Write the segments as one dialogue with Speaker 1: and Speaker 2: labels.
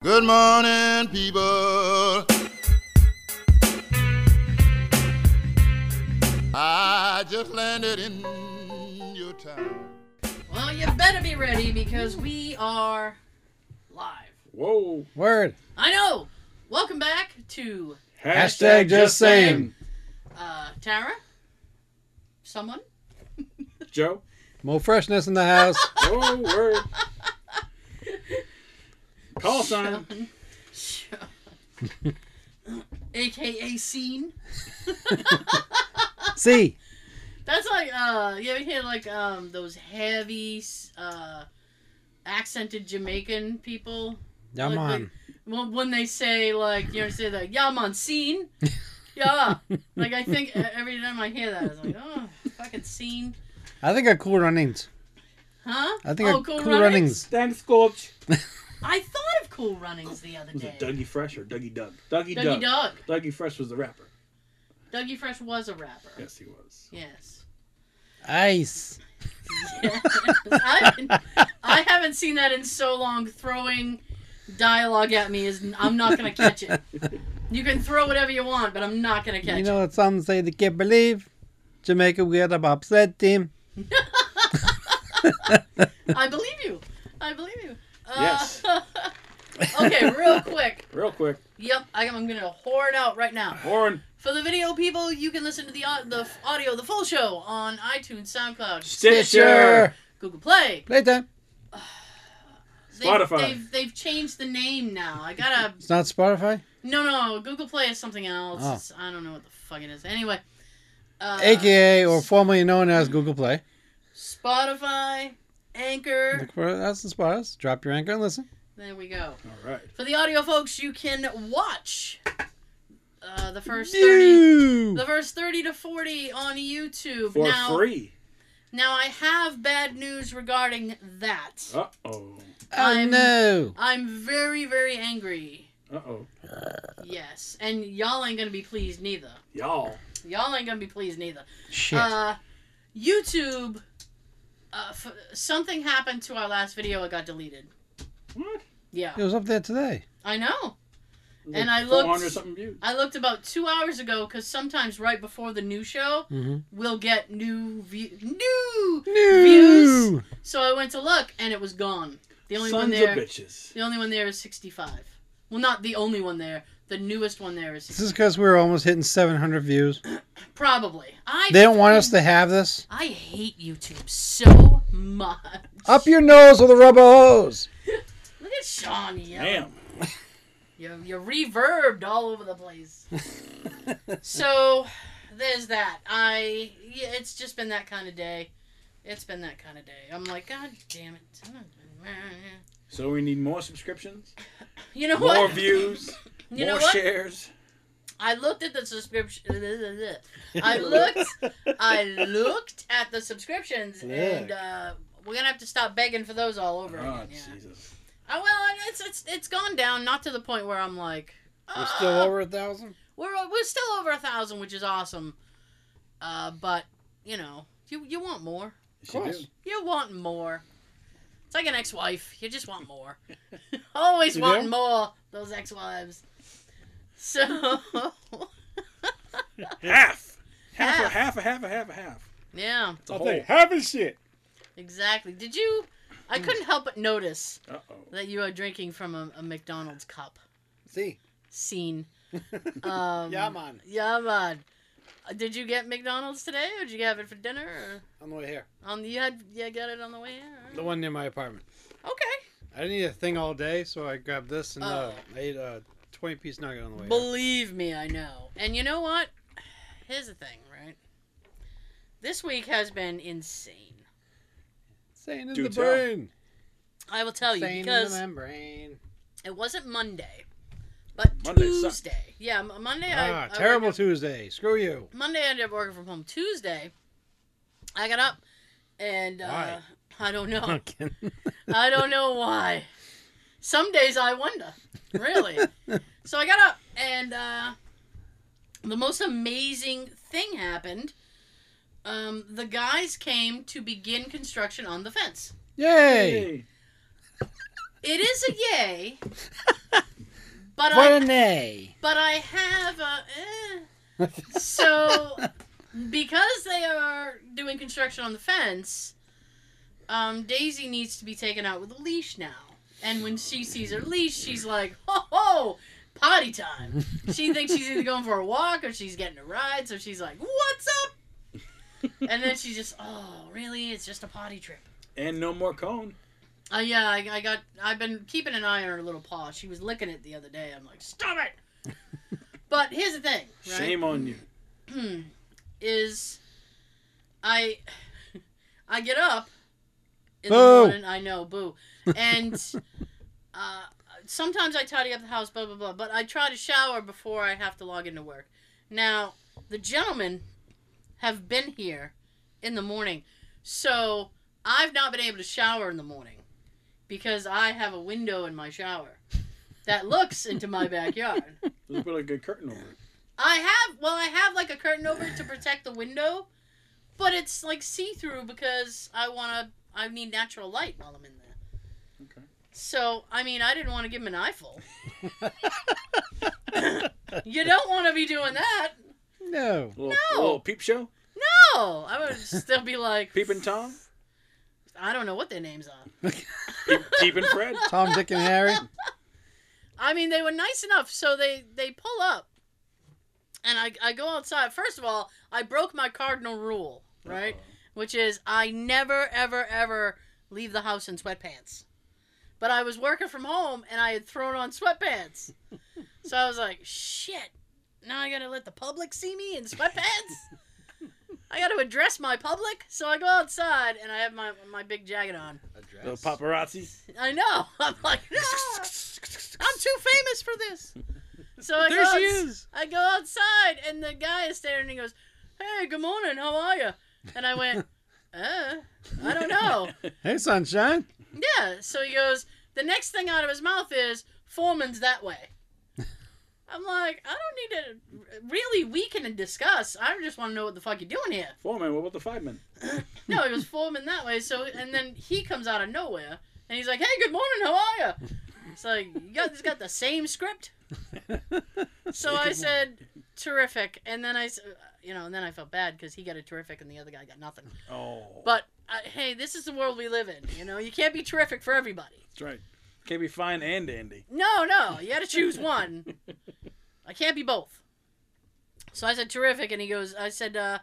Speaker 1: Good morning, people. I just landed in your town.
Speaker 2: Well, you better be ready because we are live.
Speaker 3: Whoa.
Speaker 4: Word.
Speaker 2: I know. Welcome back to
Speaker 4: Hashtag just saying.
Speaker 2: uh, Tara. Someone.
Speaker 3: Joe.
Speaker 4: More freshness in the house.
Speaker 3: Whoa, word. Call sign.
Speaker 2: Sean. Sean. AKA scene.
Speaker 4: See,
Speaker 2: That's like uh yeah we had like um those heavy uh accented Jamaican people
Speaker 4: come
Speaker 2: Like,
Speaker 4: on.
Speaker 2: Well, when they say like you know say that yeah I'm on scene, yeah. like I think e-, every time I hear that, I was like oh fucking scene,
Speaker 4: I think I cool runnings.
Speaker 2: huh?
Speaker 4: I think
Speaker 2: oh,
Speaker 4: I cool, runnings.
Speaker 3: Thanks, Scorch.
Speaker 2: I thought of Cool Runnings the other
Speaker 3: Was
Speaker 2: day.
Speaker 3: it Dougie Fresh or Dougie Doug? Dougie,
Speaker 2: Dougie
Speaker 3: Doug.
Speaker 2: Doug.
Speaker 3: Dougie Fresh was the rapper.
Speaker 2: Dougie Fresh was a rapper.
Speaker 3: Yes, he was.
Speaker 2: Yes.
Speaker 4: Ice.
Speaker 2: I, I haven't seen that in so long. Throwing dialogue at me is I'm not gonna catch it. You can throw whatever you want, but I'm not gonna catch
Speaker 4: You know what some say they can't believe? Jamaica, we had a bobsled team.
Speaker 2: it. I believe you. I believe you.
Speaker 3: Yes.
Speaker 2: Uh, okay, real quick.
Speaker 3: Real quick.
Speaker 2: Yep, I, I'm gonna whore it out right now.
Speaker 3: Warren.
Speaker 2: For the video people, you can listen to the au- the f- audio, of the full show on iTunes, SoundCloud,
Speaker 3: Stitcher.
Speaker 2: Google Play.
Speaker 4: Playtime.
Speaker 2: They've,
Speaker 3: Spotify.
Speaker 2: They've, they've changed the name now. I gotta.
Speaker 4: It's not Spotify.
Speaker 2: No, no, Google Play is something else.
Speaker 4: Oh.
Speaker 2: It's- I don't know what the fuck it is. Anyway. Uh,
Speaker 4: AKA, or formerly known as Google Play.
Speaker 2: Spotify, Anchor.
Speaker 4: Look for us and spot us. Drop your anchor and listen.
Speaker 2: There we go.
Speaker 3: All right.
Speaker 2: For the audio folks, you can watch uh, the first 30.
Speaker 4: You.
Speaker 2: The first 30 to 40 on YouTube.
Speaker 3: For
Speaker 2: now,
Speaker 3: free.
Speaker 2: Now I have bad news regarding that.
Speaker 3: Uh oh.
Speaker 4: Oh,
Speaker 2: I'm-
Speaker 4: no.
Speaker 2: I'm very, very angry.
Speaker 3: Uh oh.
Speaker 2: Yes. And y'all ain't gonna be pleased neither.
Speaker 3: Y'all.
Speaker 2: Y'all ain't gonna be pleased neither.
Speaker 4: Shit.
Speaker 2: Uh YouTube uh, f- something happened to our last video. It got deleted.
Speaker 3: What?
Speaker 2: Yeah,
Speaker 4: it was up there today.
Speaker 2: I know.
Speaker 3: It was
Speaker 2: And
Speaker 3: like
Speaker 2: I looked-
Speaker 3: 400 something views.
Speaker 2: I looked about two hours ago because sometimes right before the new show,
Speaker 4: Mm-hmm.
Speaker 2: we'll get new view, new.
Speaker 4: No.
Speaker 2: So I went to look and it was gone. The only
Speaker 3: Sons
Speaker 2: one
Speaker 3: of
Speaker 2: there.
Speaker 3: bitches.
Speaker 2: The only one there is 65. Well, not the only one there. The newest one there is
Speaker 4: This is because we were almost hitting 700 views.
Speaker 2: probably. I
Speaker 4: They don't want us
Speaker 2: fucking-
Speaker 4: to have this.
Speaker 2: I hate YouTube so much.
Speaker 4: Up your nose with a rubber hose.
Speaker 2: Look at Sean yelling.
Speaker 3: Damn.
Speaker 2: You you reverbed all over the place. so there's that. I yeah, it's just been that kind of day. It's been that kind of day. I'm like, God damn it.
Speaker 3: So we need more subscriptions,
Speaker 2: You know
Speaker 3: more
Speaker 2: what?
Speaker 3: views,
Speaker 2: You know
Speaker 3: more
Speaker 2: what?
Speaker 3: shares.
Speaker 2: I looked at the subscription. I looked. I looked at the subscriptions, and uh, we're gonna have to stop begging for those all over
Speaker 3: Oh,
Speaker 2: again. Yeah.
Speaker 3: Jesus.
Speaker 2: I, well, it's it's it's gone down, not to the point where I'm like.
Speaker 4: We're
Speaker 2: "Ah."
Speaker 4: still over a thousand.
Speaker 2: We're uh, we're still over a thousand, which is awesome. Uh, but you know, you you want more.
Speaker 3: Yes, you
Speaker 4: course.
Speaker 3: do.
Speaker 2: You want more. It's like an ex-wife. You just want more. Always
Speaker 4: You do?
Speaker 2: wanting more. Those ex-wives. So.
Speaker 3: Half. Half, a
Speaker 2: Half.
Speaker 3: half, a half, a half, a half.
Speaker 2: Yeah,
Speaker 3: It's a whole.
Speaker 4: having shit.
Speaker 2: exactly. Did you? I
Speaker 4: Hmm.
Speaker 2: couldn't help but notice
Speaker 3: Uh oh.
Speaker 2: that you are drinking from a, a McDonald's cup.
Speaker 4: See,
Speaker 2: Scene. Um,
Speaker 4: yeah, I'm on
Speaker 2: Yeah, man. Uh, Did you get McDonald's today, or did you have it for dinner? Or
Speaker 4: on the way here.
Speaker 2: on the, you had you got it on the way here.
Speaker 4: The Oh, one near my apartment.
Speaker 2: Okay.
Speaker 4: I didn't eat a thing all day, so I grabbed this and uh,
Speaker 2: Oh.
Speaker 4: I ate a twenty-piece nugget on the way. here.
Speaker 2: Believe me, I know. And you know what? Here's the thing, right? This week has been insane.
Speaker 4: Sane in
Speaker 3: Do
Speaker 4: the
Speaker 3: tell.
Speaker 4: brain.
Speaker 2: I will tell you
Speaker 4: Sane in
Speaker 2: because
Speaker 4: the membrane.
Speaker 2: it wasn't Monday, but
Speaker 3: Monday sucked.
Speaker 2: Tuesday. Yeah, m- Monday. I- I,
Speaker 4: Ah,
Speaker 2: woke
Speaker 4: terrible
Speaker 2: up-
Speaker 4: Tuesday. Screw you.
Speaker 2: Monday I ended up working from home. Tuesday, I got up and uh,
Speaker 4: Why?
Speaker 2: I don't know.
Speaker 4: Pumpkin.
Speaker 2: I don't know why. Some days I wonder, really. so I got up, and uh, the most amazing thing happened. Um, the guys came to begin construction on the fence.
Speaker 4: Yay!
Speaker 2: It is a yay. but
Speaker 4: What
Speaker 2: I
Speaker 4: a nay.
Speaker 2: but I have a eh. so because they are doing construction on the fence. Um, Daisy needs to be taken out with a leash now, and when she sees her leash, she's like, "Ho ho, potty time!" She thinks she's either going for a walk or she's getting a ride, so she's like, "What's up?" And then she's just, "Oh, really? It's just a potty trip."
Speaker 3: And no more cone.
Speaker 2: Uh, yeah, I, I got. I've been keeping an eye on her little paw. She was licking it the other day. I'm like, stop it. but here's the thing, right?
Speaker 3: Shame on you.
Speaker 2: Is I I get up in the
Speaker 4: Boo.
Speaker 2: morning. I know, boo. And uh, sometimes I tidy up the house, blah blah blah. But I try to shower before I have to log into work. Now the gentlemen have been here in the morning, so I've not been able to shower in the morning because I have a window in my shower that looks into my backyard.
Speaker 3: Let's put like a curtain over it.
Speaker 2: I have well, I have like a curtain over it to protect the window, but it's like see through because I wanna I need natural light while I'm in there.
Speaker 3: Okay.
Speaker 2: So I mean, I didn't want to give him an eyeful. you don't want to be doing that.
Speaker 4: No.
Speaker 3: Little,
Speaker 2: No.
Speaker 3: little peep show.
Speaker 2: No, I would still be like
Speaker 3: Peeping Tom.
Speaker 2: I don't know what their names are.
Speaker 3: Peep, peeping Fred.
Speaker 4: Tom, Dick, and Harry.
Speaker 2: I mean, they were nice enough, so they they pull up, and I I go outside. First of all, I broke my cardinal rule, right, which is I never ever ever leave the house in sweatpants. But I was working from home, and I had thrown on sweatpants, so I was like, shit. Now I gotta let the public see me in sweatpants. I gotta address my public, so I go outside and I have my my big jacket on.
Speaker 3: Uh, Little paparazzi.
Speaker 2: I know. I'm like, no. I'm too famous for this. So I
Speaker 4: There
Speaker 2: go,
Speaker 4: she
Speaker 2: outs-
Speaker 4: is.
Speaker 2: I go outside, and the guy is there, and he goes, "Hey, good morning. How are you?" And I went, "Uh, I don't know."
Speaker 4: Hey, sunshine.
Speaker 2: yeah. So he goes. The next thing out of his mouth is Foreman's that way. I'm like, I don't need to. Really, we can discuss. I just want to know what the fuck you're doing here.
Speaker 3: Foreman. What about the five men?
Speaker 2: No, it was Foreman that way. So, and then he comes out of nowhere, and he's like, "Hey, good morning. How are you?" It's like you guys got the same script. So I said, "Terrific," and then I, s- you know, and then I felt bad because he got a terrific, and the other guy got nothing.
Speaker 3: Oh,
Speaker 2: But uh, hey, this is the world we live in. You know, you can't be terrific for everybody.
Speaker 3: that's right. Can't be fine and dandy.
Speaker 2: No, no, you got to choose one. I can't be both. So I said, "Terrific," and he goes, "I said, uh,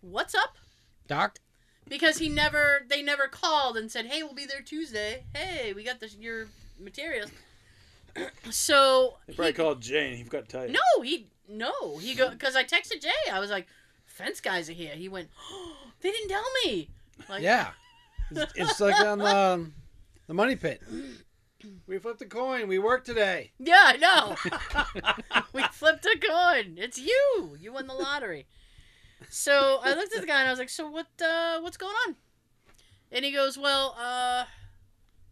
Speaker 2: what's up?"
Speaker 4: Doc.
Speaker 2: because he never they never called and said hey we'll be there tuesday hey we got this your materials so
Speaker 3: They probably
Speaker 2: he-
Speaker 3: called Jane. He got tight.
Speaker 2: no he no he go because i texted jay i was like fence guys are here he went oh, they didn't tell me like
Speaker 4: Yeah. It's, it's like on the, um, the money pit. We flipped a coin. We worked today.
Speaker 2: yeah i know we flipped a coin it's you you won the lottery so i looked at the guy and i was like so what uh what's going on and he goes well uh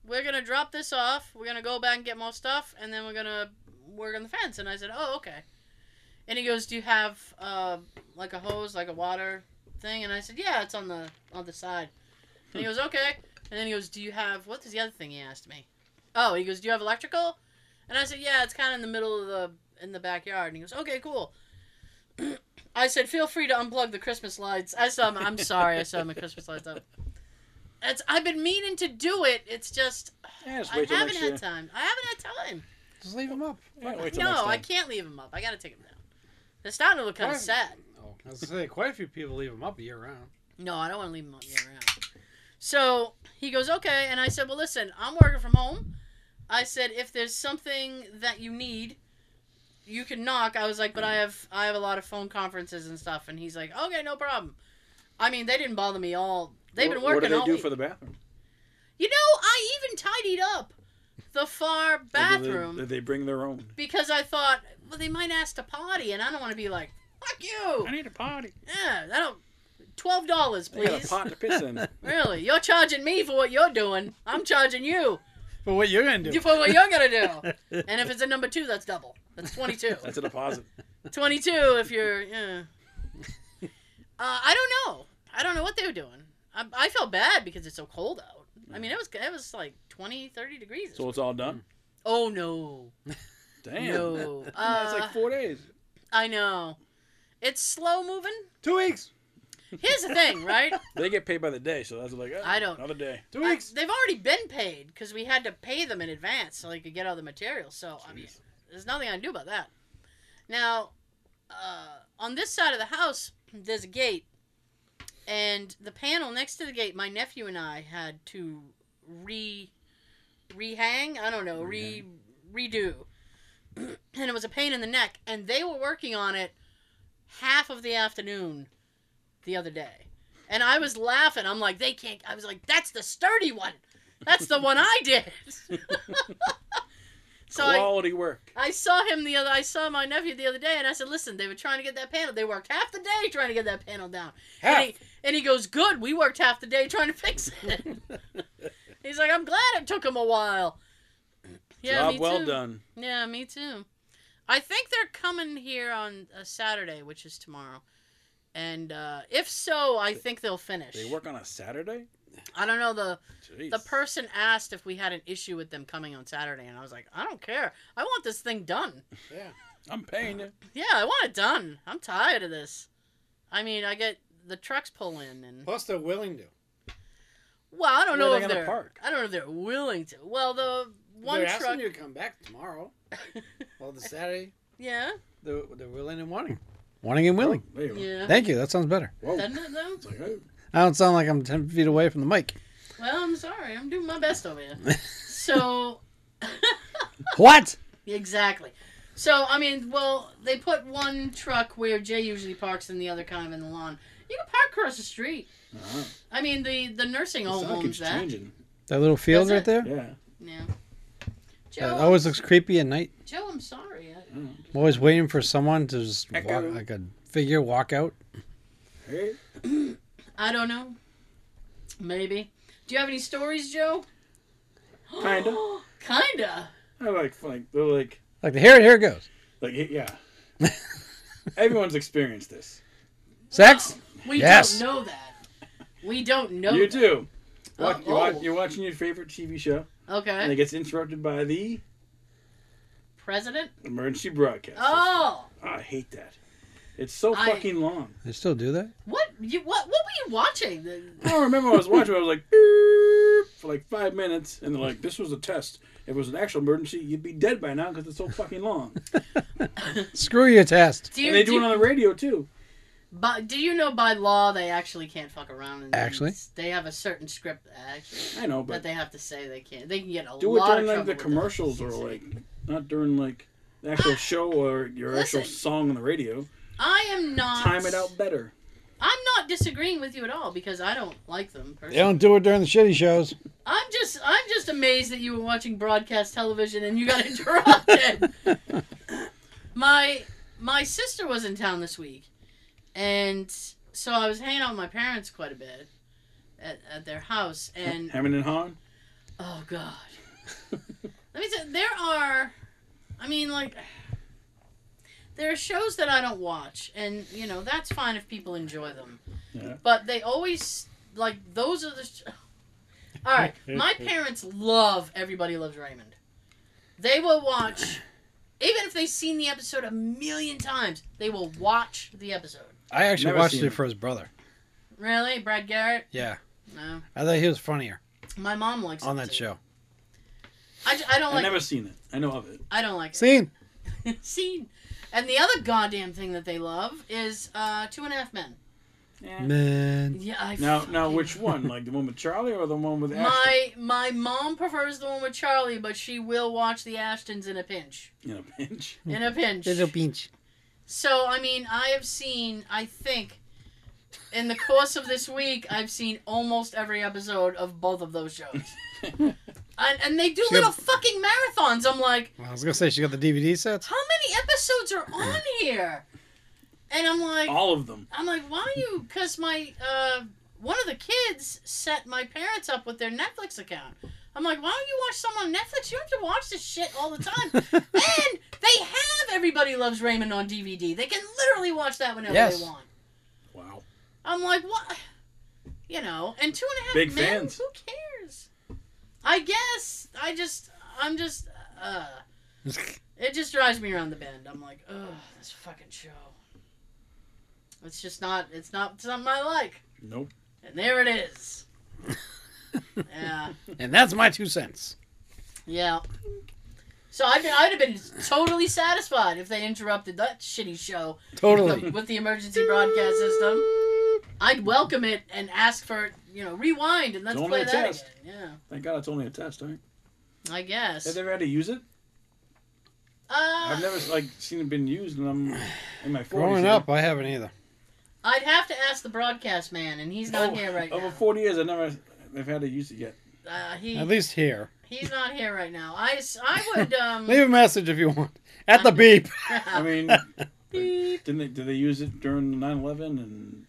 Speaker 2: we're gonna drop this off. We're gonna go back and get more stuff, and then we're gonna work on the fence. And I said, oh, okay. And he goes, do you have uh, like a hose, like a water thing? And I said, yeah, it's on the on the side. And he goes, okay. And then he goes, do you have what is the other thing he asked me? Oh, he goes, do you have electrical? And I said, yeah, it's kind of in the middle of the in the backyard. And he goes, okay, cool. I said, feel free to unplug the Christmas lights. I saw. My, I'm sorry, I saw my Christmas lights up. It's, I've been meaning to do it. It's just
Speaker 3: Yeah, just
Speaker 2: I
Speaker 3: wait till
Speaker 2: haven't
Speaker 3: next year.
Speaker 2: had time. I haven't had time.
Speaker 4: Just leave them up.
Speaker 3: Yeah, wait till next
Speaker 2: No,
Speaker 3: time.
Speaker 2: I can't leave him up. I gotta take him down. They're starting to look kind
Speaker 4: Why-
Speaker 2: of sad.
Speaker 4: Oh, I was gonna say quite a few people leave them up year round.
Speaker 2: No, I don't want to leave him up year round. So he goes, okay. And I said, well, listen, I'm working from home. I said, if there's something that you need, you can knock. I was like, but I have I have a lot of phone conferences and stuff. And he's like, okay, no problem. I mean, they didn't bother me all. They've
Speaker 3: What-
Speaker 2: been working
Speaker 3: What do they
Speaker 2: all
Speaker 3: do
Speaker 2: week.
Speaker 3: for the bathroom?
Speaker 2: you know, I even tidied up the far
Speaker 3: Or do they-
Speaker 2: bathroom.
Speaker 3: do they bring their own.
Speaker 2: because I thought, well, they might ask to potty, and I don't want to be like, fuck you.
Speaker 3: need a potty.
Speaker 2: Yeah, I don't. Twelve dollars,
Speaker 3: I got a
Speaker 2: please.
Speaker 3: pot to piss in.
Speaker 2: Really, you're charging me for what you're doing. I'm charging you
Speaker 4: But what you're gonna do?
Speaker 2: for what you're gonna do. And if it's a number two, that's double. That's twenty-two.
Speaker 3: That's a deposit.
Speaker 2: Twenty-two. If you're, yeah. Uh, I don't know. I don't know what they were doing. I, I felt bad because it's so cold out. I mean, it was it was like 20, 30 degrees.
Speaker 3: So it's all done.
Speaker 2: oh no,
Speaker 3: Damn.
Speaker 2: no.
Speaker 3: That's
Speaker 2: Uh,
Speaker 3: like four days.
Speaker 2: I know. It's slow moving.
Speaker 4: Two weeks.
Speaker 2: Here's the thing, right?
Speaker 3: They get paid by the day, so that's like oh,
Speaker 2: I don't-
Speaker 3: another day.
Speaker 4: Two
Speaker 2: I-
Speaker 4: weeks.
Speaker 2: they've already been paid because we had to pay them in advance so they could get all the material. So I mean,
Speaker 3: Jeez.
Speaker 2: there's nothing I can do about that. Now, uh, on this side of the house, there's a gate, and the panel next to the gate, my nephew and I had to re rehang. I don't know, re redo, and it was a pain in the neck. And they were working on it half of the afternoon the other day. And I was laughing. I'm like, they can't. I was like, that's the sturdy one. That's the one I did. so I,
Speaker 3: Quality work.
Speaker 2: I saw him the other. I saw my nephew the other day, and I said, "Listen, they were trying to get that panel. They worked half the day trying to get that panel down." And, he, and he goes, "Good, we worked half the day trying to fix it." He's like, "I'm glad it took him a while." Yeah,
Speaker 3: Job
Speaker 2: me
Speaker 3: well
Speaker 2: too.
Speaker 3: done.
Speaker 2: Yeah, me too. I think they're coming here on a Saturday, which is tomorrow. And uh, if so, I think they'll finish.
Speaker 3: They work on a Saturday.
Speaker 2: I don't know the
Speaker 3: Jeez.
Speaker 2: the person asked if we had an issue with them coming on Saturday, and I was like, I don't care. I want this thing done.
Speaker 4: Yeah.
Speaker 3: I'm paying you.
Speaker 2: Yeah, I want it done. I'm tired of this. I mean, I get the trucks pull in, and
Speaker 4: Plus they're willing to.
Speaker 2: well, I don't
Speaker 3: Where
Speaker 2: know
Speaker 3: are they
Speaker 2: if
Speaker 3: gonna
Speaker 2: they're.
Speaker 3: park?
Speaker 2: I don't know if they're willing to. Well, the one
Speaker 4: they're
Speaker 2: truck.
Speaker 4: asking you to come back tomorrow. well, the Saturday.
Speaker 2: Yeah,
Speaker 4: They're, they're willing and wanting. Wanting and willing.
Speaker 3: There you go.
Speaker 2: yeah.
Speaker 4: Thank you. That sounds better.
Speaker 3: Whoa.
Speaker 2: Doesn't it though?
Speaker 3: It's like, oh,
Speaker 4: I don't sound like I'm 10 feet away from the mic.
Speaker 2: Well, I'm sorry. I'm doing my best over here. So
Speaker 4: What?
Speaker 2: exactly. So I mean, well, they put one truck where Jay usually parks, and the other kind of in the lawn. You can park across the street.
Speaker 3: uh-huh.
Speaker 2: I mean, the the nursing
Speaker 3: The
Speaker 2: home
Speaker 3: sound
Speaker 2: owns
Speaker 3: keeps
Speaker 2: that.
Speaker 3: changing. Uh,
Speaker 4: That little field
Speaker 2: Does
Speaker 4: right
Speaker 2: it?
Speaker 4: there?
Speaker 3: Yeah.
Speaker 2: Yeah. Joe,
Speaker 4: That always looks creepy at night.
Speaker 2: Joe, I'm sorry. I-
Speaker 4: I'm always waiting for someone to just walk,
Speaker 3: Echo.
Speaker 4: like a figure walk out.
Speaker 3: Hey.
Speaker 2: I don't know. Maybe. Do you have any stories, Joe?
Speaker 3: Kinda.
Speaker 2: Kinda.
Speaker 3: I like like they're like
Speaker 4: Like, here it, here it goes.
Speaker 3: like yeah. Everyone's experienced this.
Speaker 4: Sex?
Speaker 2: We
Speaker 4: Yes.
Speaker 2: don't know that. We don't know.
Speaker 3: you
Speaker 2: that.
Speaker 3: too. Watch,
Speaker 2: Uh,
Speaker 3: you watch,
Speaker 2: oh.
Speaker 3: you're watching your favorite TV show, and it
Speaker 2: Okay.
Speaker 3: gets interrupted by the
Speaker 2: President.
Speaker 3: emergency broadcast.
Speaker 2: Oh,
Speaker 3: I hate that. It's so
Speaker 2: I-
Speaker 3: fucking long.
Speaker 4: They still do that?
Speaker 2: what you what what were you watching? The-
Speaker 3: Oh, I don't remember what I was watching. I was like, "Beep," for like five minutes, and they're like, "This was a test. If it was an actual emergency, you'd be dead by now because it's so fucking long."
Speaker 4: Screw your test.
Speaker 2: Do you,
Speaker 3: and they
Speaker 2: do,
Speaker 3: do it on the radio too.
Speaker 2: but do you know by law they actually can't fuck around? And
Speaker 4: Actually?
Speaker 2: and they have a certain script actually
Speaker 3: I know,
Speaker 2: that
Speaker 3: but
Speaker 2: they have to say they can't. They can get a
Speaker 3: do it
Speaker 2: lot of
Speaker 3: during like
Speaker 2: trouble
Speaker 3: the
Speaker 2: with
Speaker 3: commercials or like not during like the actual show or your actual
Speaker 2: Ah, Listen.
Speaker 3: song on the radio.
Speaker 2: I am not.
Speaker 3: Time it out better.
Speaker 2: I'm not disagreeing with you at all because I don't like them
Speaker 4: They
Speaker 2: personally.
Speaker 4: don't do it during the shitty shows.
Speaker 2: I'm just I'm just amazed that you were watching broadcast television and you got interrupted. my my sister was in town this week, and so I was hanging out with my parents quite a bit at, at their house. And
Speaker 3: Hammond and Hahn.
Speaker 2: oh god, let me tell there are, I mean like. There are shows that I don't watch, and you know that's fine if people enjoy them.
Speaker 3: Yeah.
Speaker 2: But they always like those are the. Sh- All right, my parents love Everybody Loves Raymond. They will watch, even if they've seen the episode a million times, they will watch the episode.
Speaker 4: I actually
Speaker 3: Never
Speaker 4: watched
Speaker 3: seen
Speaker 4: it
Speaker 3: it.
Speaker 4: for his brother.
Speaker 2: Really, Brad Garrett?
Speaker 4: Yeah.
Speaker 2: No,
Speaker 4: I thought he was funnier
Speaker 2: my mom likes it
Speaker 4: on that
Speaker 2: too.
Speaker 4: show.
Speaker 2: I, j- I don't
Speaker 3: I've
Speaker 2: like.
Speaker 3: never seen it. I know of it.
Speaker 2: I don't like
Speaker 4: Scene.
Speaker 2: it. Scene. And the other goddamn thing that they love is uh, Two and a Half Men.
Speaker 4: Man.
Speaker 2: Yeah, I
Speaker 3: Now, now,
Speaker 2: fucking-
Speaker 3: which one? Like the one with Charlie or the one with Ashton?
Speaker 2: My my mom prefers the one with Charlie, but she will watch the Ashtons in a pinch.
Speaker 3: In a pinch.
Speaker 2: In a pinch.
Speaker 4: Little pinch.
Speaker 2: So I mean, I have seen. I think in the course of this week, I've seen almost every episode of both of those shows. and, and they do
Speaker 4: She
Speaker 2: little
Speaker 4: got-
Speaker 2: fucking marathons. I'm like,
Speaker 4: Well, I was going to say she got the DVD sets.
Speaker 2: how many episodes are on here? And I'm like,
Speaker 3: All of them.
Speaker 2: I'm like, why are you? Because my uh, one of the kids set my parents up with their Netflix account. I'm like, why don't you watch some on Netflix? You have to watch this shit all the time. and they have Everybody Loves Raymond on DVD. They can literally watch that whenever
Speaker 4: Yes.
Speaker 2: they want.
Speaker 3: Wow.
Speaker 2: I'm like, what? You know, and two and a half
Speaker 3: Big
Speaker 2: men.
Speaker 3: fans.
Speaker 2: Who cares? I guess I just I'm just uh it just drives me around the bend. I'm like, oh, this fucking show. It's just not it's not something I like.
Speaker 3: Nope.
Speaker 2: And there it is. yeah.
Speaker 4: and that's my two cents.
Speaker 2: Yeah. So I'd, I'd have been totally satisfied if they interrupted that shitty show
Speaker 4: Totally.
Speaker 2: with the emergency broadcast system. I'd welcome it and ask for, you know, rewind and let's
Speaker 3: It's only
Speaker 2: play
Speaker 3: a
Speaker 2: that
Speaker 3: test.
Speaker 2: again.
Speaker 3: Thank God it's only a test, right?
Speaker 2: Yeah, I guess.
Speaker 3: Have they ever had to use it?
Speaker 2: Uh,
Speaker 3: I've never like seen it been used, and I'm in my 40s.
Speaker 4: Growing
Speaker 3: now.
Speaker 4: up, I haven't either.
Speaker 2: I'd have to ask the broadcast man, and he's not
Speaker 3: Oh,
Speaker 2: here right
Speaker 3: Over
Speaker 2: now.
Speaker 3: 40 years, I never have had to use it yet.
Speaker 2: Uh, he
Speaker 4: At least here.
Speaker 2: he's not here right now. I, s- I would um.
Speaker 4: Leave a message if you want. At the beep.
Speaker 2: Ah.
Speaker 3: I mean,
Speaker 2: Beep.
Speaker 3: didn't they? Did they use it during 9/11? And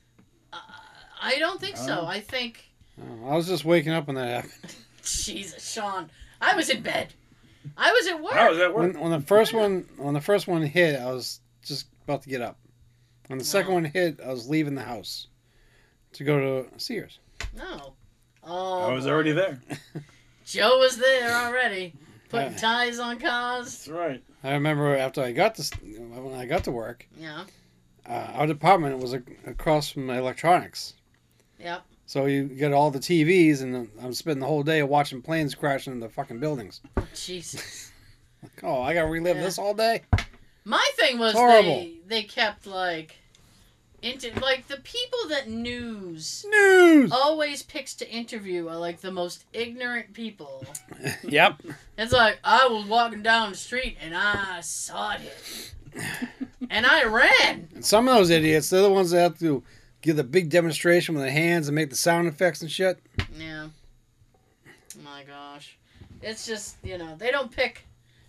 Speaker 2: I don't think so.
Speaker 3: Oh.
Speaker 2: I think
Speaker 4: Oh, I was just waking up when that happened.
Speaker 2: Jesus, Sean. I was in bed. I was at work.
Speaker 3: how does that work?
Speaker 4: When, when the first one when the first one hit, I was just about to get up. When the second
Speaker 2: Wow.
Speaker 4: one hit, I was leaving the house to go to Sears.
Speaker 2: No. Oh.
Speaker 3: I was already there.
Speaker 2: Joe was there already, putting
Speaker 4: Yeah.
Speaker 2: ties on cars.
Speaker 3: That's right.
Speaker 4: I remember after I got to s- when I got to work,
Speaker 2: Yeah.
Speaker 4: uh, our department was ac- across from electronics.
Speaker 2: Yep.
Speaker 4: So you get all the TVs, and I'm spending the whole day watching planes crashing into fucking buildings.
Speaker 2: Jesus.
Speaker 4: Like, oh, I gotta relive
Speaker 2: Yeah.
Speaker 4: this all day.
Speaker 2: My thing was
Speaker 4: It's horrible.
Speaker 2: they they kept like into like the people that news
Speaker 4: News.
Speaker 2: always picks to interview are like the most ignorant people.
Speaker 4: Yep.
Speaker 2: It's like I was walking down the street and I saw it. hit. And I ran.
Speaker 4: And some of those idiots, they're the ones that have to give the big demonstration with their hands and make the sound effects and shit.
Speaker 2: Yeah. My gosh. It's just, you know, they don't pick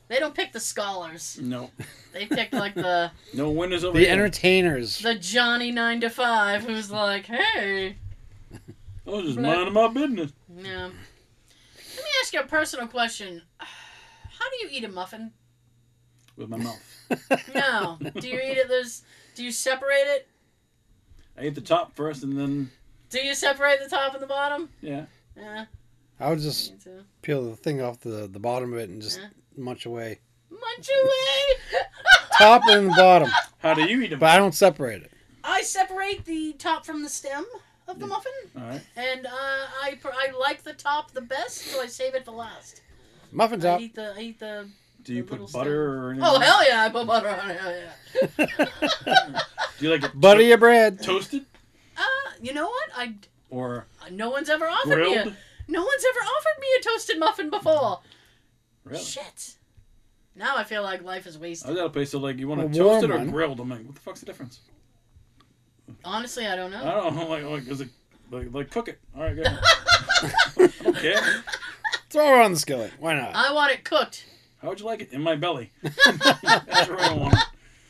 Speaker 2: they don't pick the scholars.
Speaker 3: No,
Speaker 2: They pick like the
Speaker 3: no winners over
Speaker 4: The
Speaker 3: here.
Speaker 4: entertainers.
Speaker 2: the Johnny nine to five who's like, hey,
Speaker 3: I was just minding my business.
Speaker 2: yeah. Let me ask you a personal question. How do you eat a muffin?
Speaker 3: with my mouth.
Speaker 2: No, do you eat it? There's, do you separate it?
Speaker 3: I ate the top first, and then
Speaker 2: Do you separate the top and the bottom?
Speaker 3: yeah,
Speaker 2: Yeah,
Speaker 4: I would just
Speaker 2: me too.
Speaker 4: peel the thing off the, the bottom of it and just
Speaker 2: Yeah.
Speaker 4: munch away.
Speaker 2: Munch away.
Speaker 4: Top and the bottom.
Speaker 3: how do you eat them?
Speaker 4: But I don't separate it.
Speaker 2: I separate the top from the stem of the muffin,
Speaker 3: All right,
Speaker 2: and uh, I pr- I like the top the best, so I save it for last.
Speaker 4: Muffin
Speaker 2: I
Speaker 4: top.
Speaker 2: eat the I eat the.
Speaker 3: do you
Speaker 2: The
Speaker 3: put
Speaker 2: little
Speaker 3: butter or anything?
Speaker 2: Oh hell yeah! I put butter on it. Hell yeah.
Speaker 3: Do you like it
Speaker 4: Butter your bread.
Speaker 3: to- toasted
Speaker 2: Uh, you know what? I
Speaker 3: or
Speaker 2: no one's ever offered me. A,
Speaker 3: grilled?
Speaker 2: No one's ever offered me a toasted muffin before.
Speaker 3: Really?
Speaker 2: Shit. Now I feel like life is
Speaker 3: I was
Speaker 2: wasted.
Speaker 3: at a place so like you
Speaker 4: A
Speaker 3: want to
Speaker 4: warm
Speaker 3: toast it or
Speaker 4: one.
Speaker 3: grilled. I'm like, what the fuck's the difference? Oh.
Speaker 2: Honestly, I don't
Speaker 3: I
Speaker 2: know.
Speaker 3: don't know. Like, like is it like, like cook it? All right, go. ahead. okay.
Speaker 4: Throw it on the skillet. Why not?
Speaker 2: I want it cooked.
Speaker 3: How would you like it in my belly? That's where I want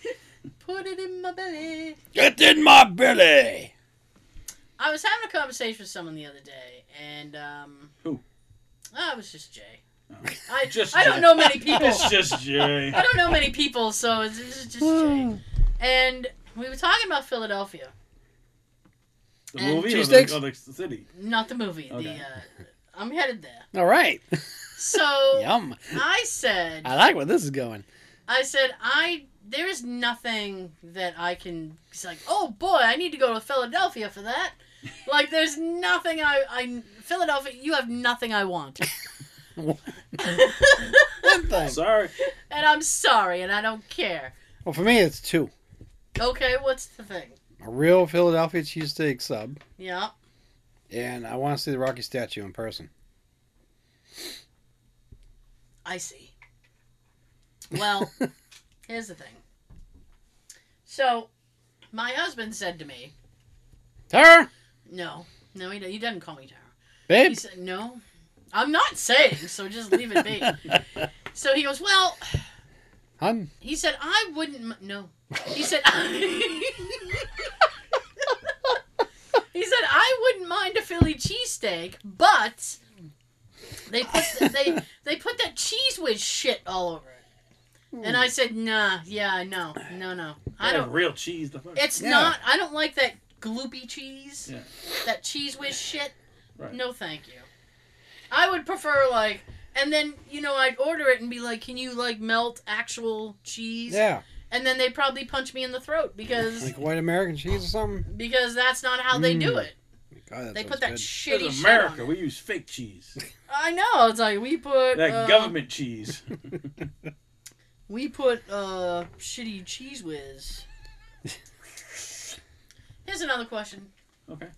Speaker 3: it.
Speaker 2: Put it in my belly.
Speaker 4: Get in my belly.
Speaker 2: I was having a conversation with someone the other day, and um.
Speaker 3: Who?
Speaker 2: Ah, it was just Jay.
Speaker 3: Oh.
Speaker 2: I
Speaker 3: Just
Speaker 2: I don't
Speaker 3: Jay.
Speaker 2: know many people.
Speaker 3: It's just Jay.
Speaker 2: I don't know many people, so it's, it's just Jay. And we were talking about Philadelphia,
Speaker 3: The
Speaker 2: And
Speaker 3: movie or
Speaker 4: cheesesteaks?
Speaker 3: the, or the city?
Speaker 2: not the movie. The
Speaker 3: Okay.
Speaker 2: uh, I'm headed there.
Speaker 4: All right.
Speaker 2: So
Speaker 4: Yum.
Speaker 2: I said.
Speaker 4: I like where this is going.
Speaker 2: I said, I there is nothing that I can. He's like, oh boy, I need to go to Philadelphia for that. like, there's nothing I, I Philadelphia. You have nothing I want,
Speaker 4: One thing.
Speaker 3: Sorry.
Speaker 2: and I'm sorry, and I don't care.
Speaker 4: Well, for me, it's two.
Speaker 2: Okay, what's the thing?
Speaker 4: A real Philadelphia cheesesteak sub,
Speaker 2: Yeah,
Speaker 4: and I want to see the Rocky statue in person.
Speaker 2: I see. Well, here's the thing. So, my husband said to me,
Speaker 4: Tara,
Speaker 2: no, no, he, he doesn't call me Tara. He
Speaker 4: babe,
Speaker 2: said, no, I'm not saying, so just leave it be. so he goes, well,
Speaker 4: hun,
Speaker 2: He said, I wouldn't. M- no. He said, He said, I wouldn't mind a Philly cheesesteak, but they put th- they they put that cheese whiz shit all over it. And I said, Nah, yeah, no, no, no, I
Speaker 3: Yeah,
Speaker 2: don't.
Speaker 3: real cheese. The fuck.
Speaker 2: It's
Speaker 4: Yeah.
Speaker 2: not. I don't like that gloopy cheese.
Speaker 3: Yeah.
Speaker 2: That cheese whiz shit.
Speaker 3: Right.
Speaker 2: No, thank you. I would prefer like, and then you know I'd order it and be like, can you like melt actual cheese?
Speaker 4: Yeah,
Speaker 2: And then they probably punch me in the throat because
Speaker 4: like white American cheese or something.
Speaker 2: because that's not how they do
Speaker 4: Mm.
Speaker 2: it.
Speaker 4: God, that
Speaker 2: they put
Speaker 4: sounds
Speaker 2: that
Speaker 4: good.
Speaker 3: This
Speaker 2: shitty
Speaker 3: is
Speaker 2: shit on
Speaker 3: America.
Speaker 2: it.
Speaker 3: We use fake cheese.
Speaker 2: I know. It's like we put
Speaker 3: That
Speaker 2: uh,
Speaker 3: government cheese.
Speaker 2: We put uh shitty cheese whiz. Here's another question.
Speaker 3: Okay.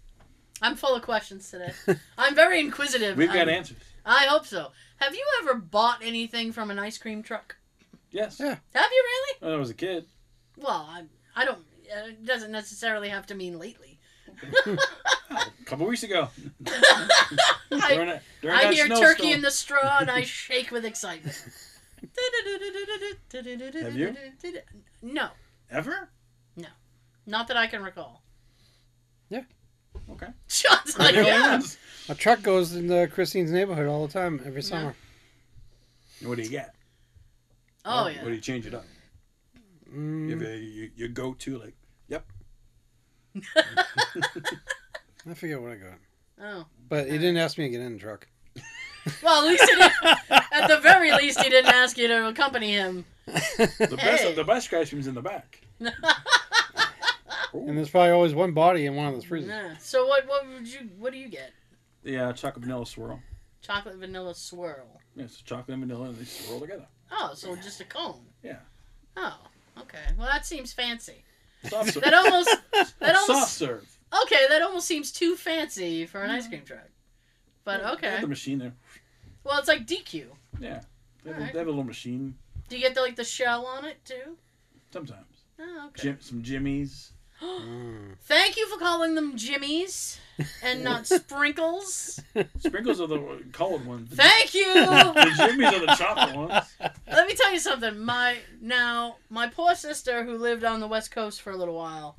Speaker 2: I'm full of questions today. I'm very inquisitive.
Speaker 3: We've got
Speaker 2: I'm-
Speaker 3: answers.
Speaker 2: I hope so. Have you ever bought anything from an ice cream truck?
Speaker 3: Yes.
Speaker 4: Yeah.
Speaker 2: Have you really?
Speaker 3: When I was a kid.
Speaker 2: Well, I, I don't. uh, It doesn't necessarily have to mean lately.
Speaker 3: A couple weeks ago.
Speaker 2: I,
Speaker 3: During that, during
Speaker 2: I
Speaker 3: that
Speaker 2: hear
Speaker 3: snowstorm.
Speaker 2: turkey in the straw and I shake with excitement.
Speaker 3: Have you?
Speaker 2: No,
Speaker 3: Ever?
Speaker 2: not that I can recall.
Speaker 3: Okay. Oh,
Speaker 2: Sean's like, Oh, yeah.
Speaker 4: A truck goes in uh, Christine's neighborhood all the time every summer.
Speaker 3: What do you get?
Speaker 2: Oh
Speaker 3: What do
Speaker 2: yeah.
Speaker 3: you change it up?
Speaker 4: Mm,
Speaker 3: If you, you, you go to like
Speaker 4: I forget what I got,
Speaker 2: Oh.
Speaker 4: but he didn't ask me to get in the truck.
Speaker 2: Well, at least he didn't, at the very least he didn't ask you to accompany him.
Speaker 3: the best
Speaker 2: Hey.
Speaker 3: of the best ice cream's in the back.
Speaker 4: And there's probably always one body in one of those freezers.
Speaker 2: Yeah. So what? What would you? What do you get?
Speaker 3: Yeah, chocolate vanilla swirl.
Speaker 2: Chocolate vanilla swirl.
Speaker 3: Yeah, it's chocolate and vanilla, and they swirl together.
Speaker 2: Oh, so just a cone.
Speaker 3: Yeah.
Speaker 2: Oh. Okay. Well, that seems fancy.
Speaker 3: Soft serve.
Speaker 2: That almost. That
Speaker 3: Soft
Speaker 2: almost.
Speaker 3: serve.
Speaker 2: Okay. That almost seems too fancy for an ice
Speaker 3: Mm-hmm.
Speaker 2: cream truck. But
Speaker 3: They
Speaker 2: okay.
Speaker 3: have the machine there.
Speaker 2: Well, it's like DQ.
Speaker 3: Yeah. They have,
Speaker 2: Alright.
Speaker 3: they have a little machine
Speaker 2: Do you get the, like the shell on it too?
Speaker 3: sometimes.
Speaker 2: Oh, okay.
Speaker 3: Jim, some jimmies.
Speaker 4: Mm.
Speaker 2: Thank you for calling them jimmies and not sprinkles.
Speaker 3: Sprinkles are the colored ones.
Speaker 2: Thank you.
Speaker 3: The jimmies are the chocolate ones.
Speaker 2: Let me tell you something. My now my poor sister who lived on the west coast for a little while,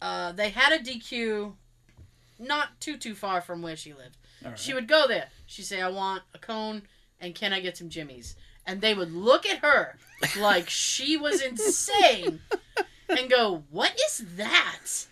Speaker 2: uh, they had a DQ, not too too far from where she lived.
Speaker 3: All right.
Speaker 2: She would go there. She'd say, "I want a cone, and can I get some jimmies?" And they would look at her like she was insane, and go, "What is that?"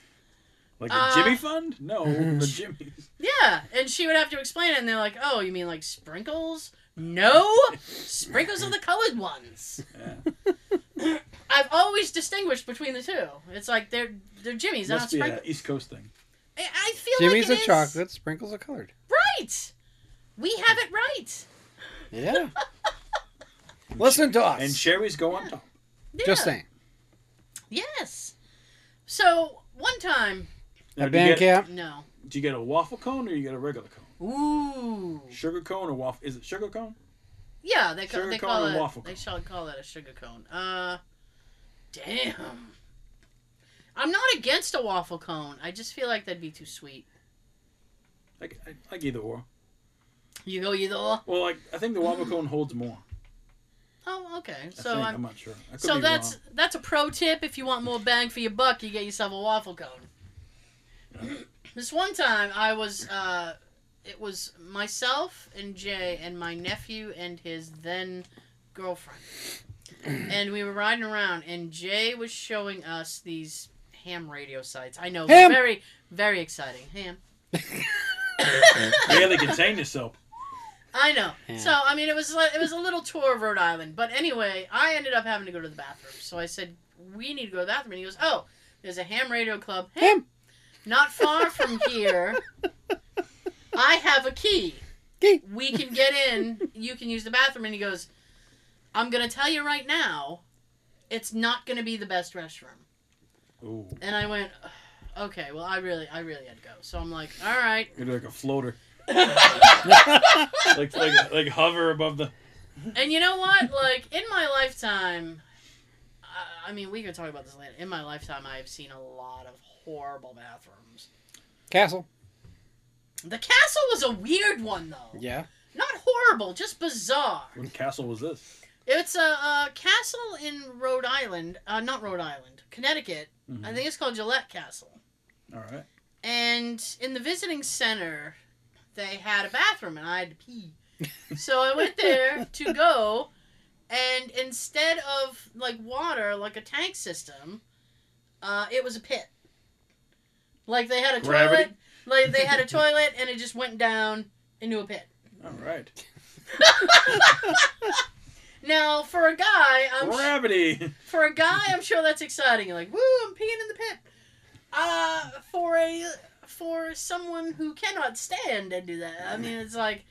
Speaker 3: Like the
Speaker 2: Uh,
Speaker 3: Jimmy Fund? No, the Jimmies.
Speaker 2: Yeah, and she would have to explain it, and they're like, "Oh, you mean like sprinkles?" No, sprinkles are the colored ones.
Speaker 3: Yeah.
Speaker 2: I've always distinguished between the two. It's like they're they're Jimmy's, they're not
Speaker 3: Must be an
Speaker 2: sprinkles.
Speaker 3: East Coast thing.
Speaker 2: I I feel
Speaker 4: Jimmy's
Speaker 2: like it
Speaker 4: are
Speaker 2: is
Speaker 4: chocolate, sprinkles are colored.
Speaker 2: Right, we have it right.
Speaker 4: Yeah. Listen to us.
Speaker 3: And cherries go on top.
Speaker 2: Yeah.
Speaker 4: Just saying.
Speaker 2: Yes. So one time,
Speaker 3: Now,
Speaker 4: At
Speaker 3: do, you
Speaker 4: band
Speaker 3: get,
Speaker 4: camp,
Speaker 2: no.
Speaker 3: do you get a waffle cone or you get a regular cone?
Speaker 2: Ooh.
Speaker 3: Sugar cone or waffle? Is it sugar cone?
Speaker 2: Yeah, they call
Speaker 3: Sugar
Speaker 2: they
Speaker 3: cone
Speaker 2: call
Speaker 3: or
Speaker 2: it
Speaker 3: waffle
Speaker 2: they
Speaker 3: cone?
Speaker 2: shall call that a sugar cone. Uh, damn. I'm not against a waffle cone. I just feel like that'd be too sweet.
Speaker 3: Like, I like either or.
Speaker 2: You go either. or?
Speaker 3: Well, like I think the waffle cone holds more.
Speaker 2: Oh, okay.
Speaker 3: I
Speaker 2: So
Speaker 3: think.
Speaker 2: I'm
Speaker 3: I'm not sure. I could
Speaker 2: So
Speaker 3: be
Speaker 2: that's
Speaker 3: wrong.
Speaker 2: that's a pro tip. If you want more bang for your buck, you get yourself a waffle cone. this one time, I was uh, it was myself and Jay and my nephew and his then girlfriend, and we were riding around, and Jay was showing us these ham radio sites. I know,
Speaker 4: Ham!
Speaker 2: very very exciting ham.
Speaker 3: barely contain yourself.
Speaker 2: I know.
Speaker 4: Yeah.
Speaker 2: So I mean, it was like, it was a little tour of Rhode Island. But anyway, I ended up having to go to the bathroom. So I said, "We need to go to the bathroom." And he goes, "Oh, there's a ham radio club. Hey,
Speaker 4: Ham.
Speaker 2: not far from here. I have a key.
Speaker 4: Key.
Speaker 2: We can get in. You can use the bathroom." And he goes, "I'm gonna tell you right now, it's not gonna be the best restroom."
Speaker 3: Ooh,
Speaker 2: And I went, "Okay, well, I really, I really had to go." So I'm like, "All right."
Speaker 3: you're like a floater. like like like hover above the.
Speaker 2: And you know what? Like in my lifetime, I, I mean, we could talk about this later. In my lifetime, I've seen a lot of horrible bathrooms.
Speaker 4: castle.
Speaker 2: The castle was a weird one, though.
Speaker 4: Yeah.
Speaker 2: Not horrible, just bizarre.
Speaker 3: What castle was this?
Speaker 2: It's a, a castle in Rhode Island, uh, not Rhode Island, Connecticut. I think it's called Gillette Castle.
Speaker 3: Mm-hmm. All right.
Speaker 2: And in the visiting center, they had a bathroom, and I had to pee. so I went there to go, and instead of like water, like a tank system, uh, it was a pit. Like they had a
Speaker 3: Gravity?
Speaker 2: toilet, like they had a toilet, and it just went down into a pit.
Speaker 3: All right.
Speaker 2: Now, for a guy, I'm sh-
Speaker 3: Gravity.
Speaker 2: for a guy, I'm sure that's exciting. You're like, woo, I'm peeing in the pit. Uh, for a for someone who cannot stand and do that, I mean, it's like,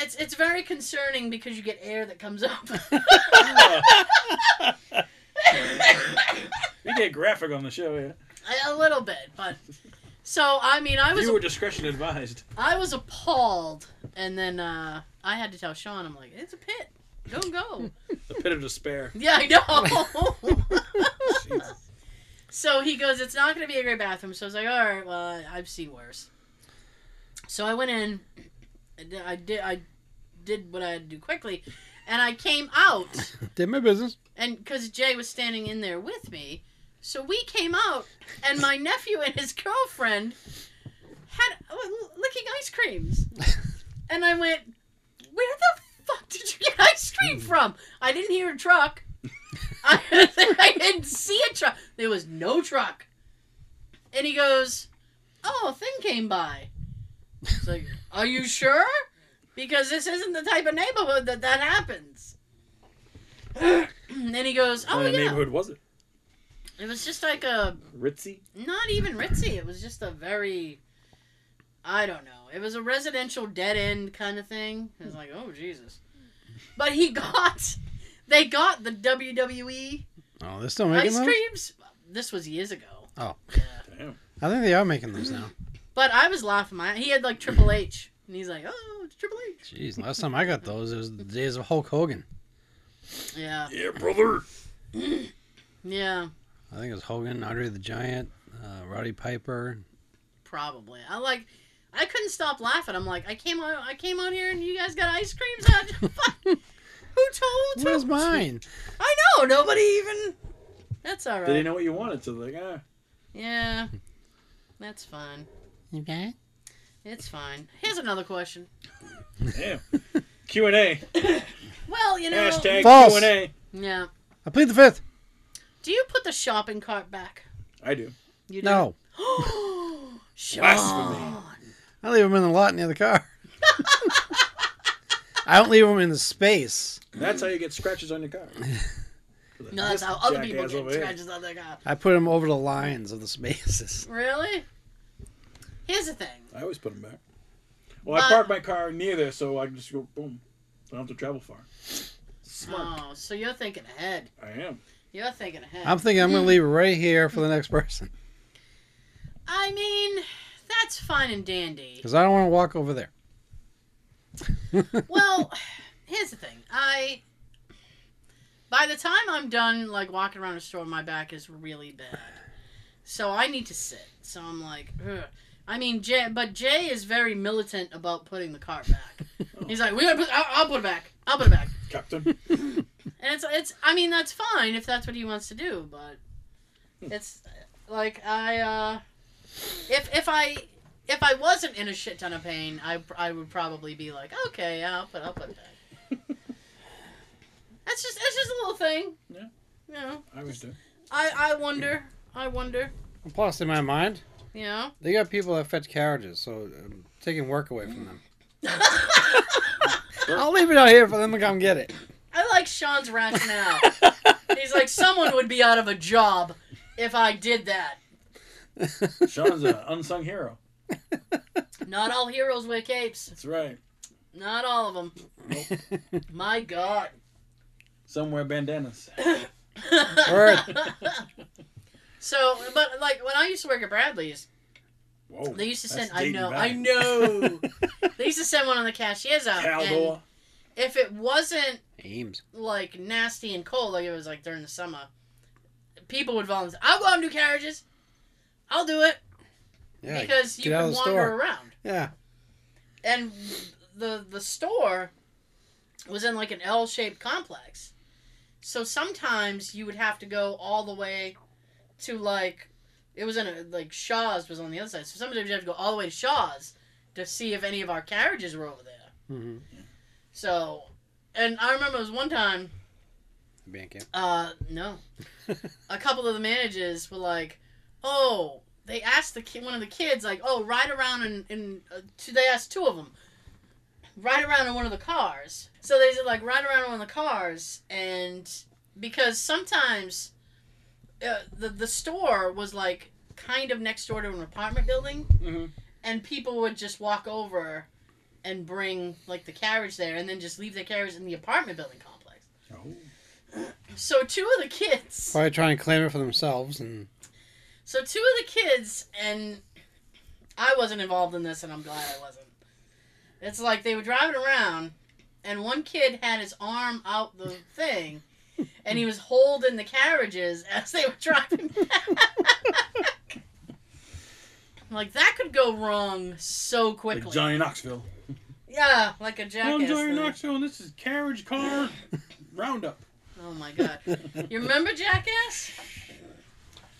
Speaker 2: it's it's very concerning because you get air that comes up.
Speaker 3: we get graphic on the show, yeah.
Speaker 2: a little bit, but so I mean, I was
Speaker 3: You were discretion advised.
Speaker 2: I was appalled, and then uh, I had to tell Sean, I'm like, it's a pit. Don't go.
Speaker 3: The pit of despair.
Speaker 2: yeah, I know. so he goes, it's not going to be a great bathroom. So I was like, all right, well, I- I've seen worse. So I went in. I did. I did, I did what I had to do quickly, and I came out,
Speaker 4: Did my business.
Speaker 2: and because Jay was standing in there with me, so we came out, and my nephew and his girlfriend had was licking ice creams. And I went, Where the fuck did you get ice cream from? I didn't hear a truck. I, I didn't see a truck. There was no truck. And he goes, Oh, a thing came by. It's like, Are you sure? Because this isn't the type of neighborhood that that happens. and he goes, Oh,
Speaker 3: what kind of
Speaker 2: yeah.
Speaker 3: neighborhood was it?
Speaker 2: It was just like a
Speaker 3: Ritzy?
Speaker 2: not even ritzy. It was just a very, I don't know. It was a residential dead end kind of thing. It was like, oh Jesus. But he got, they got the WWE
Speaker 4: Oh, they're still making
Speaker 2: ice
Speaker 4: those.
Speaker 2: creams. This was years ago.
Speaker 4: Oh.
Speaker 2: Yeah.
Speaker 3: Damn.
Speaker 4: I think they are making those now.
Speaker 2: But I was laughing. My he had like Triple H, and he's like, oh, it's Triple H.
Speaker 4: Jeez, last time I got those, it was the days of Hulk Hogan.
Speaker 2: Yeah.
Speaker 3: Yeah, brother.
Speaker 2: Yeah.
Speaker 4: I think it was Hogan, Andre the Giant, uh, Roddy Piper.
Speaker 2: Probably. I like. I couldn't stop laughing. I'm like, I came out. I came out here, and you guys got ice creams out. Who told?
Speaker 4: Where's
Speaker 2: who-
Speaker 4: mine?
Speaker 2: I know nobody even. That's all
Speaker 3: They
Speaker 2: right.
Speaker 3: didn't know what you wanted, so they're like, ah.
Speaker 2: yeah, that's fine.
Speaker 4: Okay.
Speaker 2: It's fine. Here's another question.
Speaker 3: Damn. Q and A.
Speaker 2: Well, you know,
Speaker 3: Hashtag
Speaker 4: False.
Speaker 3: Q and A.
Speaker 2: yeah.
Speaker 4: I plead the fifth.
Speaker 2: Do you put the shopping cart back?
Speaker 3: I do.
Speaker 2: You do.
Speaker 4: No.
Speaker 2: Sean.
Speaker 3: Blasphemy.
Speaker 4: I leave them in the lot near the car. I don't leave them in the space.
Speaker 3: That's how you get scratches on your car.
Speaker 2: No, that's how
Speaker 3: This
Speaker 2: other people
Speaker 3: jackass over
Speaker 2: get
Speaker 3: here.
Speaker 2: scratches on their car.
Speaker 4: I put them over the lines of the spaces.
Speaker 2: Really? Here's the thing.
Speaker 3: I always put them back. Well, I
Speaker 2: But-
Speaker 3: park my car near there, so I can just go boom. I don't have to travel far. Smart.
Speaker 2: Oh, so you're thinking ahead.
Speaker 3: I am.
Speaker 2: You're thinking ahead.
Speaker 4: I'm thinking I'm going to leave it right here for the next person
Speaker 2: I mean, that's fine and dandy.
Speaker 4: because I don't want to walk over there.
Speaker 2: Well, here's the thing. I by the time I'm done like walking around the store, my back is really bad. So I need to sit. So I'm like, Ugh. I mean, Jay, but Jay is very militant about putting the cart back. He's like, we gotta put, I'll, I'll put it back. I'll put it back.
Speaker 3: Captain.
Speaker 2: And it's it's I mean that's fine if that's what he wants to do, but it's like I uh if if I if I wasn't in a shit ton of pain, I I would probably be like, okay, yeah, I'll put I'll put it back. that's just it's just a little thing.
Speaker 3: Yeah.
Speaker 2: You know,
Speaker 3: I always do.
Speaker 2: I I wonder, I wonder,
Speaker 4: Plus, in my mind,
Speaker 2: you know.
Speaker 4: they got people that fetch carriages, so I'm taking work away from them. I'll leave it out here for them to come get it.
Speaker 2: I like Sean's rationale. He's like, someone would be out of a job if I did that.
Speaker 3: Sean's an unsung hero.
Speaker 2: Not all heroes wear capes.
Speaker 3: That's right.
Speaker 2: Not all of them. My God.
Speaker 3: Somewhere bandanas.
Speaker 4: Word.
Speaker 2: so, but like when I used to work at Bradley's,
Speaker 3: Whoa.
Speaker 2: they used to
Speaker 3: that's
Speaker 2: send. I
Speaker 3: dating
Speaker 2: know,
Speaker 3: back.
Speaker 2: I know. they used to send one of the cashiers out, and
Speaker 3: Caldor.
Speaker 2: if it wasn't
Speaker 4: Ames.
Speaker 2: like nasty and cold, like it was like during the summer, people would volunteer. I'll go out and do carriages. I'll do it
Speaker 4: Yeah.
Speaker 2: because you
Speaker 4: get out
Speaker 2: can
Speaker 4: of the
Speaker 2: wander
Speaker 4: store.
Speaker 2: around.
Speaker 4: Yeah.
Speaker 2: and the the store was in like an L-shaped complex. So sometimes you would have to go all the way to like it was in a like Shaw's was on the other side. So sometimes you have to go all the way to Shaw's to see if any of our carriages were over there.
Speaker 4: Mm-hmm.
Speaker 2: So and I remember it was one time
Speaker 4: camp.
Speaker 2: uh, no. a couple of the managers were like, "Oh, they asked the ki- one of the kids like, oh, ride around and and uh, two, they asked two of them, ride around in one of the cars. So they did like ride around in one of the cars, and because sometimes uh, the the store was like kind of next door to an apartment building,
Speaker 3: Mm-hmm.
Speaker 2: and people would just walk over and bring like the carriage there, and then just leave their carriage in the apartment building complex.
Speaker 3: Oh.
Speaker 2: So two of the kids.
Speaker 4: Probably try and claim it for themselves and
Speaker 2: So two of the kids and I wasn't involved in this and I'm glad I wasn't. It's like they were driving around and one kid had his arm out the thing and he was holding the carriages as they were driving back. I'm like that could go wrong so
Speaker 3: Like
Speaker 2: quickly.
Speaker 3: Johnny Knoxville.
Speaker 2: yeah, like a jackass.
Speaker 3: I'm
Speaker 2: thing.
Speaker 3: Johnny Knoxville, and this is Carriage Car Roundup.
Speaker 2: Oh my god. You remember Jackass?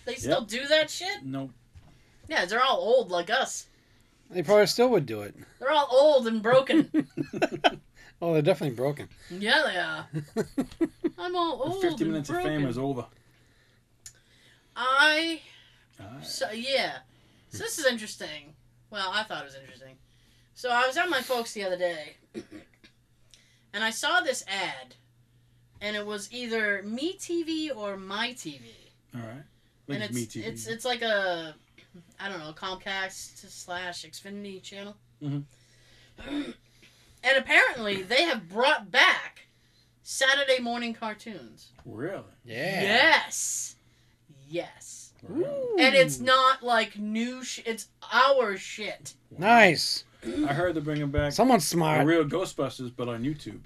Speaker 2: They still do that shit?
Speaker 3: Nope.
Speaker 2: Yeah, they're all old like us.
Speaker 4: they probably still would do it.
Speaker 2: They're all old and broken.
Speaker 4: Oh, they're definitely broken.
Speaker 2: Yeah, they are. I'm all
Speaker 3: The
Speaker 2: old.
Speaker 3: 50
Speaker 2: and
Speaker 3: minutes
Speaker 2: Oh, broken.
Speaker 3: of fame is over.
Speaker 2: I
Speaker 3: Ah.
Speaker 2: so yeah. So this is interesting. Well, I thought it was interesting. So I was at my folks the other day, and I saw this ad, and it was either Me TV or My TV,
Speaker 3: All right.
Speaker 2: and
Speaker 3: Like
Speaker 2: it's
Speaker 3: Me TV.
Speaker 2: it's it's like a, I don't know, Comcast slash Xfinity channel.
Speaker 3: Mhm.
Speaker 2: and apparently, they have brought back Saturday morning cartoons.
Speaker 3: really?
Speaker 4: Yeah.
Speaker 2: Yes. Yes.
Speaker 3: Wow.
Speaker 2: And it's not like new sh- it's our shit.
Speaker 4: Nice.
Speaker 3: I heard they're bringing back
Speaker 4: Someone's
Speaker 3: a
Speaker 4: smart.
Speaker 3: Real Ghostbusters, but on YouTube.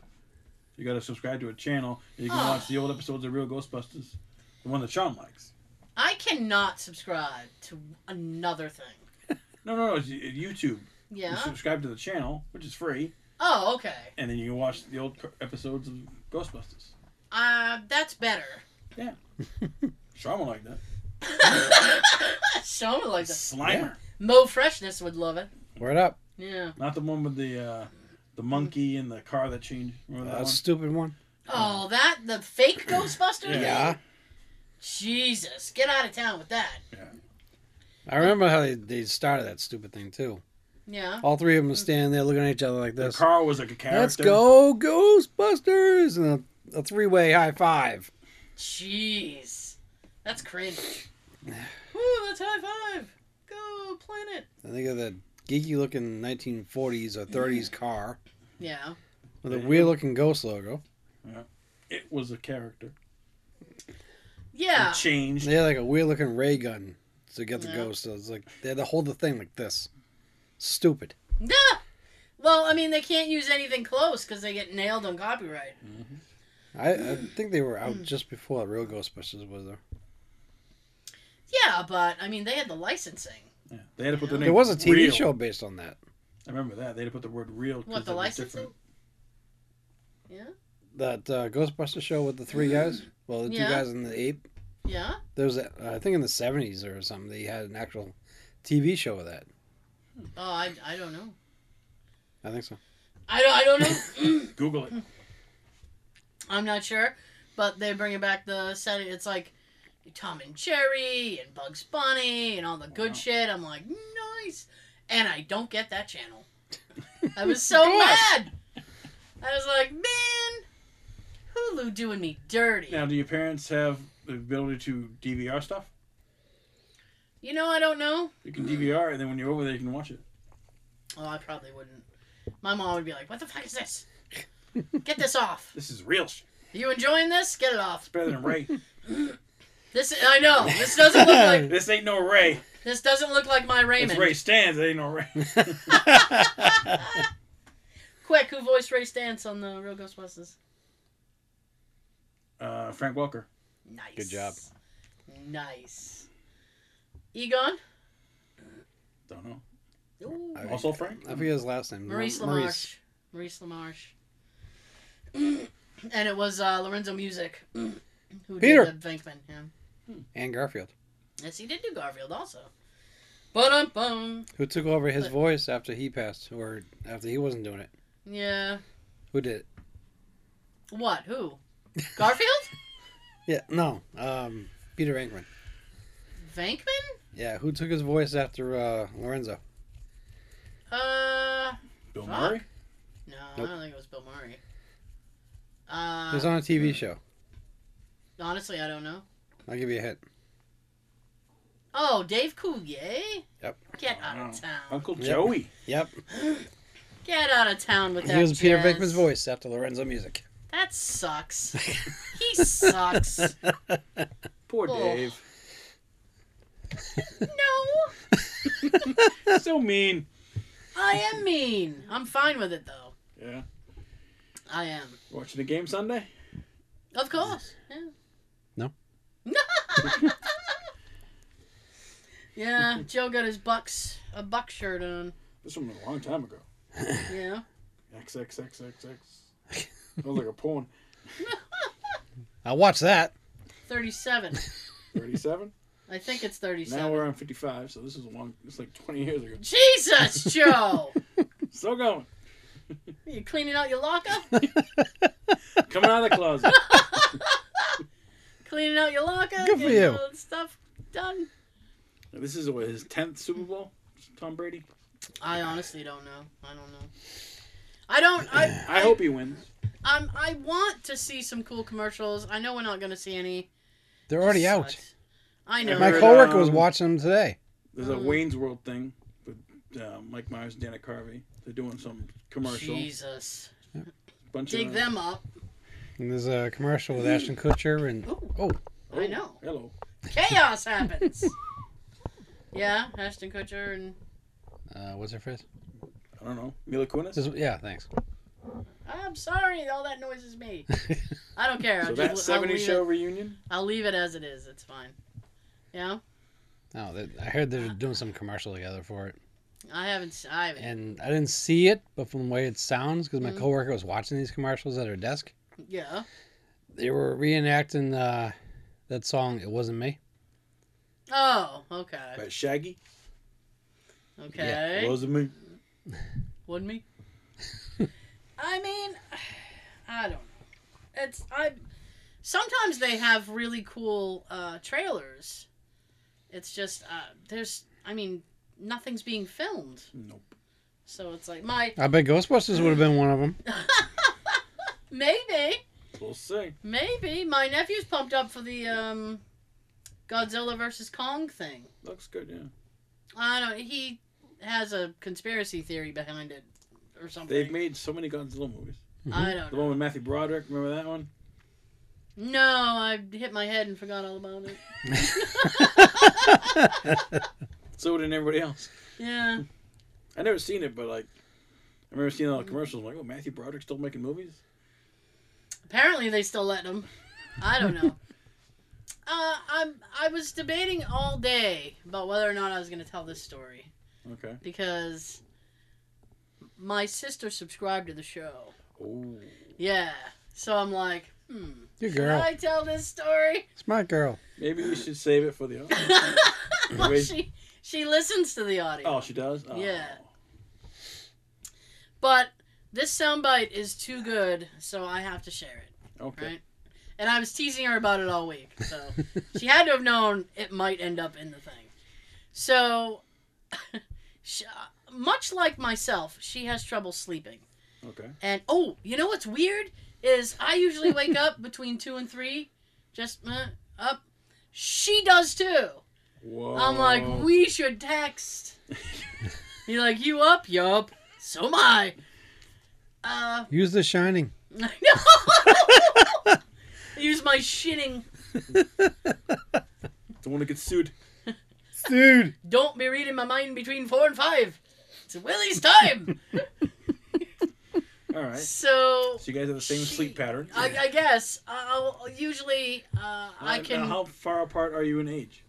Speaker 3: You got to subscribe to a channel, and you can
Speaker 2: Ah.
Speaker 3: watch the old episodes of Real Ghostbusters, the one that Sean likes.
Speaker 2: I cannot subscribe to another thing.
Speaker 3: No, no, no. It's y- YouTube. You
Speaker 2: Yeah.
Speaker 3: subscribe to the channel, which is free,
Speaker 2: Oh, okay.
Speaker 3: and then you can watch the old co- episodes of Ghostbusters.
Speaker 2: Uh that's better.
Speaker 3: Sean would like that.
Speaker 2: Someone like that.
Speaker 3: Slimer.
Speaker 2: Mo Freshness would love it.
Speaker 4: Word up.
Speaker 2: Yeah.
Speaker 3: Not the one with the uh, the monkey and the car that changed. Remember that
Speaker 4: That
Speaker 3: one?
Speaker 4: stupid one.
Speaker 2: Oh, that the fake Ghostbuster?
Speaker 3: Yeah.
Speaker 4: Yeah.
Speaker 2: Jesus, get out of town with that.
Speaker 4: I remember how they, they started that stupid thing too.
Speaker 2: Yeah.
Speaker 4: All three of them standing there looking at each other like
Speaker 3: The
Speaker 4: this.
Speaker 3: car was like a character.
Speaker 4: Let's go Ghostbusters and a, a three way high five.
Speaker 2: Jeez. That's cringe. Ooh, that's high five. Go planet.
Speaker 4: I think of the geeky looking 1940s or 30s car
Speaker 2: Yeah.
Speaker 4: with a weird looking ghost logo.
Speaker 3: It was a character.
Speaker 2: Yeah.
Speaker 3: It changed.
Speaker 4: They had like a weird looking ray gun to get the
Speaker 2: Yeah.
Speaker 4: ghost. So it's like they had to hold the thing like this. Stupid.
Speaker 2: No. Well, I mean, they can't use anything close because they get nailed on copyright.
Speaker 4: I, I think they were
Speaker 2: Hmm.
Speaker 4: out just before real Ghostbusters was there.
Speaker 2: Yeah, but I mean, they had the licensing.
Speaker 3: Yeah. They had to put the name.
Speaker 4: There was a TV
Speaker 3: real.
Speaker 4: show based on that.
Speaker 3: I remember that. They had to put the word real. 'cause
Speaker 2: What, the
Speaker 3: it was
Speaker 2: licensing?
Speaker 3: different.
Speaker 4: That uh, Ghostbuster show with the three guys. Well, the
Speaker 2: Yeah.
Speaker 4: two guys and the ape.
Speaker 2: Yeah.
Speaker 4: There was, a, I think, in the 70s or something, they had an actual TV show of that.
Speaker 2: Oh, I, I don't know.
Speaker 4: I think so.
Speaker 2: I don't, I don't know. Mm,
Speaker 3: Google it.
Speaker 2: I'm not sure. But they're bringing back the set. It's like Tom and Jerry and Bugs Bunny and all the good
Speaker 3: Wow.
Speaker 2: shit. I'm like, nice. And I don't get that channel. I was so mad. I was like, man, Hulu doing me dirty.
Speaker 3: Now, do your parents have the ability to DVR stuff?
Speaker 2: You know, I don't know.
Speaker 3: You can DVR, and then when you're over there, you can watch it.
Speaker 2: Oh, I probably wouldn't. My mom would be like, "What the fuck is this? Get this off.
Speaker 3: This is real. shit.
Speaker 2: Are you enjoying this? Get it off.
Speaker 3: It's better than Ray.
Speaker 2: This I know. This doesn't look like
Speaker 3: this ain't no Ray.
Speaker 2: this doesn't look like my
Speaker 3: It's
Speaker 2: Raymond.
Speaker 3: Ray Stans. It ain't no Ray.
Speaker 2: Quick, who voiced Ray Stance on the Real Ghostbusters?
Speaker 3: Uh, Frank Welker.
Speaker 2: Nice.
Speaker 4: Good job.
Speaker 2: Nice. Egon.
Speaker 3: Don't know.
Speaker 2: Ooh.
Speaker 4: I-
Speaker 3: Also Frank.
Speaker 4: I forget his last name.
Speaker 2: Maurice
Speaker 4: Mar-
Speaker 2: LaMarche. Maurice LaMarche. and it was uh, Lorenzo Music who
Speaker 4: Peter.
Speaker 2: did the Venkman. Yeah.
Speaker 4: And Garfield,
Speaker 2: Yes, he did do Garfield also. But um bum.
Speaker 4: who took over his
Speaker 2: But-
Speaker 4: voice after he passed, or after he wasn't doing it.
Speaker 2: Yeah.
Speaker 4: Who did it?
Speaker 2: What? Who? Garfield?
Speaker 4: Yeah, no, um, Peter Venkman.
Speaker 2: Venkman?
Speaker 4: Yeah, who took his voice after uh, Lorenzo?
Speaker 2: Uh,
Speaker 3: Bill
Speaker 2: Fuck.
Speaker 3: Murray.
Speaker 2: no. I don't think it was Bill Murray. Uh,
Speaker 4: It was on a TV show.
Speaker 2: honestly, I don't know.
Speaker 4: I'll give you a hint.
Speaker 2: Oh, Dave Coulier?
Speaker 4: Yep.
Speaker 2: Get out
Speaker 3: Wow.
Speaker 2: of town.
Speaker 3: Uncle
Speaker 4: Yep.
Speaker 3: Joey.
Speaker 4: Yep.
Speaker 2: Get out of town with that.
Speaker 4: He was Peter
Speaker 2: jazz.
Speaker 4: Vickman's voice after Lorenzo Music.
Speaker 2: That sucks. he sucks.
Speaker 3: Poor
Speaker 2: Oh.
Speaker 3: Dave.
Speaker 2: No,
Speaker 3: so mean.
Speaker 2: I am mean. I'm fine with it though.
Speaker 3: Yeah.
Speaker 2: I am.
Speaker 3: Watching the game Sunday?
Speaker 2: Of course. Yeah.
Speaker 4: No.
Speaker 2: yeah, Joe got his bucks a buck shirt on.
Speaker 3: This one was a long time ago.
Speaker 2: Yeah.
Speaker 3: XXXXX. That was like a porn.
Speaker 4: I'll watch that.
Speaker 2: Thirty seven.
Speaker 3: 37?
Speaker 2: I think it's thirty
Speaker 3: Now
Speaker 2: seven.
Speaker 3: we're on 55, so this is a long, it's like 20 years ago.
Speaker 2: Jesus, Joe!
Speaker 3: Still going.
Speaker 2: you cleaning out your locker?
Speaker 3: Coming out of the closet.
Speaker 2: Cleaning out your locker?
Speaker 4: Good for
Speaker 2: getting
Speaker 4: you.
Speaker 2: all that Stuff done.
Speaker 3: this is what, his 10th Super Bowl? Tom Brady?
Speaker 2: I honestly don't know. I don't know. I don't. I.
Speaker 3: I hope he wins.
Speaker 2: I'm. I want to see some cool commercials. I know we're not going to see any.
Speaker 4: They're already out.
Speaker 2: Sucks. I know.
Speaker 4: My
Speaker 3: Heard,
Speaker 4: coworker was
Speaker 3: um,
Speaker 4: watching them today.
Speaker 3: There's a
Speaker 2: Um.
Speaker 3: Wayne's World thing with uh, Mike Myers and Dana Carvey. They're doing some commercial.
Speaker 2: Jesus.
Speaker 3: Bunch
Speaker 2: Dig
Speaker 3: of,
Speaker 2: them up.
Speaker 4: And there's a commercial with Ashton Kutcher and
Speaker 2: Ooh,
Speaker 4: oh,
Speaker 2: I know.
Speaker 3: Hello.
Speaker 2: Chaos happens. yeah, Ashton Kutcher and
Speaker 4: uh, what's her face?
Speaker 3: I don't know. Mila Kunis?
Speaker 4: This is- yeah, thanks.
Speaker 2: I'm sorry, all that noise is me. I don't care.
Speaker 3: So
Speaker 2: I'll,
Speaker 3: that
Speaker 2: just, I'll,
Speaker 3: 70s
Speaker 2: leave
Speaker 3: show
Speaker 2: It,
Speaker 3: reunion?
Speaker 2: I'll leave it as it is. It's fine. Yeah,
Speaker 4: No, Oh, they, I heard they're doing some commercial together for it,
Speaker 2: I haven't. s- I haven't.
Speaker 4: and I didn't see it, but from the way it sounds, because my
Speaker 2: Mhm.
Speaker 4: coworker was watching these commercials at her desk,
Speaker 2: Yeah.
Speaker 4: they were reenacting uh, that song "It Wasn't Me."
Speaker 2: Oh, okay.
Speaker 3: By Shaggy?
Speaker 2: Okay.
Speaker 3: Wasn't me.
Speaker 2: Wouldn't me? I mean, I don't know. It's I. Sometimes they have really cool uh, trailers. It's just uh, there's. I mean, nothing's being filmed,
Speaker 3: Nope.
Speaker 2: so it's like my
Speaker 4: I bet Ghostbusters would have been one of them.
Speaker 2: maybe
Speaker 3: We'll see.
Speaker 2: maybe my nephew's pumped up for the um, Godzilla versus Kong thing.
Speaker 3: Looks good, yeah.
Speaker 2: I don't. He has a conspiracy theory behind it or something.
Speaker 3: They've made so many Godzilla movies.
Speaker 2: I don't
Speaker 3: The
Speaker 2: know.
Speaker 3: one with Matthew Broderick, remember that one?
Speaker 2: No, I hit my head and forgot all about it.
Speaker 3: So did everybody else.
Speaker 2: Yeah.
Speaker 3: I never seen it, but like, I remember seeing all the commercials. like, oh, Matthew Broderick's still making movies?
Speaker 2: Apparently they still let them. I don't know. uh, I'm I was debating all day about whether or not I was going to tell this story
Speaker 3: Okay.
Speaker 2: because my sister subscribed to the show.
Speaker 3: Oh.
Speaker 2: Yeah. So I'm like, hmm.
Speaker 4: Your
Speaker 2: Can
Speaker 4: girl,
Speaker 2: I tell this story?
Speaker 4: smart girl.
Speaker 3: Maybe we should save it for the.
Speaker 2: well,
Speaker 3: Wait.
Speaker 2: she she listens to the audio.
Speaker 3: Oh, she does. Oh.
Speaker 2: Yeah. But this soundbite is too good, so I have to share it.
Speaker 3: Okay.
Speaker 2: Right. And I was teasing her about it all week. So she had to have known it might end up in the thing. So, she, much like myself, she has trouble sleeping.
Speaker 3: Okay.
Speaker 2: And oh, you know what's weird is I usually wake up between two and three, just uh, up. She does too.
Speaker 3: Whoa.
Speaker 2: I'm like,
Speaker 3: Oh.
Speaker 2: we should text. You're like, you up? Yup. So am I. Uh,
Speaker 4: Use The Shining.
Speaker 2: I know. Use my shitting.
Speaker 3: Don't want to get sued.
Speaker 4: Dude,
Speaker 2: Don't be reading my mind between four and five. It's Willie's time.
Speaker 3: All right. So
Speaker 2: so
Speaker 3: you guys have the same
Speaker 2: She-
Speaker 3: sleep pattern.
Speaker 2: I, I guess I'll, usually uh, I
Speaker 3: Now,
Speaker 2: can
Speaker 3: How far apart are you in age?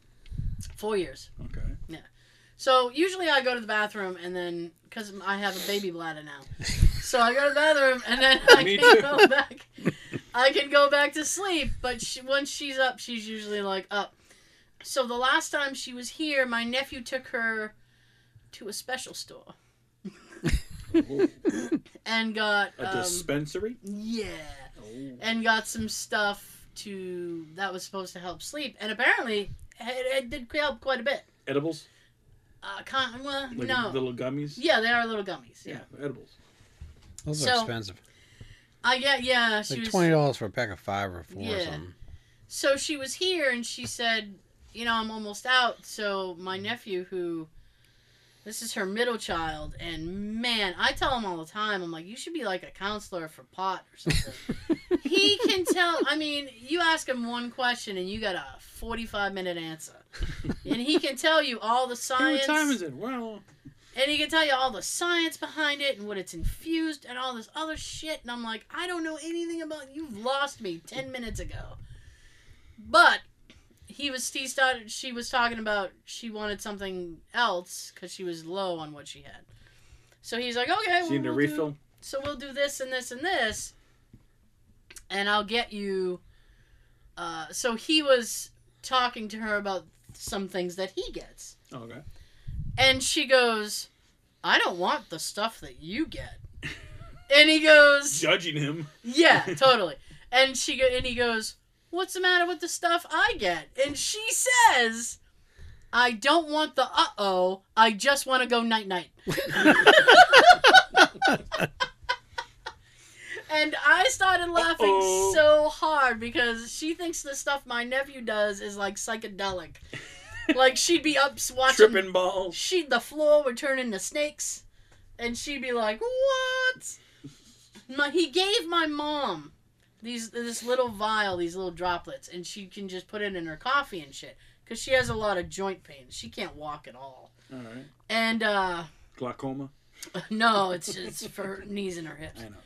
Speaker 2: four years.
Speaker 3: Okay.
Speaker 2: So usually I go to the bathroom and then because I have a baby bladder now, so I go to the bathroom and then I
Speaker 3: Me
Speaker 2: can
Speaker 3: too.
Speaker 2: go back. I can go back to sleep, but she, once she's up, she's usually like up. So the last time she was here, my nephew took her to a special store
Speaker 3: Oh,
Speaker 2: and got
Speaker 3: a
Speaker 2: um,
Speaker 3: dispensary.
Speaker 2: yeah,
Speaker 3: Oh.
Speaker 2: and got some stuff to that was supposed to help sleep, and apparently it, it did help quite a bit.
Speaker 3: Edibles.
Speaker 2: Uh, con- well,
Speaker 3: Like
Speaker 2: no,
Speaker 3: little gummies.
Speaker 2: yeah, they are little gummies. yeah.
Speaker 3: Yeah, edibles.
Speaker 4: Those are
Speaker 2: So,
Speaker 4: expensive.
Speaker 2: I get yeah. She
Speaker 4: Like
Speaker 2: was
Speaker 4: twenty dollars for a pack of five or four or
Speaker 2: Yeah.
Speaker 4: something.
Speaker 2: so she was here and she said, you know, I'm almost out. So my nephew, who this is her middle child, and man, I tell him all the time, I'm like, you should be like a counselor for pot or something. he can tell. I mean, you ask him one question and you got a 45 minute answer, and he can tell you all the
Speaker 3: Hey,
Speaker 2: science.
Speaker 3: what time is it? Well,
Speaker 2: And he can tell you all the science behind it and what it's infused and all this other shit. And I'm like, I don't know anything about you've lost me ten minutes ago. But he was he started she was talking about she wanted something else because she was low on what she had. So he's like, okay,
Speaker 3: so you need a
Speaker 2: we'll do-
Speaker 3: refill?
Speaker 2: so we'll do this and this and this and i'll get you uh, so he was talking to her about some things that he gets
Speaker 3: Oh, okay.
Speaker 2: and she goes i don't want the stuff that you get and he goes
Speaker 3: Judging him.
Speaker 2: yeah totally and she go, and he goes what's the matter with the stuff i get and she says i don't want the uh-oh i just want to go night night And I started laughing
Speaker 3: Uh-oh.
Speaker 2: so hard because she thinks the stuff my nephew does is like psychedelic. like she'd be up s- watching.
Speaker 3: Tripping balls.
Speaker 2: She'd the floor would turn into snakes, and she'd be like, "What?" My, he gave my mom these this little vial, these little droplets, and she can just put it in her coffee and shit because she has a lot of joint pain. She can't walk at all,
Speaker 3: All right.
Speaker 2: and uh
Speaker 3: Glaucoma.
Speaker 2: no, it's just for her knees and her hips.
Speaker 3: I know.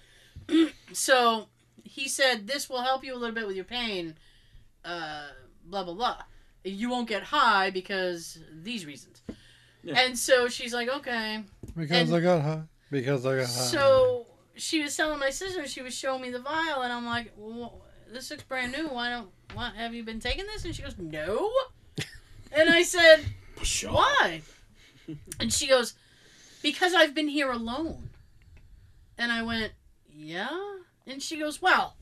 Speaker 2: So he said, This will help you a little bit with your pain, uh, blah, blah, blah. You won't get high because these reasons.
Speaker 3: Yeah.
Speaker 2: And so she's like, Okay.
Speaker 4: Because
Speaker 2: And-
Speaker 4: I got high. Because I got high.
Speaker 2: So she was telling my sister, she was showing me the vial, and I'm like, well, This looks brand new. Why don't, why, have you been taking this? And she goes, No. and I said,
Speaker 3: Pshaw.
Speaker 2: Why? And she goes, Because I've been here alone. And I went, Yeah? And she goes, Well,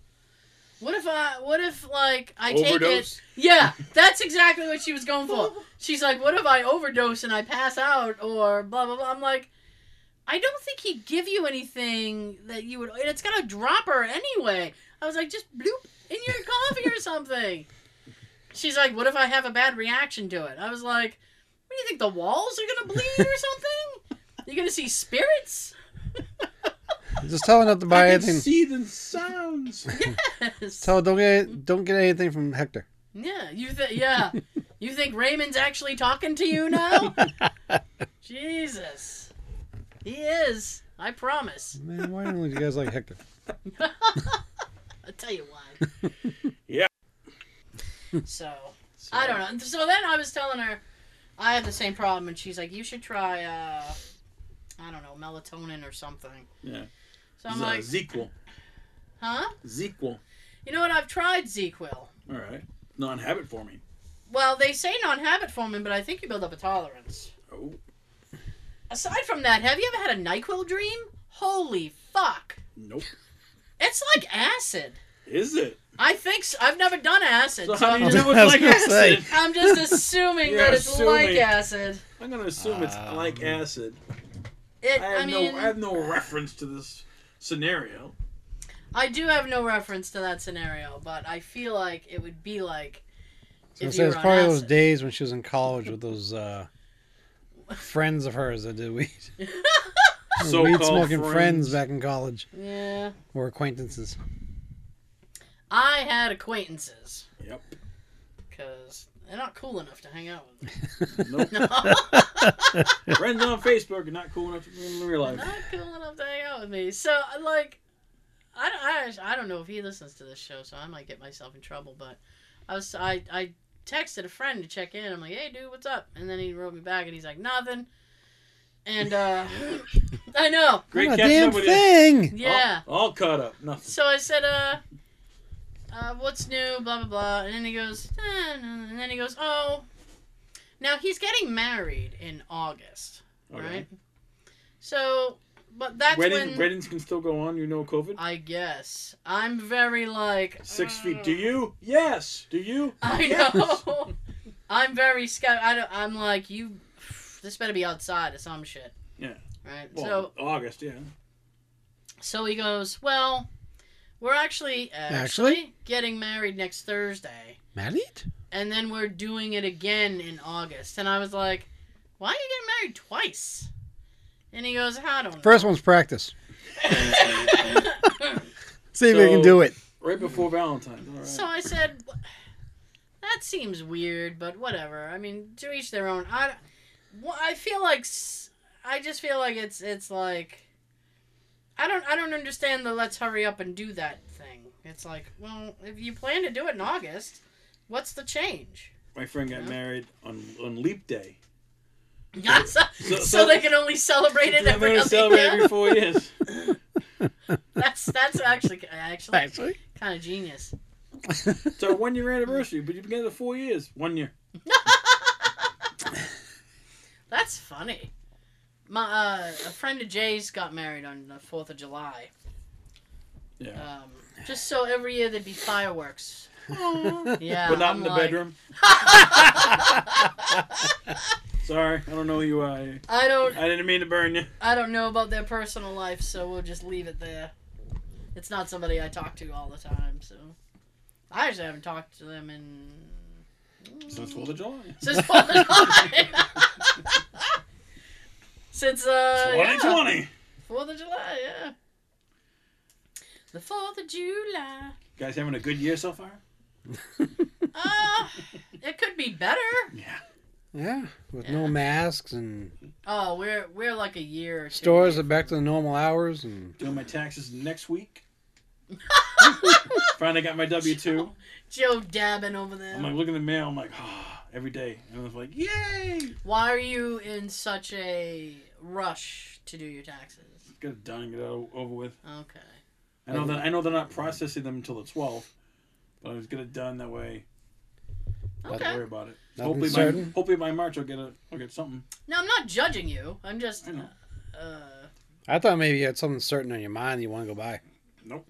Speaker 2: what if I, what if like I take it?
Speaker 3: Overdose.
Speaker 2: Yeah, that's exactly what she was going for. She's like, What if I overdose and I pass out or blah, blah, blah? I'm like, I don't think he'd give you anything that you would, and it's got a dropper anyway. I was like, Just bloop in your coffee or something. She's like, What if I have a bad reaction to it? I was like, what do you think the walls are gonna bleed or something? You're gonna see spirits?
Speaker 4: Just tell her not to buy
Speaker 3: I can
Speaker 4: anything.
Speaker 3: see the sounds.
Speaker 2: Yes.
Speaker 4: Tell her don't
Speaker 2: Mm-hmm.
Speaker 4: get don't get anything from Hector.
Speaker 2: yeah, you think yeah, you think Raymond's actually talking to you now? Jesus, he is. I promise.
Speaker 4: Man, why don't you guys like Hector?
Speaker 2: I'll tell you why.
Speaker 3: Yeah.
Speaker 2: So I don't know. So then I was telling her I have the same problem, and she's like, "You should try, uh, I don't know, melatonin or something."
Speaker 3: Yeah.
Speaker 2: So I'm
Speaker 3: Z-
Speaker 2: like,
Speaker 3: Zequel.
Speaker 2: "Huh?
Speaker 3: Zequel.
Speaker 2: You know what? I've tried Zequil."
Speaker 3: All right. Non habit forming.
Speaker 2: Well, they say non-habit forming, but I think you build up a tolerance.
Speaker 3: Oh.
Speaker 2: Aside from that, have you ever had a NyQuil dream? Holy fuck.
Speaker 3: Nope.
Speaker 2: It's like acid.
Speaker 3: Is it?
Speaker 2: I think so. I've never done acid.
Speaker 3: So
Speaker 2: So,
Speaker 3: how do
Speaker 2: I'm,
Speaker 3: you
Speaker 2: just,
Speaker 3: know
Speaker 4: I
Speaker 3: it's
Speaker 4: was
Speaker 3: like
Speaker 4: gonna say.
Speaker 3: acid?
Speaker 2: I'm just assuming
Speaker 3: You're
Speaker 2: that it's like
Speaker 3: assuming.
Speaker 2: acid.
Speaker 3: I'm gonna assume it's
Speaker 4: Um,
Speaker 3: like acid.
Speaker 2: It,
Speaker 3: I
Speaker 2: I,
Speaker 3: have
Speaker 2: mean,
Speaker 3: no I have no reference to this scenario.
Speaker 2: I do have no reference to that scenario, but I feel like it would be like
Speaker 4: So I
Speaker 2: if
Speaker 4: say
Speaker 2: you
Speaker 4: it's
Speaker 2: were on
Speaker 4: probably those
Speaker 2: acid.
Speaker 4: days when she was in college with those uh, friends of hers that did weed. weed
Speaker 3: So-called
Speaker 4: smoking friends.
Speaker 3: friends.
Speaker 4: back in college
Speaker 2: Yeah.
Speaker 4: or acquaintances.
Speaker 2: I had acquaintances.
Speaker 3: Yep.
Speaker 2: Because they're not cool enough to hang out with.
Speaker 3: Nope.
Speaker 2: No.
Speaker 3: friends on Facebook are not cool enough to be in real life.
Speaker 2: not cool enough to hang out with me. So like, I don't, I, actually- I don't know if he listens to this show, so I might get myself in trouble. But I was I I texted a friend to check in. I'm like, hey dude, what's up? And then he wrote me back, and he's like, nothing. And uh, I know,
Speaker 3: Great
Speaker 4: Not a
Speaker 3: catching
Speaker 4: damn
Speaker 3: up with you.
Speaker 4: thing.
Speaker 2: yeah.
Speaker 3: All, all caught up. Nothing.
Speaker 2: So I said, uh, uh, what's new? Blah blah blah. And then he goes, eh, no. and then he goes, oh. Now he's getting married in August, right? So, but that's
Speaker 3: Wedding,
Speaker 2: when
Speaker 3: Weddings can still go on. You know COVID.
Speaker 2: I guess. I'm very like
Speaker 3: Six
Speaker 2: "Uh,
Speaker 3: feet. Do you? Yes. Do you?
Speaker 2: I
Speaker 3: Yes.
Speaker 2: know. I'm very scared. I don't, I'm like you. This better be outside or some shit.
Speaker 3: Yeah.
Speaker 2: Right.
Speaker 3: Well, August. Yeah.
Speaker 2: so So he goes, Well, we're actually, actually
Speaker 4: Actually?
Speaker 2: getting married next Thursday.
Speaker 4: Married?
Speaker 2: And then we're doing it again in August. And I was like, Why are you getting married twice? And he goes, I don't know.
Speaker 4: First one's practice. See if you can do it.
Speaker 3: Right before Valentine's. All right.
Speaker 2: So I said, "Wh- that seems weird, but whatever. I mean, to each their own. I, wh- I feel like, s- I just feel like it's it's like, I don't I don't understand the let's hurry up and do that thing. It's like, well, if you plan to do it in August, what's the change?
Speaker 3: My friend got married on, on Leap Day.
Speaker 2: Not so, so,
Speaker 3: So- so-
Speaker 2: they can only celebrate it
Speaker 3: They're
Speaker 2: every
Speaker 3: gonna
Speaker 2: other
Speaker 3: celebrate
Speaker 2: year.
Speaker 3: every four years.
Speaker 2: That's that's actually actually kind of genius.
Speaker 3: It's our one year anniversary, but you've been together four years. One year.
Speaker 2: That's funny. My uh, a friend of Jay's got married on the Fourth of July.
Speaker 3: Yeah.
Speaker 2: Um, just so every year there'd be fireworks. Yeah,
Speaker 3: but
Speaker 2: Uh,
Speaker 3: not
Speaker 2: I'm
Speaker 3: in the
Speaker 2: like,
Speaker 3: bedroom. Sorry, I don't know who you are. I
Speaker 2: I don't,
Speaker 3: I didn't mean to burn you.
Speaker 2: I don't know about their personal life, so we'll just leave it there. It's not somebody I talk to all the time, so I actually haven't talked to them in
Speaker 3: Since Fourth of July.
Speaker 2: since Fourth of July. since uh,
Speaker 3: Twenty
Speaker 2: yeah,
Speaker 3: twenty.
Speaker 2: Fourth of July, yeah. The Fourth of July.
Speaker 3: Guys having a good year so far?
Speaker 2: Uh, it could be better.
Speaker 3: Yeah.
Speaker 4: Yeah, with no masks and
Speaker 2: Oh, we're we're like a year or two.
Speaker 4: stores are back to the normal hours and
Speaker 3: Doing my taxes next week. Finally got my W two.
Speaker 2: Joe dabbing over there.
Speaker 3: I'm like looking in the mail. I'm like, ah, every day. And I was like, yay!
Speaker 2: Why are you in such a rush to do your taxes?
Speaker 3: Get it done. Get it o- over with.
Speaker 2: Okay.
Speaker 3: I know that I know they're not processing them until the 12th, but I was get it done that way. Not to
Speaker 2: Okay.
Speaker 3: worry about it.
Speaker 4: Nothing
Speaker 3: hopefully,
Speaker 4: certain?
Speaker 3: by, hopefully by March I'll get a I'll get something.
Speaker 2: No, I'm not judging you. I'm just.
Speaker 3: I know.
Speaker 2: Uh,
Speaker 4: I thought maybe you had something certain on your mind you want to go buy.
Speaker 2: uh,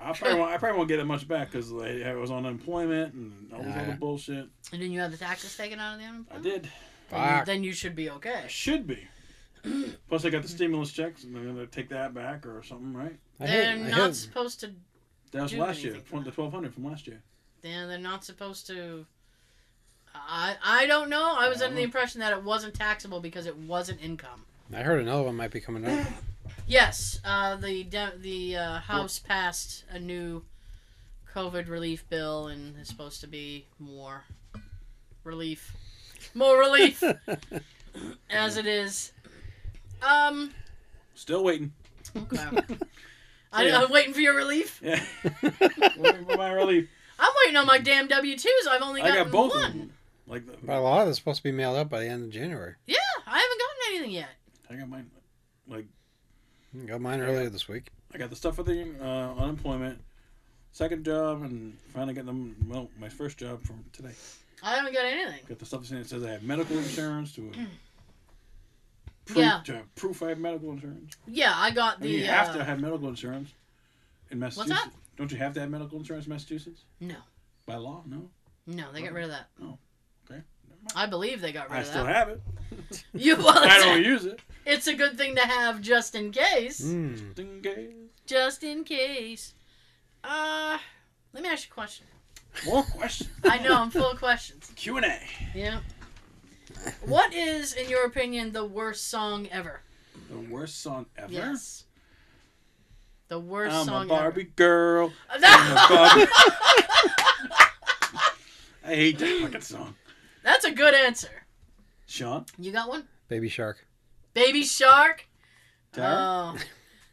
Speaker 3: I probably won't, I probably won't get it much back because I, I was on unemployment and all this
Speaker 4: Yeah.
Speaker 3: other bullshit.
Speaker 2: and then you have the taxes taken out of the
Speaker 3: I
Speaker 2: unemployment.
Speaker 3: did.
Speaker 2: Then you,
Speaker 4: Fuck.
Speaker 2: then you should be okay.
Speaker 3: I should be. Plus I got the stimulus checks and they're gonna take that back or something, right?
Speaker 4: I
Speaker 2: They're
Speaker 4: heard, I
Speaker 2: not
Speaker 4: heard,
Speaker 2: supposed to.
Speaker 3: That was
Speaker 2: Do
Speaker 3: last year,
Speaker 2: anything.
Speaker 3: from the 1200 from last year.
Speaker 2: They're, they're not supposed to. I I don't know. I was under the impression that it wasn't taxable because it wasn't income.
Speaker 4: I heard another one might be coming up.
Speaker 2: Yes, uh, the de- the uh, House passed a new COVID relief bill, and it's supposed to be more relief, more relief, as it is. Um,
Speaker 3: Still waiting.
Speaker 2: okay. I,
Speaker 3: Yeah.
Speaker 2: I'm waiting for your relief.
Speaker 3: Yeah. Waiting for my relief.
Speaker 2: I'm waiting on my damn W twos. I've only
Speaker 3: I
Speaker 2: gotten
Speaker 3: got both
Speaker 2: one.
Speaker 3: of them. Like the-
Speaker 4: By law, they're supposed to be mailed out by the end of January.
Speaker 2: Yeah, I haven't gotten anything yet.
Speaker 3: I got mine. Like
Speaker 4: Got mine earlier this week.
Speaker 3: I got the stuff for the uh, unemployment, second job, and finally got them. Well, my first job from today.
Speaker 2: I haven't got anything.
Speaker 3: Got the stuff that says I have medical insurance to proof,
Speaker 2: Yeah.
Speaker 3: to have proof I have medical insurance.
Speaker 2: Yeah, I got
Speaker 3: I
Speaker 2: the.
Speaker 3: mean, you
Speaker 2: uh,
Speaker 3: have to have medical insurance in
Speaker 2: that?
Speaker 3: Massachusetts. Don't you have to have medical insurance in Massachusetts
Speaker 2: No,
Speaker 3: by law? No.
Speaker 2: no, they got rid of that.
Speaker 3: Oh, okay. Never mind.
Speaker 2: I believe they got rid
Speaker 3: I
Speaker 2: of
Speaker 3: still
Speaker 2: that.
Speaker 3: have it.
Speaker 2: You
Speaker 3: I don't use it.
Speaker 2: It's a good thing to have just in case.
Speaker 4: Mm.
Speaker 3: Ding, gay.
Speaker 2: Just in case. Uh, let me ask you a question.
Speaker 3: More questions.
Speaker 2: I know I'm full of questions.
Speaker 3: Q and A.
Speaker 2: Yeah. What is, in your opinion, the worst song ever?
Speaker 3: The worst song ever.
Speaker 2: Yes. The worst
Speaker 3: I'm
Speaker 2: song
Speaker 3: a Barbie girl.
Speaker 2: ever.
Speaker 3: I'm a
Speaker 2: No!
Speaker 3: Barbie. I hate that fucking song.
Speaker 2: That's a good answer.
Speaker 3: Sean,
Speaker 2: You got one?
Speaker 4: Baby shark.
Speaker 2: Baby Shark?
Speaker 3: Tara,
Speaker 2: Oh.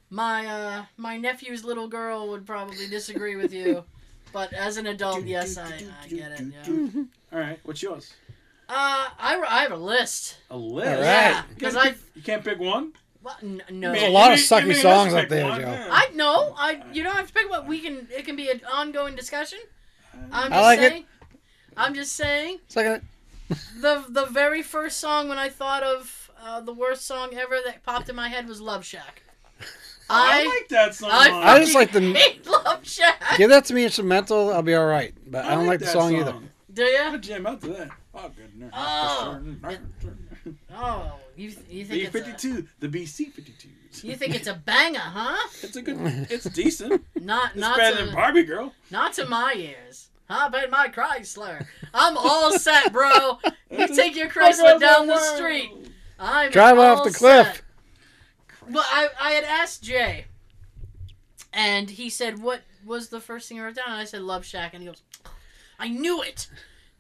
Speaker 2: My uh my nephew's little girl would probably disagree with you. But as an adult, yes, I, I get it. Yeah.
Speaker 3: All right, what's yours?
Speaker 2: Uh, I, I have a list.
Speaker 3: A list.
Speaker 4: All right.
Speaker 2: Yeah,
Speaker 3: You
Speaker 2: because
Speaker 3: can't
Speaker 2: I
Speaker 3: pick- you can't pick one.
Speaker 2: well, n- no.
Speaker 4: There's a lot of
Speaker 3: You mean-
Speaker 4: sucky
Speaker 3: you mean let's
Speaker 4: songs up
Speaker 3: pick
Speaker 4: there,
Speaker 3: one,
Speaker 4: Joe.
Speaker 3: yeah.
Speaker 2: I know. I you don't have to pick what we can. It can be an ongoing discussion. I'm just
Speaker 4: I like it.
Speaker 2: saying. I'm just saying
Speaker 4: Second.
Speaker 2: the the very first song when I thought of uh, the worst song ever that popped in my head was Love Shack.
Speaker 3: I,
Speaker 2: I
Speaker 3: like that song.
Speaker 2: I,
Speaker 4: I just like
Speaker 2: fucking
Speaker 4: the-
Speaker 2: hate Love Shack.
Speaker 4: Give that to me instrumental. I'll be all right. But I, don't like the
Speaker 3: that
Speaker 4: song, either.
Speaker 2: Do
Speaker 3: I
Speaker 2: you?
Speaker 3: jam out to that. Oh, good.
Speaker 2: Oh.
Speaker 3: nerve.
Speaker 2: Oh, you you think
Speaker 3: The
Speaker 2: it's a,
Speaker 3: 52, the BC 52s.
Speaker 2: you think it's a banger, huh?
Speaker 3: It's a good. It's decent.
Speaker 2: Not
Speaker 3: It's
Speaker 2: not
Speaker 3: better
Speaker 2: to,
Speaker 3: than Barbie Girl.
Speaker 2: not to my ears. I bet my Chrysler. I'm all set, bro. You take your Chrysler down the street. I'm
Speaker 4: Drive off
Speaker 2: all
Speaker 4: the cliff.
Speaker 2: set. Well, I, I had asked Jay, and he said, What was the first thing I wrote down? And I said, Love Shack. And he goes, I knew it.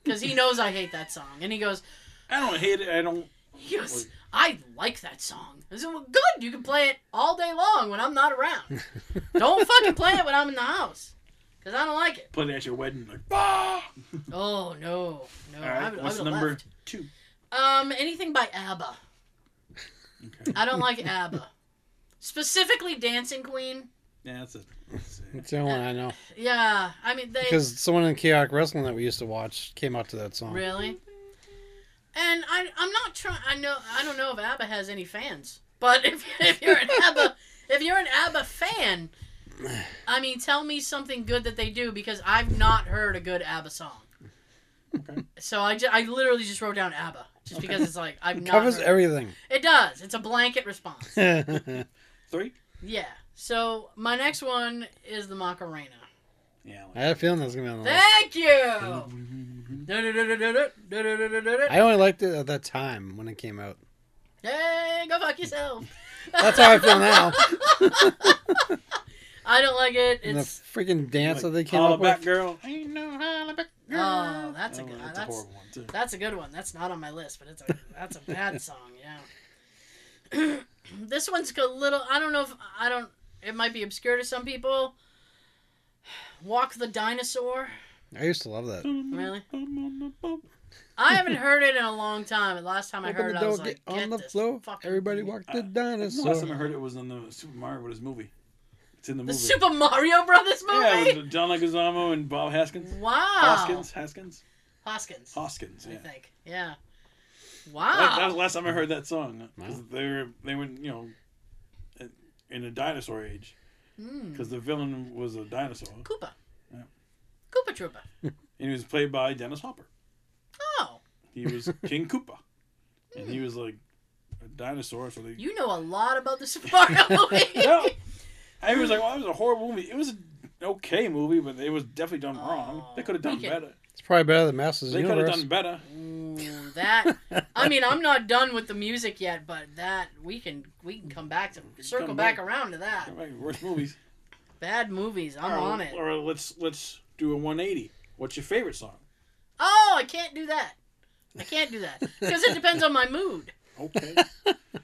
Speaker 2: Because he knows I hate that song. And he goes,
Speaker 3: I don't hate it. I don't.
Speaker 2: he goes, I like that song. I said, Well, good. You can play it all day long when I'm not around. don't fucking play it when I'm in the house. Because I don't like it.
Speaker 3: Put it at your wedding. Like, ah!
Speaker 2: Oh, no. No.
Speaker 3: All
Speaker 2: I
Speaker 3: right.
Speaker 2: would, I
Speaker 3: what's
Speaker 2: would have
Speaker 3: number
Speaker 2: left.
Speaker 3: two?
Speaker 2: Um, anything by ABBA.
Speaker 3: Okay.
Speaker 2: I don't like ABBA. Specifically Dancing Queen.
Speaker 3: Yeah, that's a. That's a
Speaker 4: It's the only one I know
Speaker 2: Yeah. I mean, they.
Speaker 4: because someone in Chaotic Wrestling that we used to watch came out to that song.
Speaker 2: Really? And I, I'm not trying. I know. I don't know if ABBA has any fans, but if, if you're an ABBA, if you're an ABBA fan, I mean, tell me something good that they do because I've not heard a good ABBA song.
Speaker 3: Okay.
Speaker 2: So I, ju- I literally just wrote down ABBA just because it's like I've not.
Speaker 4: Covers
Speaker 2: heard-
Speaker 4: everything.
Speaker 2: it does. It's a blanket response.
Speaker 4: I
Speaker 3: three.
Speaker 2: yeah. So my next one is the Macarena.
Speaker 3: Yeah. Like,
Speaker 4: had a feeling that was gonna be on the list.
Speaker 2: Thank you.
Speaker 4: Mm-hmm.
Speaker 2: Da-da-da-da-da-da,
Speaker 4: I only liked it at that time when it came out.
Speaker 2: Hey, go fuck yourself.
Speaker 4: That's how I feel now.
Speaker 2: I don't like it.
Speaker 4: And the
Speaker 2: It's
Speaker 4: freaking dance that they came
Speaker 3: Holla
Speaker 4: up
Speaker 3: back,
Speaker 4: with.
Speaker 3: girl.
Speaker 2: oh, that's a good. That's
Speaker 3: Oh, that's, a
Speaker 2: that's,
Speaker 3: horrible one too.
Speaker 2: a good one. That's not on my list, but it's a that's a bad song. Yeah. this one's a little. I don't know if I don't. It might be obscure to some people. Walk the dinosaur.
Speaker 4: I used to love that.
Speaker 2: Really? I haven't heard it in a long time. The last time I
Speaker 4: Open
Speaker 2: heard
Speaker 4: the
Speaker 2: it, I
Speaker 4: door,
Speaker 2: was
Speaker 4: get
Speaker 2: like,
Speaker 4: on
Speaker 2: get
Speaker 4: the
Speaker 2: this
Speaker 4: floor.
Speaker 2: fucking- Uh,
Speaker 4: Everybody walk the
Speaker 3: The last time I
Speaker 4: dinosaur.
Speaker 3: heard it was on the Super Mario Brothers movie. It's in the
Speaker 2: The
Speaker 3: movie.
Speaker 2: Super Mario Brothers
Speaker 3: yeah,
Speaker 2: movie.
Speaker 3: with John Leguizamo and Bob Haskins.
Speaker 2: wow.
Speaker 3: Hoskins, Haskins,
Speaker 2: Hoskins.
Speaker 3: Hoskins.
Speaker 2: I
Speaker 3: Yeah.
Speaker 2: think. Yeah.
Speaker 3: That, that
Speaker 2: Wow.
Speaker 3: was the last time I heard that song. 'cause
Speaker 4: Wow.
Speaker 3: They were they were you know in- in a dinosaur age
Speaker 2: Mm.
Speaker 3: because the villain was a dinosaur
Speaker 2: Koopa.
Speaker 3: Yeah.
Speaker 2: Koopa Troopa.
Speaker 3: and he was played by Dennis Hopper.
Speaker 2: Oh,
Speaker 3: He was King Koopa, and he was like a dinosaur. So they
Speaker 2: you know a lot about the Super Mario movie.
Speaker 3: no, I was like, well, it was a horrible movie. It was an okay movie, but it was definitely done wrong.
Speaker 2: Oh,
Speaker 3: They could have done
Speaker 2: we can-
Speaker 3: better.
Speaker 4: It's probably better than Masters of the
Speaker 3: They could have
Speaker 4: Universe.
Speaker 3: done better.
Speaker 2: Ooh, Mm, that. I mean, I'm not done with the music yet, but that we can we can come back to circle
Speaker 3: come
Speaker 2: back
Speaker 3: back.
Speaker 2: around to that.
Speaker 3: Right, Worst movies.
Speaker 2: Bad movies. I'm
Speaker 3: All right,
Speaker 2: on it.
Speaker 3: All right, let's let's do a 180. What's your favorite song?
Speaker 2: Oh, I can't do that. I can't do that because it depends on my mood,
Speaker 3: Okay.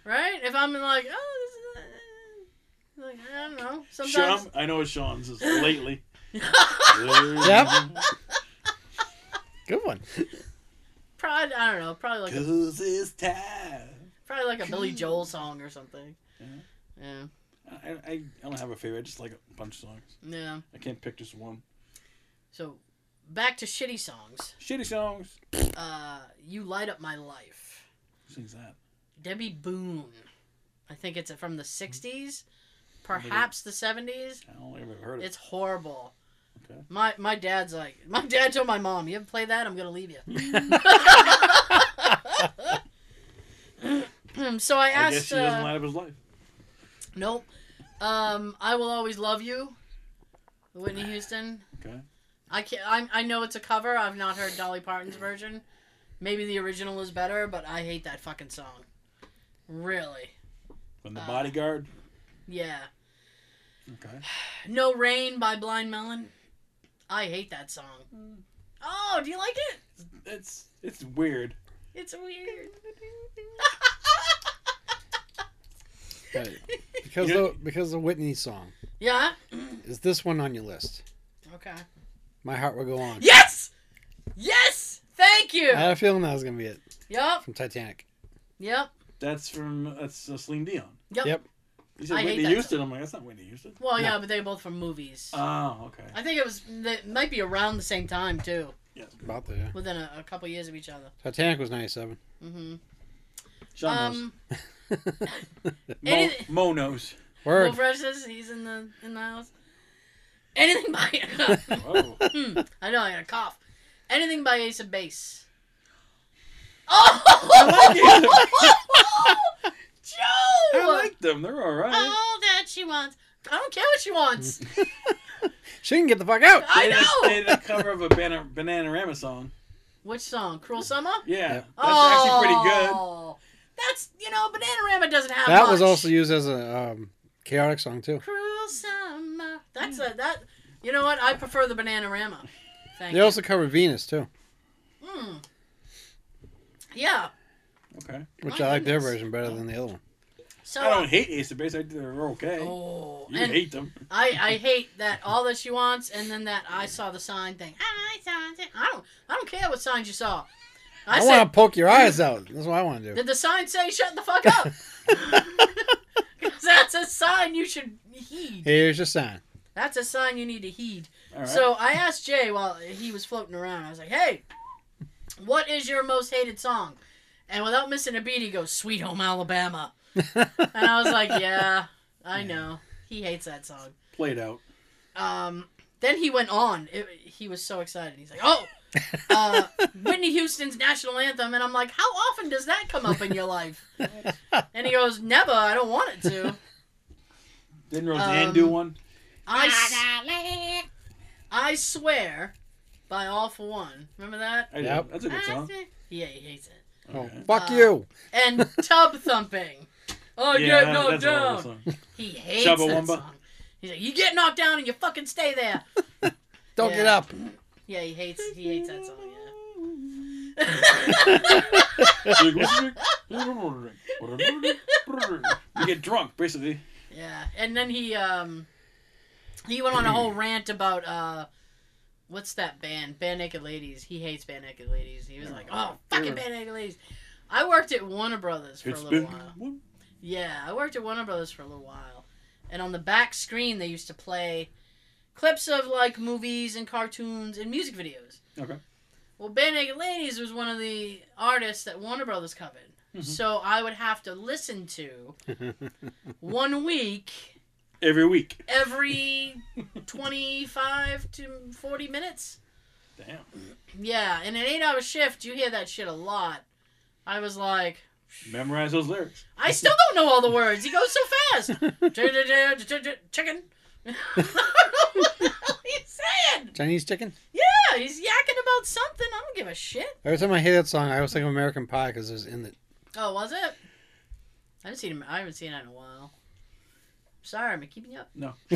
Speaker 2: right? If I'm like, oh, this is, uh, like I don't know. Sometimes
Speaker 3: Sean, I know it's Sean's is lately.
Speaker 4: Yep. Good one.
Speaker 2: probably I don't know. Probably like a
Speaker 3: Cause it's time.
Speaker 2: Probably like a Billy Joel song or something.
Speaker 3: Yeah.
Speaker 2: Yeah.
Speaker 3: I, I, I don't have a favorite. I just like a bunch of songs.
Speaker 2: Yeah.
Speaker 3: I can't pick just one.
Speaker 2: So back to shitty songs.
Speaker 3: Shitty songs.
Speaker 2: Uh, You Light Up My Life.
Speaker 3: Who sings that?
Speaker 2: Debbie Boone. I think it's from the 60s, perhaps the 70s.
Speaker 3: I don't think I've ever heard of it.
Speaker 2: It's horrible.
Speaker 3: Okay.
Speaker 2: My my dad's like my dad told my mom, "You ever play that? I'm gonna leave you." so I
Speaker 3: I
Speaker 2: asked.
Speaker 3: guess she
Speaker 2: uh,
Speaker 3: doesn't light up his life.
Speaker 2: Nope. Um, I will always love you. Whitney Houston.
Speaker 3: Okay.
Speaker 2: I can not I I know it's a cover. I've not heard Dolly Parton's version. Maybe the original is better, but I hate that fucking song. Really.
Speaker 3: From the
Speaker 2: Uh,
Speaker 3: bodyguard.
Speaker 2: Yeah.
Speaker 3: Okay.
Speaker 2: No Rain by Blind Melon. I hate that song. Oh, do you like it?
Speaker 3: It's it's weird.
Speaker 2: It's weird.
Speaker 4: Right. Because
Speaker 3: You know-
Speaker 4: the because the Whitney song
Speaker 2: yeah?
Speaker 4: is this one on your list.
Speaker 2: Okay.
Speaker 4: My heart will go on.
Speaker 2: Yes! Yes! Thank you!
Speaker 4: I had a feeling that was gonna be it
Speaker 2: Yup.
Speaker 4: from Titanic.
Speaker 2: Yep.
Speaker 3: That's from that's uh, Celine Dion.
Speaker 2: Yep.
Speaker 4: Yep.
Speaker 3: You said
Speaker 2: I hate
Speaker 3: Whitney
Speaker 2: that
Speaker 3: Houston. I'm like, that's not Whitney Houston.
Speaker 2: Well,
Speaker 4: No.
Speaker 2: yeah, Uh, but they're both from movies.
Speaker 3: Oh, okay.
Speaker 2: I think it was, they might be around the same time, too,
Speaker 3: Yes.
Speaker 4: About there.
Speaker 2: within a, a couple years of each other.
Speaker 4: Titanic was ninety seven.
Speaker 2: hmm
Speaker 3: Sean
Speaker 2: um,
Speaker 3: knows.
Speaker 2: anything-
Speaker 3: Mo, Mo knows.
Speaker 2: Will
Speaker 4: Word.
Speaker 2: Fresh says he's in the in the house. Anything by hmm,
Speaker 3: Oh.
Speaker 2: I know I got a cough. Anything by Ace of Base. Oh, Joe!
Speaker 3: I like them. They're all right.
Speaker 2: All that she wants. I don't care what she wants.
Speaker 4: She can get the fuck out.
Speaker 2: I
Speaker 3: They did- They
Speaker 2: know.
Speaker 3: did a cover of a Banana Bananarama song.
Speaker 2: Which song? Cruel Summer.
Speaker 3: Yeah,
Speaker 4: Yep.
Speaker 3: that's actually pretty
Speaker 2: Oh.
Speaker 3: good.
Speaker 2: That's you know, Bananarama doesn't have
Speaker 4: That
Speaker 2: much.
Speaker 4: was also used as a um, chaotic song too.
Speaker 2: Cruel Summer. That's
Speaker 3: Mm.
Speaker 2: a that. You know what? I prefer the Bananarama. Thank
Speaker 4: They
Speaker 2: you.
Speaker 4: also covered Venus too,
Speaker 2: Mm. Yeah.
Speaker 3: Okay,
Speaker 4: which
Speaker 2: My
Speaker 4: I like their
Speaker 2: goodness.
Speaker 4: version better than the other one.
Speaker 2: So.
Speaker 3: I don't hate Ace of Base. I think they're okay.
Speaker 2: Oh,
Speaker 3: you
Speaker 2: and
Speaker 3: hate them.
Speaker 2: I, I hate that all that she wants, and then that I saw the sign thing. I saw the sign. I don't I don't care what signs you saw. I,
Speaker 4: I,
Speaker 2: said,
Speaker 4: want to poke your eyes out. That's what I want to do.
Speaker 2: did the sign say shut the fuck up? 'Cause that's a sign you should heed.
Speaker 4: Here's your sign.
Speaker 2: That's a sign you need to heed.
Speaker 3: All right.
Speaker 2: So I asked Jay while he was floating around. I was like, "Hey, what is your most hated song?" And without missing a beat, he goes, "Sweet Home Alabama."
Speaker 4: Oh,
Speaker 2: And I was like, "Yeah, I know. He hates that song."
Speaker 3: played out.
Speaker 2: Um, then he went on. It, he was so excited. He's like, "Oh, uh, Whitney Houston's national anthem," and I'm like, "How often does that come up in your life?" and he goes, "Never. I don't want it to."
Speaker 3: Didn't Roseanne
Speaker 2: Um,
Speaker 3: do one?
Speaker 2: I, s- I swear, by all for one. Remember that?
Speaker 3: I
Speaker 4: Yep.
Speaker 3: did. That's a good song.
Speaker 2: Yeah, he hates it.
Speaker 4: Oh,
Speaker 3: Okay.
Speaker 4: fuck
Speaker 2: Uh,
Speaker 4: you.
Speaker 2: And tub thumping. Oh, get knocked
Speaker 3: that's a horrible
Speaker 2: down.
Speaker 3: song.
Speaker 2: He hates
Speaker 3: Chubba
Speaker 2: that
Speaker 3: Wumba.
Speaker 2: song. He's like, you get knocked down and you fucking stay there.
Speaker 4: Don't get
Speaker 2: yeah.
Speaker 4: up.
Speaker 2: Yeah, he hates he hates that song. Yeah.
Speaker 3: you get drunk, basically.
Speaker 2: Yeah, and then he um he went on a whole rant about uh what's that band? Band Naked Ladies. He hates Band Naked Ladies. He was like, "Oh, fucking Band Naked Ladies." I worked at Warner Brothers for a
Speaker 3: It's
Speaker 2: little
Speaker 3: been
Speaker 2: while. Yeah, I worked at Warner Brothers for a little while. And on the back screen they used to play clips of like movies and cartoons and music videos.
Speaker 3: Okay.
Speaker 2: Well, Band Naked Ladies was one of the artists that Warner Brothers covered.
Speaker 3: Mhm.
Speaker 2: So I would have to listen to one week
Speaker 3: every week.
Speaker 2: every 25 to 40 minutes.
Speaker 3: Damn.
Speaker 2: Yeah, in an eight hour shift, you hear that shit a lot. I was like,
Speaker 3: Memorize those lyrics.
Speaker 2: I still don't know all the words. He goes so fast. Chicken. I don't know what the hell he's saying.
Speaker 4: Chinese chicken.
Speaker 2: Yeah, he's yakking about something. I don't give a shit.
Speaker 4: Every time I hear that song, I always think of American Pie because it was in it.
Speaker 2: Oh, was it? I haven't seen him. I haven't seen it in a while. Sorry, am I keeping you up?
Speaker 3: No.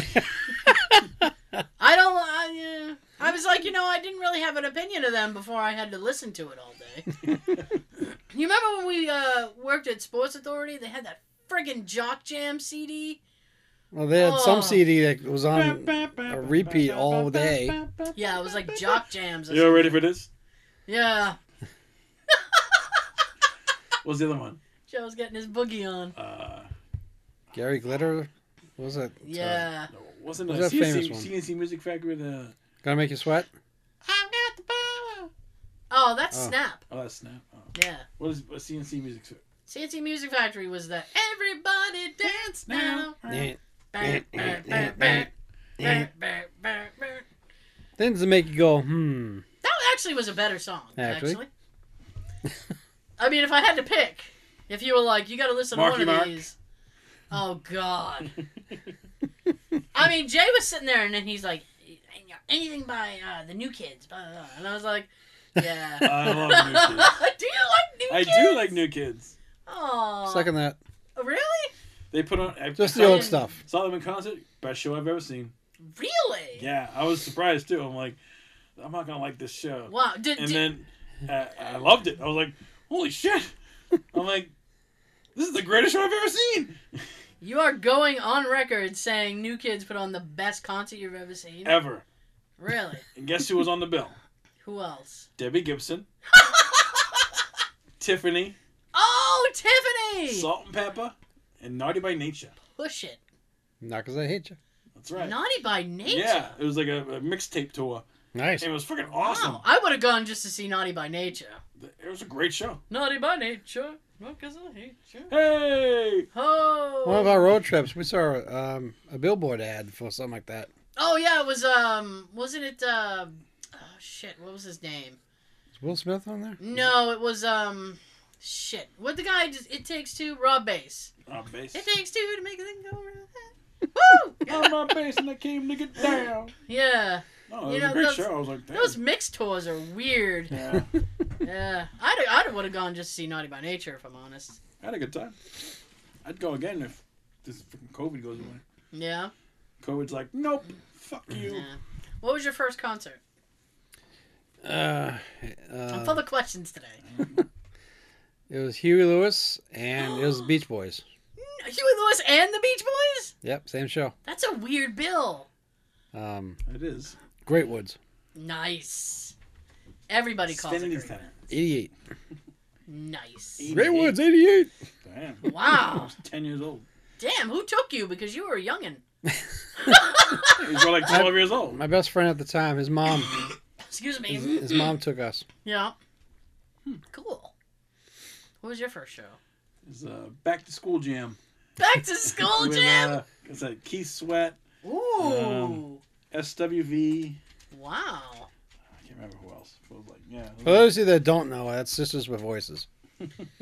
Speaker 2: I don't. I, uh, I was like, you know, I didn't really have an opinion of them before I had to listen to it all day. you remember when we uh, worked at Sports Authority? They had that friggin' Jock Jam CD.
Speaker 4: Well, they had some
Speaker 2: Oh.
Speaker 4: CD that was on. Um, repeat all day.
Speaker 2: Yeah, it was like Jock Jams. or
Speaker 3: You all ready for this?
Speaker 2: something. Yeah,
Speaker 3: What's the other one?
Speaker 2: Joe's getting his boogie on.
Speaker 3: Uh,
Speaker 4: Gary Glitter. What was it?
Speaker 2: Yeah.
Speaker 3: no, wasn't it
Speaker 4: What's
Speaker 3: a
Speaker 4: that famous
Speaker 3: CNC,
Speaker 4: one?
Speaker 3: CNC Music Factory? The
Speaker 4: uh, Gonna make you sweat.
Speaker 3: I've got the power.
Speaker 2: Oh, that's
Speaker 4: Oh.
Speaker 2: Snap.
Speaker 3: Oh, that's snap. Oh.
Speaker 2: Yeah.
Speaker 3: What is what CNC Music Factory?
Speaker 2: CNC Music Factory was the Everybody Dance Now.
Speaker 4: Then
Speaker 2: Bang, bang, bang, bang, bang, bang, bang, bang.
Speaker 4: Things that make you go, hmm.
Speaker 2: That actually was a better song. Actually.
Speaker 4: Actually?
Speaker 2: I mean, if I had to pick, if you were like, you got to listen
Speaker 3: Marky
Speaker 2: to one
Speaker 3: Mark.
Speaker 2: of these. Oh God. I mean, Jay was sitting there, and then he's like, anything by uh, the New Kids, blah, blah, blah. and I was like, yeah.
Speaker 3: I love New Kids.
Speaker 2: do you like New
Speaker 3: I
Speaker 2: Kids?
Speaker 3: do like New Kids.
Speaker 2: Oh.
Speaker 4: Second that.
Speaker 2: Really?
Speaker 3: They put on I
Speaker 4: Just the
Speaker 3: saw
Speaker 4: old
Speaker 3: them-
Speaker 4: stuff.
Speaker 3: Saw them in concert. Best show I've ever seen.
Speaker 2: Really?
Speaker 3: Yeah, I was surprised too. I'm like, I'm not gonna like this show.
Speaker 2: Wow. Did,
Speaker 3: And
Speaker 2: did-
Speaker 3: then uh, I loved it. I was like, holy shit! I'm like, this is the greatest show I've ever seen
Speaker 2: you are going on record saying New Kids put on the best concert you've ever seen?
Speaker 3: ever.
Speaker 2: Really?
Speaker 3: And guess who was on the bill?
Speaker 2: Who else?
Speaker 3: Debbie Gibson, Tiffany,
Speaker 2: Oh, Tiffany!
Speaker 3: Salt and Pepper, and Naughty by Nature.
Speaker 2: Push it.
Speaker 4: Not because I hate you.
Speaker 3: That's right.
Speaker 2: Naughty by Nature.
Speaker 3: Yeah, it was like a, a mixtape tour.
Speaker 4: Nice.
Speaker 3: And it was freaking
Speaker 2: Wow.
Speaker 3: awesome.
Speaker 2: I would have gone just to see Naughty by Nature.
Speaker 3: It was a great show.
Speaker 2: Naughty by Nature. Because I hate you.
Speaker 3: Hey!
Speaker 2: Oh.
Speaker 4: One of our road trips, we saw um, a billboard ad for something like that.
Speaker 2: uh, oh yeah, it was um, wasn't it um, oh shit, what was his name?
Speaker 4: Was Will Smith on there?
Speaker 2: No, it was um, shit. What the guy just? It takes two. Rob bass.
Speaker 3: On base.
Speaker 2: It takes two to make a thing go around. Woo!
Speaker 3: on my base, and I came to get down.
Speaker 2: Yeah,
Speaker 3: No, it
Speaker 2: You
Speaker 3: was
Speaker 2: know,
Speaker 3: a great
Speaker 2: those-
Speaker 3: show. I was like, damn.
Speaker 2: those mixed tours are weird.
Speaker 3: yeah,
Speaker 2: Yeah, I'd I'd would have gone just to see Naughty by Nature if I'm honest.
Speaker 3: I had a good time. I'd go again if this freaking COVID goes away.
Speaker 2: Yeah.
Speaker 3: COVID's like, nope, fuck you.
Speaker 2: yeah. What was your first concert?
Speaker 4: Uh,
Speaker 2: I'm
Speaker 4: uh,
Speaker 2: full of questions today.
Speaker 4: it was Huey Lewis and it was the Beach Boys.
Speaker 2: Huey Lewis and the Beach Boys?
Speaker 4: Yep, same show.
Speaker 2: That's a weird bill.
Speaker 4: Um,
Speaker 3: It is.
Speaker 4: Great Woods,
Speaker 2: Nice. Everybody calls
Speaker 3: Infinity
Speaker 2: it. Great.
Speaker 3: Center.
Speaker 4: eighty-eight.
Speaker 2: Nice.
Speaker 3: Eight.
Speaker 4: Great Woods, eighty-eight.
Speaker 3: Damn. I
Speaker 2: Wow.
Speaker 3: was 10 years old.
Speaker 2: Damn, who took you? Because you were a youngin'.
Speaker 3: He's like 12 years old.
Speaker 4: My best friend at the time, his mom,
Speaker 2: Excuse me.
Speaker 4: his, his mom took us.
Speaker 2: Yeah.
Speaker 3: Hmm.
Speaker 2: Cool. What was your first show?
Speaker 3: It's uh, back to school jam.
Speaker 2: Back to school,
Speaker 3: With,
Speaker 2: Jim.
Speaker 3: uh, it's like Keith Sweat,
Speaker 2: Ooh.
Speaker 3: um, SWV.
Speaker 2: wow.
Speaker 3: I can't remember who else. But it was like, yeah. it was
Speaker 4: For those of you that don't know, that's Sisters with Voices.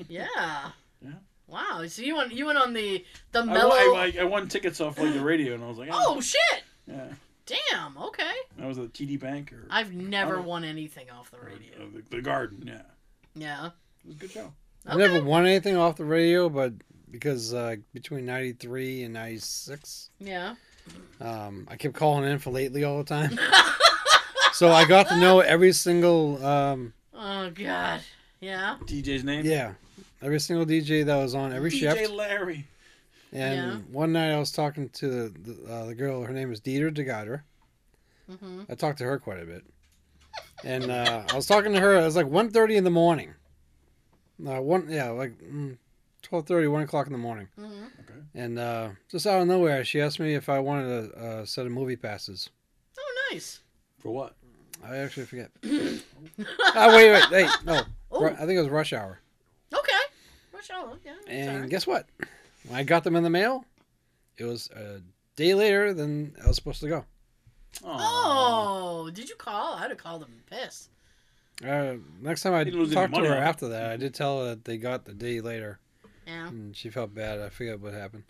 Speaker 2: Yeah.
Speaker 3: Yeah.
Speaker 2: Wow. So you went you went on the the
Speaker 3: like-
Speaker 2: mellow.
Speaker 3: I, won- I, like, I won tickets off like the radio, and I was like, oh,
Speaker 2: oh shit!
Speaker 3: yeah.
Speaker 2: Damn. Okay.
Speaker 3: I was at TD Bank or,
Speaker 2: I've never
Speaker 3: Oh.
Speaker 2: won anything off the
Speaker 3: or,
Speaker 2: radio.
Speaker 3: uh, the, the Garden. Yeah,
Speaker 2: Yeah.
Speaker 3: it was a good show.
Speaker 4: I never won anything off the radio, but because uh, between '93 and '96,
Speaker 2: Yeah.
Speaker 4: um, I kept calling in for lately all the time. so I got to know every single, um,
Speaker 2: Oh god. Yeah.
Speaker 3: DJ's name.
Speaker 4: yeah, every single DJ that was on every
Speaker 3: DJ
Speaker 4: shift.
Speaker 3: Larry.
Speaker 4: And
Speaker 2: Yeah.
Speaker 4: one night I was talking to the the, uh, the girl. Her name is Dieter DeGader.
Speaker 2: Mhm.
Speaker 4: I talked to her quite a bit, and uh, I was talking to her. It was like 1.30 in the morning. Uh, one yeah, like mm, 12.30, 1 o'clock in the morning.
Speaker 2: Mhm.
Speaker 3: Okay.
Speaker 4: And uh, just out of nowhere, she asked me if I wanted a, a set of movie passes.
Speaker 2: Oh nice.
Speaker 3: For what?
Speaker 4: I actually forget. oh wait, wait, wait, no.
Speaker 2: Oh.
Speaker 4: Ru- I think it was Rush Hour.
Speaker 2: Okay. Rush hour. Yeah. that's
Speaker 4: And
Speaker 2: alright.
Speaker 4: guess what? When I got them in the mail, it was a day later than I was supposed to go.
Speaker 3: Aw.
Speaker 2: Oh, did you call? I'd have called him pissed.
Speaker 4: Uh, next time I
Speaker 3: You're losing
Speaker 4: talked to
Speaker 3: money
Speaker 4: her
Speaker 3: on it.
Speaker 4: after that, I did tell her that they got the day later,
Speaker 2: Yeah.
Speaker 4: and she felt bad. I forget what happened,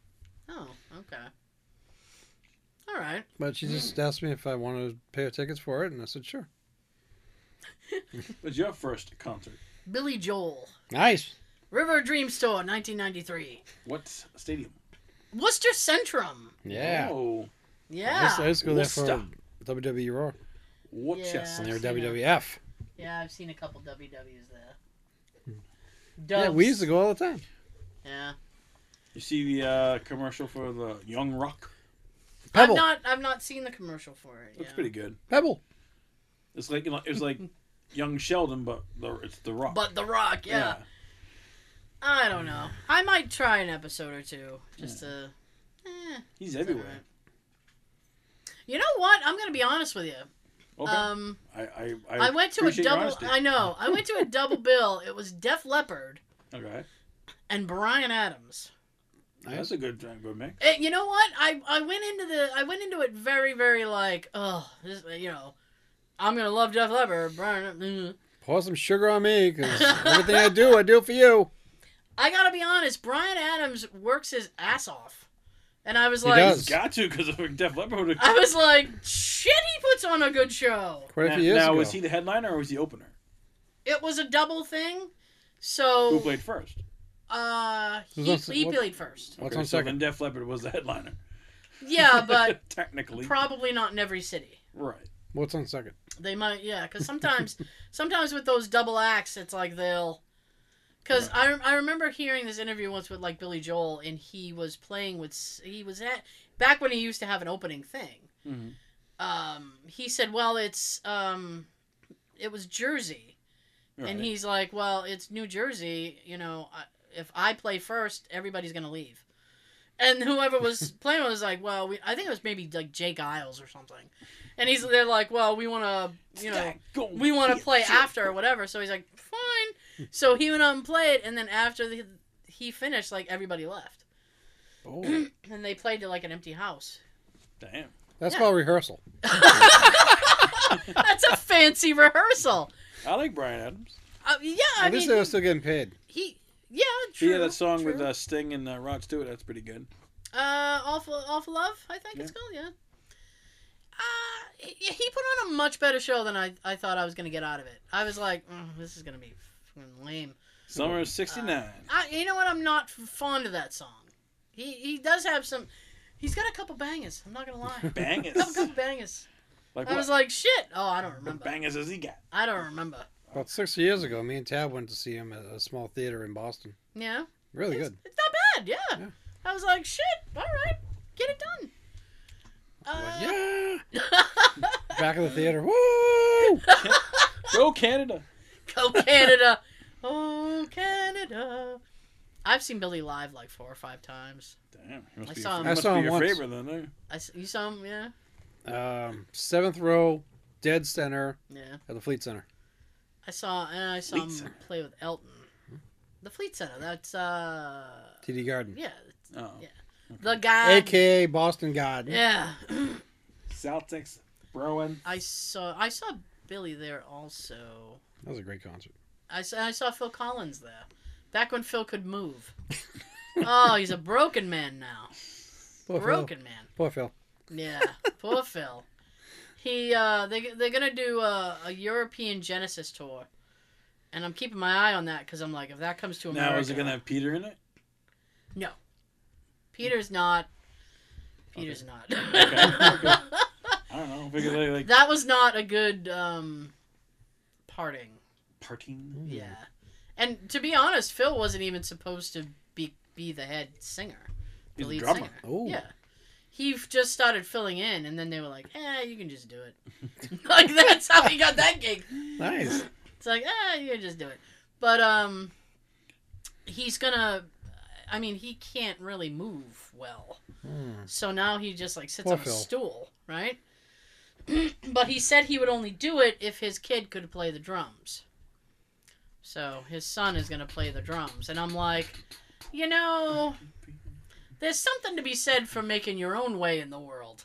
Speaker 2: Oh, okay. All right.
Speaker 4: but she just
Speaker 2: Hmm.
Speaker 4: asked me if I wanted to pay her tickets for it, and I said sure.
Speaker 3: But your first concert.
Speaker 2: Billy Joel,
Speaker 4: Nice.
Speaker 2: River Dream Store, 1993,
Speaker 3: What stadium?
Speaker 2: Worcester Centrum.
Speaker 4: Yeah.
Speaker 3: Oh,
Speaker 4: I, used to, I
Speaker 2: Yeah.
Speaker 4: used to go there for
Speaker 3: Worcester.
Speaker 4: WWE Raw
Speaker 3: Worcester.
Speaker 4: and
Speaker 2: Yeah.
Speaker 4: their WWF.
Speaker 2: Yeah, I've seen a couple WWs there.
Speaker 4: Yeah, we used to go all the time.
Speaker 2: Yeah.
Speaker 3: You see the uh, commercial for the Young Rock?
Speaker 4: Pebble,
Speaker 2: I've not. I've not seen the commercial for it.
Speaker 3: That's
Speaker 2: yeah.
Speaker 3: pretty good.
Speaker 4: Pebble.
Speaker 3: It's like you know, it's like Young Sheldon, but the, it's the Rock.
Speaker 2: But The Rock, yeah. I don't know. I might try an episode or two just to. Eh,
Speaker 3: he's
Speaker 2: it's
Speaker 3: everywhere.
Speaker 2: alright. You know what? I'm gonna be honest with you.
Speaker 3: Okay,
Speaker 2: Um,
Speaker 3: I, I, I,
Speaker 2: I went to a
Speaker 3: appreciate your
Speaker 2: double.
Speaker 3: honesty.
Speaker 2: I know. I went to a double bill. It was Def Leppard
Speaker 3: Okay,
Speaker 2: and Brian Adams.
Speaker 3: that's a good good mix.
Speaker 2: Eh, you know what? I I went into the I went into it very very like oh this you know I'm gonna love Def Leppard. Brian, mm.
Speaker 4: Pour some sugar on me, because everything I do, I do for you.
Speaker 2: I gotta be honest. Brian Adams works his ass off, and I was
Speaker 4: He
Speaker 2: like,
Speaker 4: does.
Speaker 3: Got to because of Def Leppard.
Speaker 2: I was like, shit. He puts on a good show.
Speaker 4: Quite a
Speaker 3: now,
Speaker 4: few years
Speaker 3: now,
Speaker 4: ago.
Speaker 3: was he the headliner or was he opener?
Speaker 2: It was a double thing,
Speaker 3: Who
Speaker 2: so
Speaker 3: played first?
Speaker 2: uh
Speaker 4: Who's
Speaker 2: he,
Speaker 4: on se-
Speaker 2: he
Speaker 4: what-
Speaker 2: played first.
Speaker 4: What's
Speaker 3: Okay,
Speaker 4: on
Speaker 3: so
Speaker 4: second?
Speaker 3: Then Def Leppard was the headliner.
Speaker 2: Yeah, but
Speaker 3: technically,
Speaker 2: probably not in every city.
Speaker 3: right?
Speaker 4: What's on second?
Speaker 2: They might, yeah, because sometimes, sometimes with those double acts, it's like they'll. Because I, I remember hearing this interview once with like Billy Joel, and he was playing with s- he was at back when he used to have an opening thing.
Speaker 3: Mhm.
Speaker 2: Um, he said, "Well, it's um, it was Jersey,"
Speaker 3: right.
Speaker 2: and he's like, "Well, it's New Jersey. You know, I- if I play first, everybody's gonna leave." And whoever was playing was like, "Well, we, I think it was maybe like Jake Isles or something," and he's they're like, "Well, we want to, you know." we want to play after or whatever. So he's like, fine. So he went out and played, and then after the, he finished, like everybody left,
Speaker 4: Oh,
Speaker 2: and they played to like an empty house.
Speaker 3: Damn.
Speaker 4: that's
Speaker 2: Yeah.
Speaker 4: called rehearsal.
Speaker 2: That's a fancy rehearsal.
Speaker 3: I like Brian Adams.
Speaker 2: Uh, yeah, I
Speaker 4: At least
Speaker 2: mean,
Speaker 4: they were still getting paid.
Speaker 2: he. Yeah,
Speaker 3: He
Speaker 2: true.
Speaker 3: had that song with
Speaker 2: true.
Speaker 3: uh, Sting and uh, Rod Stewart. That's pretty good.
Speaker 2: Uh, awful, awful love. I think it's called. Yeah. Uh, he, he put on a much better show than I, I thought I was gonna get out of it. I was like, "Mm, this is gonna be fucking lame.
Speaker 3: Summer of '69.
Speaker 2: I, you know what? I'm not f- fond of that song. He he does have some. He's got a couple bangers. I'm not gonna lie.
Speaker 3: Bangers.
Speaker 2: couple, couple bangers.
Speaker 3: Like
Speaker 2: I was
Speaker 3: what?
Speaker 2: like, shit. Oh, I don't
Speaker 3: What
Speaker 2: remember.
Speaker 3: bangers has he got?
Speaker 2: I don't remember.
Speaker 4: About six years ago, me and Tab went to see him at a small theater in Boston.
Speaker 2: Yeah.
Speaker 4: Really
Speaker 2: It's,
Speaker 4: Oh, good.
Speaker 2: it's not bad. Yeah.
Speaker 4: Yeah.
Speaker 2: I was like, shit. All right, get it done.
Speaker 4: Like,
Speaker 2: Uh,
Speaker 4: yeah. Back of the theater. Woo!
Speaker 3: Go Canada.
Speaker 2: Go Canada. Oh, Canada. I've seen Billy live like four or five times.
Speaker 3: Damn. He
Speaker 2: I
Speaker 3: must be,
Speaker 2: saw
Speaker 3: your-
Speaker 2: him.
Speaker 4: I
Speaker 3: must
Speaker 4: saw
Speaker 3: be
Speaker 4: him
Speaker 3: your
Speaker 4: once.
Speaker 3: favorite then. eh?
Speaker 2: I, s- you saw him, yeah?
Speaker 4: Um, seventh row, dead center
Speaker 2: Yeah.
Speaker 4: at the Fleet Center.
Speaker 2: I saw, and I saw
Speaker 3: Fleet
Speaker 2: him
Speaker 3: Center. Hmm.
Speaker 2: play with Elton. The Fleet Center. That's, uh,
Speaker 4: TD Garden.
Speaker 2: yeah.
Speaker 3: Oh.
Speaker 2: Yeah. The guy.
Speaker 4: AKA Boston Garden.
Speaker 2: Yeah.
Speaker 3: Celtics. Bruin.
Speaker 2: I saw, I saw Billy there also.
Speaker 4: That was a great concert.
Speaker 2: I saw, I saw Phil Collins there. Back when Phil could move. oh, he's a broken man now.
Speaker 3: Oh,
Speaker 4: Poor Phil.
Speaker 2: broken man.
Speaker 4: Poor Phil.
Speaker 2: Yeah, poor Phil. He uh, they they're gonna do a, a European Genesis tour, and I'm keeping my eye on that because I'm like, if that comes to America,
Speaker 3: Now is it gonna have Peter in it?
Speaker 2: Peter's not. Peter's not.
Speaker 3: Okay, I don't know. Because they like
Speaker 2: that was not a good um, parting.
Speaker 3: parting.
Speaker 4: Mm.
Speaker 2: Yeah, and to be honest, Phil wasn't even supposed to be be the head singer, the
Speaker 3: He's a
Speaker 2: lead
Speaker 3: drummer.
Speaker 2: singer.
Speaker 4: Oh.
Speaker 2: Yeah. He f- just started filling in, and then they were like, eh, you can just do it. like, that's how he got that gig.
Speaker 4: Nice.
Speaker 2: It's like, ah, you can just do it. But um, he's gonna. I mean, he can't really move well,
Speaker 4: Hmm.
Speaker 2: so now he just like sits
Speaker 4: Poor
Speaker 2: on
Speaker 4: Phil.
Speaker 2: a stool, right? but he said he would only do it if his kid could play the drums. So his son is gonna play the drums, and I'm like, you know, there's something to be said for making your own way in the world.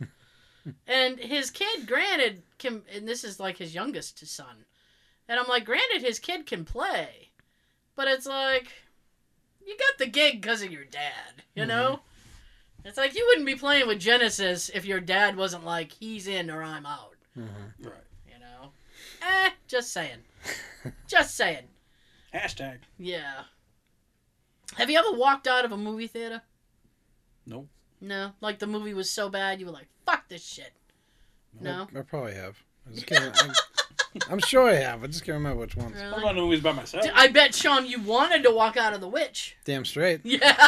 Speaker 2: and his kid, granted, can, and this is like his youngest son. And I'm like, granted, his kid can play, but it's like, you got the gig because of your dad, you know? It's like, you wouldn't be playing with Genesis if your dad wasn't like, he's in or I'm out,
Speaker 4: Mhm.
Speaker 3: Right.
Speaker 2: you know? Eh, just saying. just saying.
Speaker 3: Hashtag.
Speaker 2: Yeah. Have you ever walked out of a movie theater?
Speaker 3: Nope.
Speaker 2: No, like the movie was so bad, you were like, "Fuck this shit." No,
Speaker 4: I, I probably have. I just can't, I'm, I'm sure I have. I just can't remember which ones.
Speaker 3: I'm
Speaker 2: really.
Speaker 3: not movies by myself.
Speaker 2: D- I bet Sean, you wanted to walk out of the witch.
Speaker 4: Damn straight.
Speaker 2: Yeah,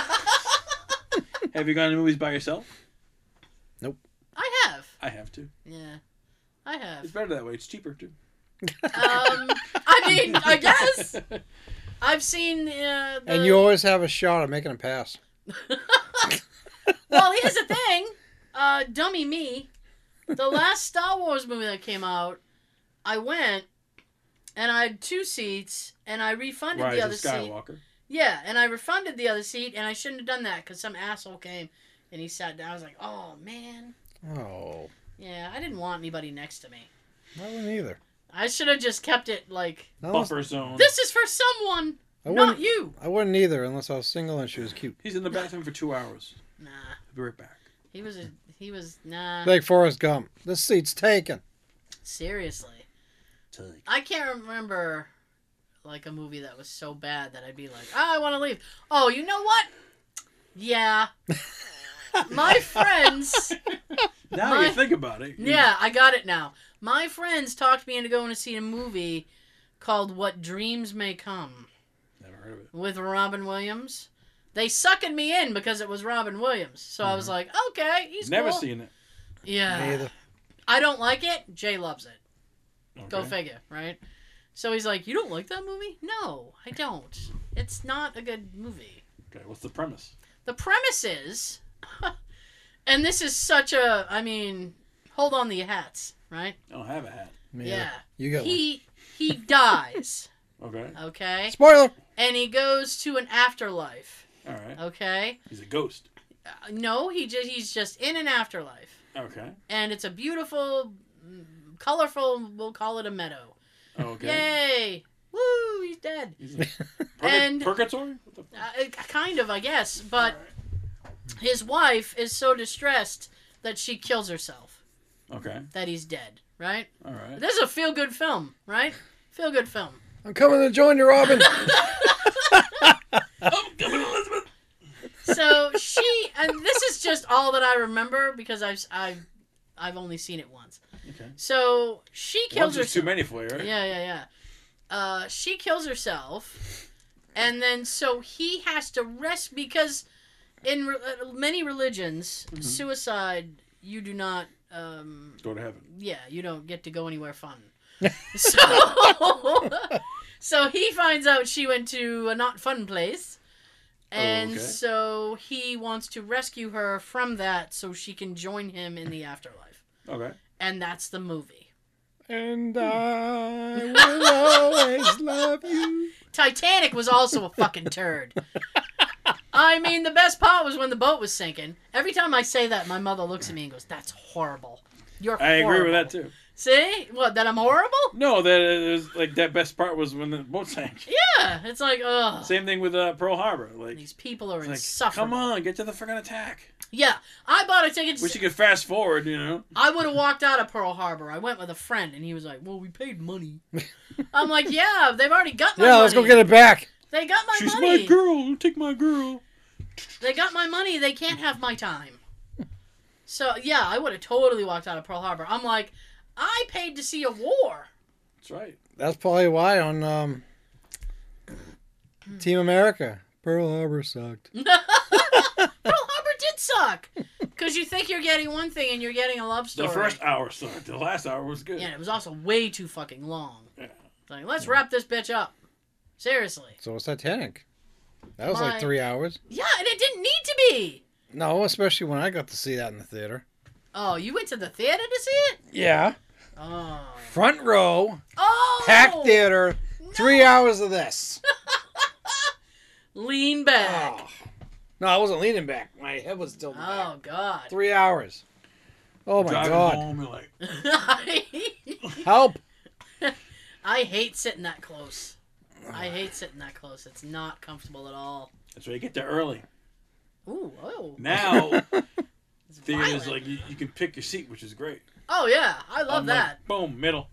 Speaker 3: Have you gone to movies by yourself?
Speaker 2: I have.
Speaker 3: I have to.
Speaker 2: Yeah, I
Speaker 3: It's
Speaker 2: have.
Speaker 3: better that way. It's cheaper too.
Speaker 2: Um, I mean, I guess I've seen. Uh, the...
Speaker 4: And you always have a shot at making a pass.
Speaker 2: Well, here's the thing, uh, dummy me. The last Star Wars movie that came out, I went, and I had two seats, and I refunded
Speaker 3: Rise
Speaker 2: the other
Speaker 3: of
Speaker 2: seat.
Speaker 3: Skywalker.
Speaker 2: Yeah, and I refunded the other seat, and I shouldn't have done that because some asshole came and he sat down. I was like, oh man,
Speaker 4: Oh,
Speaker 2: yeah, I didn't want anybody next to me.
Speaker 4: I wouldn't either.
Speaker 2: I should have just kept it like
Speaker 4: Not unless-
Speaker 3: Buffer zone.
Speaker 2: this is for someone,
Speaker 4: Um, I
Speaker 2: not
Speaker 4: wouldn't.
Speaker 2: you.
Speaker 4: I wouldn't either unless I was single and she was cute.
Speaker 3: He's in the bathroom for two hours.
Speaker 2: Nah,
Speaker 3: I'll be right back.
Speaker 2: he was a he was nah.
Speaker 4: Like Forrest Gump. This seat's taken.
Speaker 2: Seriously, I can't remember like a movie that was so bad that I'd be like, oh, I want to leave. Oh, you know what? Yeah, my friends.
Speaker 3: Now
Speaker 2: My-
Speaker 3: you think about it. you-
Speaker 2: Yeah, I got it now. My friends talked me into going to see a movie called What Dreams May Come
Speaker 3: Never heard of it.
Speaker 2: with Robin Williams. They suckered me in because it was Robin Williams. So I was like, okay, he's
Speaker 3: Never
Speaker 2: cool.
Speaker 3: seen it.
Speaker 2: Yeah.
Speaker 4: Mm-hmm. Me either.
Speaker 2: I don't like it. Jay loves it. Go
Speaker 3: Okay.
Speaker 2: figure, right? So he's like, you don't like that movie? No, I don't. It's not a good movie.
Speaker 3: Okay, what's the premise?
Speaker 2: the premise is and this is such a i mean hold on to your hats right
Speaker 3: I don't have a hat.
Speaker 4: Me
Speaker 2: yeah,
Speaker 4: either. You got one.
Speaker 2: he he dies
Speaker 3: Okay.
Speaker 2: okay
Speaker 4: Spoiler.
Speaker 2: and he goes to an afterlife
Speaker 3: All right.
Speaker 2: okay
Speaker 3: He's a ghost.
Speaker 2: uh, no he just he's just in an afterlife
Speaker 3: Okay.
Speaker 2: and it's a beautiful mm, colorful we'll call it a meadow
Speaker 3: Oh, okay.
Speaker 2: Yay! Woo! He's dead.
Speaker 3: Purga-
Speaker 2: And-
Speaker 3: purgatory? What the
Speaker 2: Uh, it- kind of, I guess. But his wife is so distressed that she kills herself.
Speaker 3: f- okay.
Speaker 2: That he's dead. Right.
Speaker 3: All right.
Speaker 2: This is a feel good film. Right. Feel good film.
Speaker 4: I'm coming to join you, Robin.
Speaker 2: so she and this is just all that I remember because I've I've I've only seen it once.
Speaker 3: Okay.
Speaker 2: So she kills
Speaker 3: Once is too
Speaker 2: herself.
Speaker 3: many for you, right?
Speaker 2: Yeah, yeah, yeah. Uh, she kills herself, and then so he has to rest because in re- uh, many religions, suicide you do not. Um,
Speaker 3: Go to heaven.
Speaker 2: yeah, you don't get to go anywhere fun. so, so he finds out she went to a not fun place. And
Speaker 3: Okay.
Speaker 2: so he wants to rescue her from that so she can join him in the afterlife.
Speaker 3: Okay.
Speaker 2: And that's the movie.
Speaker 4: and I will always love you.
Speaker 2: Titanic was also a fucking turd. I mean, the best part was when the boat was sinking. Every time I say that, my mother looks at me and goes, That's horrible. You're
Speaker 3: I agree
Speaker 2: horrible."
Speaker 3: with that too.
Speaker 2: See? What, that I'm horrible?
Speaker 3: No, that is like that best part was when the boat sank.
Speaker 2: Yeah. It's like, ugh.
Speaker 3: Same thing with uh, Pearl Harbor. Like,
Speaker 2: These people are
Speaker 3: it's like
Speaker 2: insufferable.
Speaker 3: come on, get to the freaking attack.
Speaker 2: Yeah, I bought a ticket. To
Speaker 3: Wish
Speaker 2: see-
Speaker 3: you could fast forward, you know.
Speaker 2: I would have walked out of Pearl Harbor. I went with a friend, and he was like, "Well, we paid money." I'm like, "Yeah, they've already got my
Speaker 4: Yeah,
Speaker 2: money.
Speaker 4: let's go get it back.
Speaker 2: They got my
Speaker 3: She's
Speaker 2: money.
Speaker 3: my girl. You take my girl.
Speaker 2: They got my money. They can't have my time." So yeah, I would have totally walked out of Pearl Harbor. I'm like, I paid to see a war.
Speaker 3: That's right.
Speaker 4: That's probably why on um, Team America, Pearl Harbor sucked.
Speaker 2: Pearl Harbor did suck, because you think you're getting one thing and you're getting a love story.
Speaker 3: The first hour sucked. The last hour was good.
Speaker 2: yeah, and it was also way too fucking long.
Speaker 3: Yeah.
Speaker 2: Like, let's wrap this bitch up. Seriously.
Speaker 4: So was Titanic. That was
Speaker 2: My-
Speaker 4: like three hours.
Speaker 2: Yeah, and it didn't need to be.
Speaker 4: No, especially when I got to see that in the theater.
Speaker 2: Oh, you went to the theater to see it?
Speaker 4: Yeah.
Speaker 2: Oh.
Speaker 4: Front row,
Speaker 2: Oh.
Speaker 4: packed theater, three hours of this.
Speaker 2: Lean back.
Speaker 4: Oh. No, I wasn't leaning back. My head was still
Speaker 2: Oh,
Speaker 4: back.
Speaker 2: God.
Speaker 4: Three hours. Oh my
Speaker 3: Driving
Speaker 4: god.
Speaker 3: home, you're like,
Speaker 4: Help.
Speaker 2: I hate sitting that close. I hate sitting that close. It's not comfortable at all.
Speaker 3: that's why you get there early.
Speaker 2: Ooh, oh.
Speaker 3: Now
Speaker 2: It's
Speaker 3: theater is
Speaker 2: violent.
Speaker 3: like you, you can pick your seat, which is great.
Speaker 2: oh yeah, I love
Speaker 3: I'm like,
Speaker 2: that.
Speaker 3: boom, middle.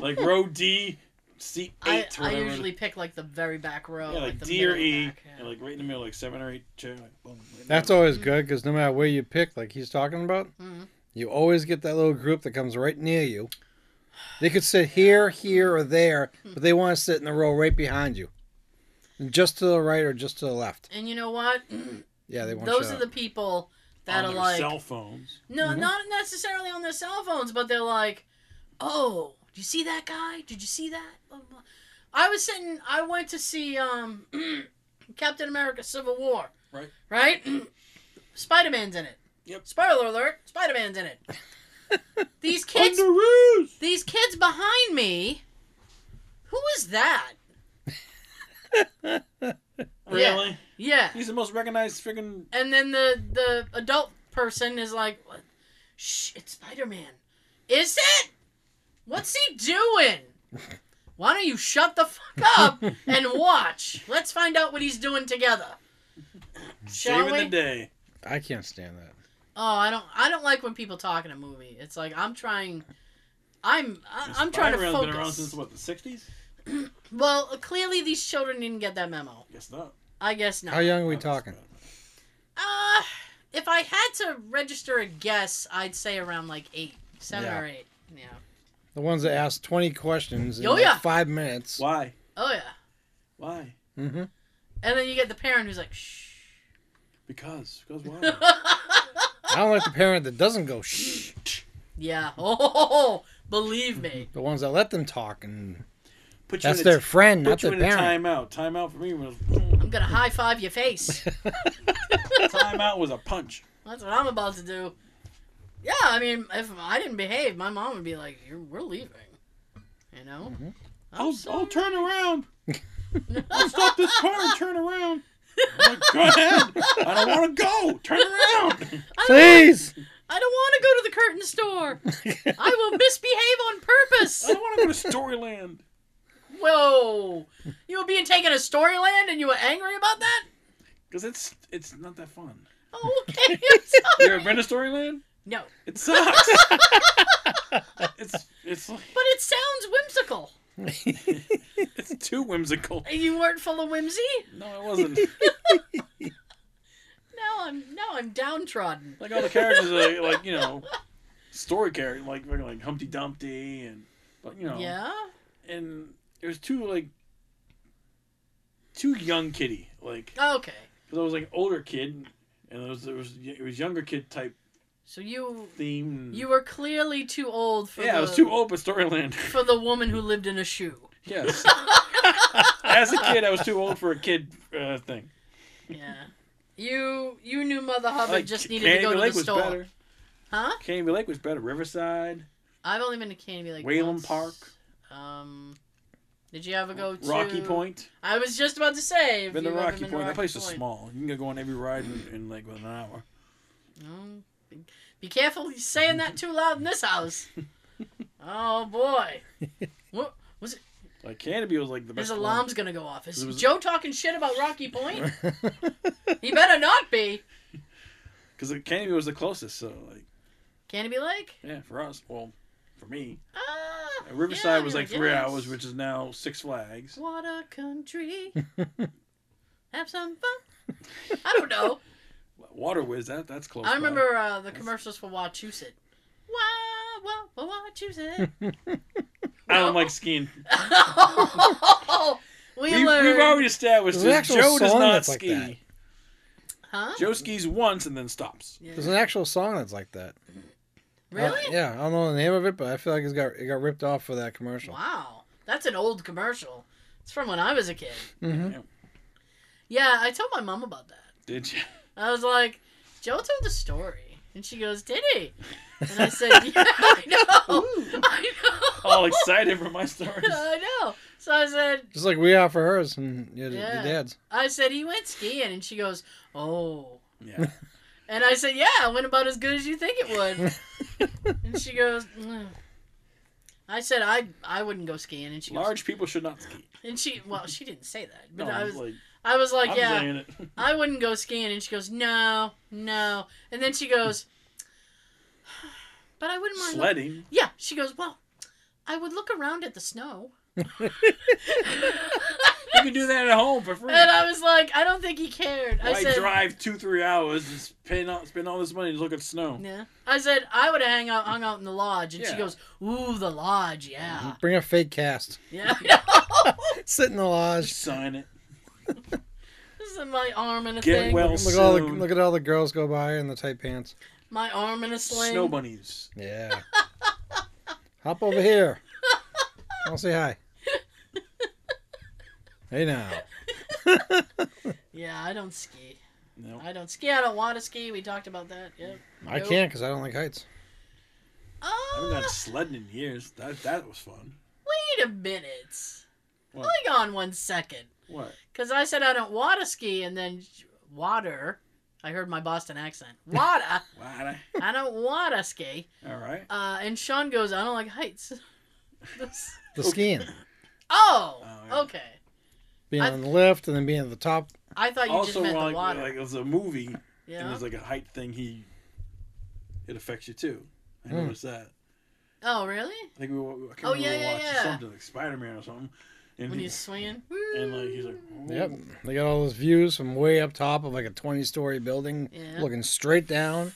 Speaker 3: like row D, seat
Speaker 2: I,
Speaker 3: eight.
Speaker 2: I
Speaker 3: whatever.
Speaker 2: usually pick like the very back row,
Speaker 3: yeah, like,
Speaker 2: the
Speaker 3: D or
Speaker 2: middle
Speaker 3: E,
Speaker 2: back, yeah.
Speaker 3: and like right in the middle, like seven or eight chair. Like, boom, right in the
Speaker 4: That's
Speaker 3: middle.
Speaker 4: always good because no matter where you pick, like he's talking about,
Speaker 2: Mhm.
Speaker 4: you always get that little group that comes right near you. They could sit here, here, or there, but they want to sit in the row right behind you, just to the right or just to the left.
Speaker 2: And you know what?
Speaker 4: Yeah, they want
Speaker 2: Those
Speaker 4: you
Speaker 2: are
Speaker 4: to-
Speaker 2: the people that
Speaker 3: on
Speaker 2: are
Speaker 3: their
Speaker 2: like
Speaker 3: cell phones.
Speaker 2: No, not necessarily on their cell phones, but they're like, "Oh, did you see that guy? Did you see that?" Blah, blah, blah. I was sitting. I went to see um, Captain America: Civil War.
Speaker 3: Right.
Speaker 2: Right. Spider Man's in it.
Speaker 3: Yep.
Speaker 2: Spoiler alert: Spider Man's in it. these kids.
Speaker 3: Under roof.
Speaker 2: these kids behind me. Who is that? Yeah.
Speaker 3: Really?
Speaker 2: Yeah.
Speaker 3: He's the most recognized freaking.
Speaker 2: And then the the adult person is like, what? "Shh, it's Spider Man." Is it? What's he doing? Why don't you shut the fuck up and watch? Let's find out what he's doing together. Shall
Speaker 3: Saving
Speaker 2: we?
Speaker 3: the day.
Speaker 4: I can't stand that.
Speaker 2: Oh, I don't. I don't like when people talk in a movie. It's like I'm trying. I'm. I, I'm
Speaker 3: Spider-Man's
Speaker 2: trying to
Speaker 3: Been around since
Speaker 2: focus.
Speaker 3: what the '60s?
Speaker 2: Well, clearly these children didn't get that memo.
Speaker 3: Guess not.
Speaker 2: I guess not.
Speaker 4: How young are we talking?
Speaker 2: Uh, if I had to register a guess, I'd say around like eight, seven
Speaker 4: Yeah.
Speaker 2: or eight. Yeah.
Speaker 4: The ones that ask twenty questions in
Speaker 2: Oh,
Speaker 4: like
Speaker 2: yeah.
Speaker 4: five minutes.
Speaker 3: Why?
Speaker 2: Oh yeah.
Speaker 3: Why?
Speaker 4: Mm-hmm.
Speaker 2: And then you get the parent who's like, shh.
Speaker 3: Because. Because why?
Speaker 4: I don't like the parent that doesn't go shh.
Speaker 2: yeah. Oh, believe me.
Speaker 4: The ones that let them talk and
Speaker 3: Put
Speaker 4: that's
Speaker 3: in a
Speaker 4: their friend, not
Speaker 3: Put you
Speaker 4: their
Speaker 3: in a
Speaker 4: parent.
Speaker 3: timeout. Timeout for me was
Speaker 2: I'm gonna high five your face.
Speaker 3: timeout was a punch.
Speaker 2: That's what I'm about to do. Yeah, I mean, if I didn't behave, my mom would be like, You're, "We're leaving," you know. I'm
Speaker 3: I'll,
Speaker 2: sorry.
Speaker 3: I'll turn around. I'll stop this car and turn around. I'm like, go ahead. I don't want to go. Turn around.
Speaker 4: Please.
Speaker 2: I don't want to go to the curtain store. I will misbehave on purpose.
Speaker 3: I don't want to go to Storyland.
Speaker 2: Whoa! You were being taken to Storyland and you were angry about that?
Speaker 3: Because it's it's not that fun.
Speaker 2: Oh, okay. I'm sorry.
Speaker 3: You ever been to Storyland?
Speaker 2: No,
Speaker 3: It sucks. it's it's like-
Speaker 2: but it sounds whimsical.
Speaker 3: it's too whimsical.
Speaker 2: You weren't full of whimsy.
Speaker 3: No, it wasn't.
Speaker 2: Now I'm now I'm downtrodden.
Speaker 3: Like all the characters are like you know, story characters like fucking, like Humpty Dumpty and but you know
Speaker 2: Yeah.
Speaker 3: and it was too like too young kitty like
Speaker 2: Okay.
Speaker 3: because I was like older kid and it was it was it was younger kid type
Speaker 2: So you
Speaker 3: theme.
Speaker 2: you were clearly too old for
Speaker 3: yeah,
Speaker 2: the,
Speaker 3: it was too old for Storyland.
Speaker 2: for the woman who lived in a shoe.
Speaker 3: Yes. As a kid, I was too old for a kid uh, thing.
Speaker 2: Yeah. You you knew Mother Hubbard just needed
Speaker 3: Canby
Speaker 2: to go to
Speaker 3: Lake
Speaker 2: the
Speaker 3: was
Speaker 2: store.
Speaker 3: better.
Speaker 2: Huh?
Speaker 3: Canby Lake was better. Riverside,
Speaker 2: I've only been to Canby Lake.
Speaker 3: Whalen
Speaker 2: once.
Speaker 3: Park,
Speaker 2: Um did you ever go to
Speaker 3: Rocky Point.
Speaker 2: I was just about to say. if
Speaker 3: Been to
Speaker 2: you've ever
Speaker 3: Rocky
Speaker 2: been
Speaker 3: Point.
Speaker 2: to
Speaker 3: that
Speaker 2: Rocky
Speaker 3: place is
Speaker 2: Point.
Speaker 3: small. You can go on every ride in, in like within an hour.
Speaker 2: Mm. Be- Be careful you saying that too loud in this house. oh boy. What was it?
Speaker 3: Like Canopy was like the
Speaker 2: His
Speaker 3: best. one.
Speaker 2: alarm's gonna go off. Is
Speaker 3: It was-
Speaker 2: Joe talking shit about Rocky Point? he better not be.
Speaker 3: Because Canopy was the closest, so like
Speaker 2: Canopy Lake?
Speaker 3: yeah, for us, well, for me,
Speaker 2: Ah,
Speaker 3: And Riverside
Speaker 2: yeah,
Speaker 3: was
Speaker 2: I
Speaker 3: like three
Speaker 2: guess.
Speaker 3: hours, which is now Six Flags.
Speaker 2: What a country. Have some fun. I don't know.
Speaker 3: Water Whiz, that that's close.
Speaker 2: I
Speaker 3: by.
Speaker 2: remember uh, the commercials for Wachusett. Wah, wah, wah, Wachusett.
Speaker 3: I don't like skiing.
Speaker 2: we
Speaker 3: We, we've
Speaker 2: learned.
Speaker 3: already established
Speaker 4: There's an
Speaker 3: this.
Speaker 4: actual
Speaker 3: Joe does
Speaker 4: song
Speaker 3: not
Speaker 4: that's like
Speaker 3: ski.
Speaker 4: that.
Speaker 2: Huh?
Speaker 3: Joe skis once and then stops.
Speaker 2: Yeah.
Speaker 4: There's an actual song that's like that.
Speaker 2: Really?
Speaker 4: Uh, yeah, I don't know the name of it, but I feel like it's got it got ripped off for that commercial.
Speaker 2: Wow. That's an old commercial. It's from when I was a kid.
Speaker 4: Mm-hmm.
Speaker 2: Yeah, I told my mom about that.
Speaker 3: Did you?
Speaker 2: I was like, Joe told the story. And she goes, Did he? And I said, Yeah, I know. I know.
Speaker 3: All excited for my stories.
Speaker 2: I know. So I said,
Speaker 4: Just like we are for hers and your, your
Speaker 2: Yeah.
Speaker 4: dad's.
Speaker 2: I said, He went skiing. And she goes, Oh.
Speaker 3: Yeah.
Speaker 2: And I said, Yeah, it went about as good as you think it would. and she goes, "Mm." I said, I I wouldn't go skiing. And she goes,
Speaker 3: Large people should not ski.
Speaker 2: And she, well, she didn't say that. But
Speaker 3: No,
Speaker 2: I
Speaker 3: I'm
Speaker 2: was,
Speaker 3: like,
Speaker 2: I was like,
Speaker 3: I'm
Speaker 2: Yeah.
Speaker 3: saying it.
Speaker 2: I wouldn't go skiing. And she goes, no, no. And then she goes, but I wouldn't mind. look-
Speaker 3: Sledding.
Speaker 2: yeah, she goes, well, I would look around at the snow.
Speaker 3: You can do that at home for free.
Speaker 2: And I was like, I don't think he cared. I
Speaker 3: Why
Speaker 2: said,
Speaker 3: drive two, three hours and spend all, spend all this money to look at snow?
Speaker 2: yeah. I said, I would have hung out, hung out in the lodge. And she
Speaker 3: Yeah. Mm-hmm.
Speaker 2: goes, ooh, the lodge, yeah.
Speaker 4: Mm-hmm. Bring a fake cast.
Speaker 2: Yeah.
Speaker 4: Sit in the lodge.
Speaker 3: Just sign it.
Speaker 2: this is my arm in a
Speaker 3: Get
Speaker 2: thing.
Speaker 3: well
Speaker 4: Look at all the
Speaker 3: soon.
Speaker 4: look at all the girls go by in the tight pants.
Speaker 2: My arm in a sling.
Speaker 3: Snow bunnies.
Speaker 4: Yeah. Hop over here. I'll say hi. Hey now.
Speaker 2: Yeah, I don't ski.
Speaker 3: No.
Speaker 2: I don't ski. I don't want to ski. We talked about that. Yep.
Speaker 4: I
Speaker 2: Nope.
Speaker 4: can't because I don't like heights.
Speaker 3: I haven't
Speaker 2: Oh,
Speaker 3: gone sledding in years. That that was fun.
Speaker 2: wait a minute.
Speaker 3: What?
Speaker 2: Hang on one second.
Speaker 3: What?
Speaker 2: Because I said I don't want to ski, and then sh- water. I heard my Boston accent. Water.
Speaker 3: Wow.
Speaker 2: I don't want to ski.
Speaker 3: All right.
Speaker 2: Uh, and Sean goes, I don't like heights.
Speaker 4: The skiing.
Speaker 2: oh,
Speaker 3: Oh, yeah.
Speaker 2: okay.
Speaker 4: Being
Speaker 2: I've-
Speaker 4: on the lift and then being at the top.
Speaker 2: I thought you just
Speaker 3: Also,
Speaker 2: meant
Speaker 3: like,
Speaker 2: the water.
Speaker 3: like it was a movie and
Speaker 2: yeah.
Speaker 3: there's like a height thing. He it affects you too. I
Speaker 4: Hmm.
Speaker 3: noticed that.
Speaker 2: oh, really?
Speaker 3: I think we were, I can't
Speaker 2: Oh,
Speaker 3: remember
Speaker 2: yeah,
Speaker 3: we
Speaker 2: yeah,
Speaker 3: watched
Speaker 2: yeah.
Speaker 3: something like Spider Man or something. And
Speaker 2: When
Speaker 3: he,
Speaker 2: he's swinging.
Speaker 3: and like he's like, "Ooh."
Speaker 4: Yep. They got all those views from way up top of like a 20 story building
Speaker 2: Yeah.
Speaker 4: looking straight down.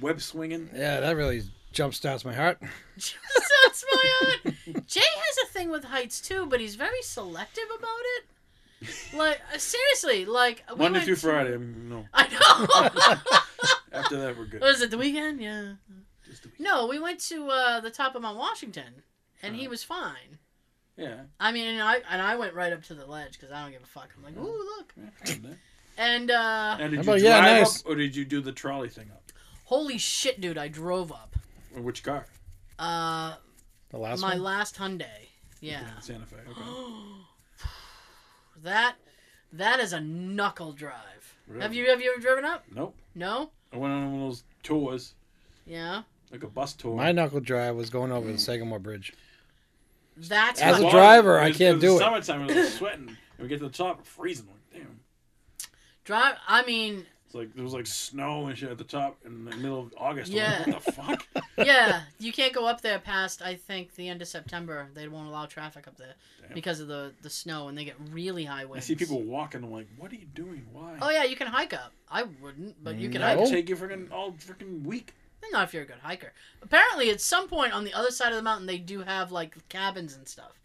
Speaker 3: web swinging.
Speaker 4: Yeah, that really jump starts my heart.
Speaker 2: That's my own. Jay has a thing with heights too, but he's very selective about it. Like uh, seriously, like we
Speaker 3: Monday
Speaker 2: went
Speaker 3: through
Speaker 2: to-
Speaker 3: Friday. I'm- No,
Speaker 2: I know.
Speaker 3: after that we're good.
Speaker 2: Was it the weekend? Yeah.
Speaker 3: Just the week.
Speaker 2: No, we went to uh, the top of Mount Washington, and he was fine.
Speaker 3: Yeah.
Speaker 2: I mean, and I and I went right up to the ledge because I don't give a fuck. I'm like, ooh, look.
Speaker 3: yeah, I did that.
Speaker 2: And uh,
Speaker 3: Now, did you
Speaker 4: about-
Speaker 3: drive
Speaker 4: yeah, nice.
Speaker 3: up or did you do the trolley thing up?
Speaker 2: holy shit, dude! I drove up.
Speaker 3: Or which car?
Speaker 2: Uh,
Speaker 4: The last
Speaker 2: my
Speaker 4: one.
Speaker 2: last Hyundai. Yeah.
Speaker 3: Santa Fe. Okay.
Speaker 2: That that is a knuckle drive. Have
Speaker 3: Really?
Speaker 2: you have you ever driven up?
Speaker 3: nope.
Speaker 2: No.
Speaker 3: I went on one of those tours.
Speaker 2: Yeah.
Speaker 3: like a bus tour.
Speaker 4: My knuckle drive was going over
Speaker 2: Mm.
Speaker 4: the Sagamore Bridge.
Speaker 2: That's
Speaker 4: As
Speaker 2: what-
Speaker 4: a
Speaker 3: Well,
Speaker 4: driver, I
Speaker 3: it's-
Speaker 4: can't
Speaker 3: it's
Speaker 4: do it.
Speaker 3: Summertime, it was sweating, and we get to the top, it's freezing. Like damn,
Speaker 2: drive. I mean,
Speaker 3: it's like there was like snow and shit at the top in the middle of August.
Speaker 2: Yeah.
Speaker 3: I'm like, what the fuck?
Speaker 2: yeah, you can't go up there past I think the end of September. They won't allow traffic up there
Speaker 3: Damn.
Speaker 2: because of the the snow, and they get really high
Speaker 3: I
Speaker 2: winds.
Speaker 3: see people walking. I'm like, what are you doing? Why?
Speaker 2: Oh yeah, you can hike up. I wouldn't, but you can
Speaker 4: No.
Speaker 2: hike.
Speaker 3: That'd take you freaking all freaking week.
Speaker 2: Not if you're a good hiker. Apparently, at some point on the other side of the mountain, they do have like cabins and stuff.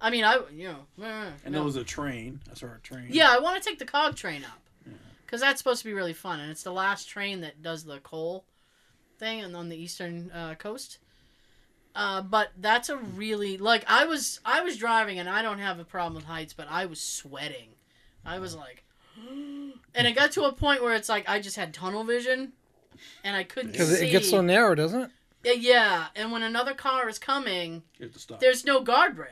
Speaker 2: I mean, I you know. eh,
Speaker 3: Hmm. And
Speaker 2: no.
Speaker 3: there was a train. I saw a train.
Speaker 2: Yeah, I want to take the cog train up. Because that's supposed to be really fun. And it's the last train that does the coal thing and on the eastern uh, coast. Uh, but that's a really like I was I was driving and I don't have a problem with heights, but I was sweating. I was like, and it got to a point where it's like I just had tunnel vision, and I couldn't
Speaker 4: Because
Speaker 2: see. Uh,
Speaker 4: it gets so narrow, doesn't it?
Speaker 2: yeah, and when another car is coming,
Speaker 3: You have to stop.
Speaker 2: there's no guardrail.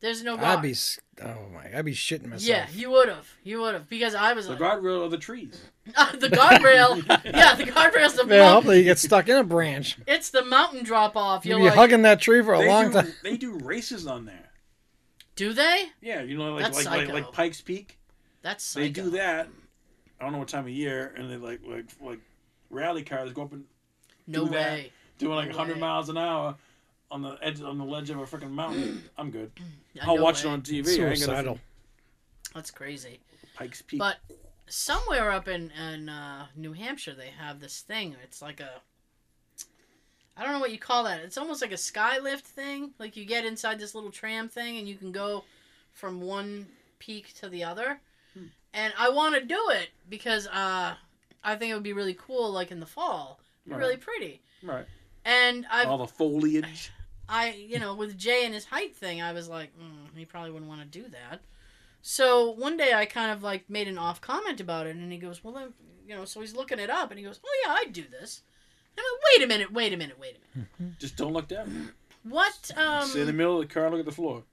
Speaker 2: There's no guard.
Speaker 4: I'd be, s- oh my, I'd be shitting myself.
Speaker 2: yeah, you would have, you would have, because I was
Speaker 3: the
Speaker 2: like,
Speaker 3: guardrail of the trees.
Speaker 2: Uh, the guardrail. yeah, the guardrail's the
Speaker 4: Man,
Speaker 2: mountain.
Speaker 4: hopefully you get stuck in a branch.
Speaker 2: It's the mountain drop off.
Speaker 4: You'll
Speaker 2: You're
Speaker 4: be
Speaker 2: like,
Speaker 4: hugging that tree for a
Speaker 3: they
Speaker 4: long
Speaker 3: do,
Speaker 4: time.
Speaker 3: They do races on there.
Speaker 2: do they?
Speaker 3: Yeah, you know, like
Speaker 2: That's
Speaker 3: like, like
Speaker 2: psycho.
Speaker 3: like Pikes Peak.
Speaker 2: That's psycho.
Speaker 3: They do that. I don't know what time of year, and they like like like rally cars go up and
Speaker 2: No
Speaker 3: do that.
Speaker 2: way.
Speaker 3: doing like
Speaker 2: No
Speaker 3: 100
Speaker 2: way.
Speaker 3: miles an hour on the edge on the ledge of a freaking mountain. I'm good.
Speaker 2: Yeah,
Speaker 3: I'll
Speaker 2: no
Speaker 3: watch
Speaker 2: way.
Speaker 3: it on TV. I ain't gonna
Speaker 4: Suicidal.
Speaker 2: That's crazy.
Speaker 3: Pikes Peak.
Speaker 2: But somewhere up in in uh, New Hampshire, they have this thing. It's like a. I don't know what you call that. It's almost like a skylift thing. Like you get inside this little tram thing, and you can go from one peak to the other.
Speaker 3: Hmm.
Speaker 2: And I want to do it because uh, I think it would be really cool. Like in the fall, It'd be
Speaker 3: Right.
Speaker 2: really pretty.
Speaker 3: right.
Speaker 2: And I've
Speaker 3: All the foliage.
Speaker 2: I, you know, with Jay and his height thing, I was like, mm, he probably wouldn't want to do that. So one day I kind of like made an off comment about it, and he goes, well, then, you know, so he's looking it up, and he goes, oh yeah, I'd do this. And I'm like, wait a minute, wait a minute, wait a minute.
Speaker 3: Just don't look down.
Speaker 2: What?
Speaker 3: Sit in the
Speaker 2: Um,
Speaker 3: middle of the car. Look at the floor.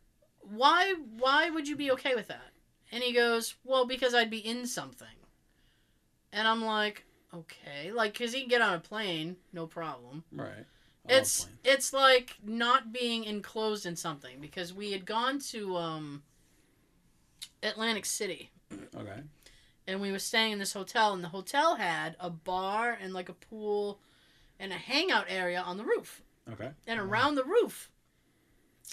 Speaker 2: why? Why would you be okay with that? And he goes, well, because I'd be in something. And I'm like, okay, like, cause he can get on a plane, no problem.
Speaker 3: Right. I love
Speaker 2: it's
Speaker 3: planes.
Speaker 2: it's like not being enclosed in something because we had gone to um Atlantic City
Speaker 3: okay.
Speaker 2: and we were staying in this hotel and the hotel had a bar and like a pool and a hangout area on the roof
Speaker 3: Okay.
Speaker 2: and around the roof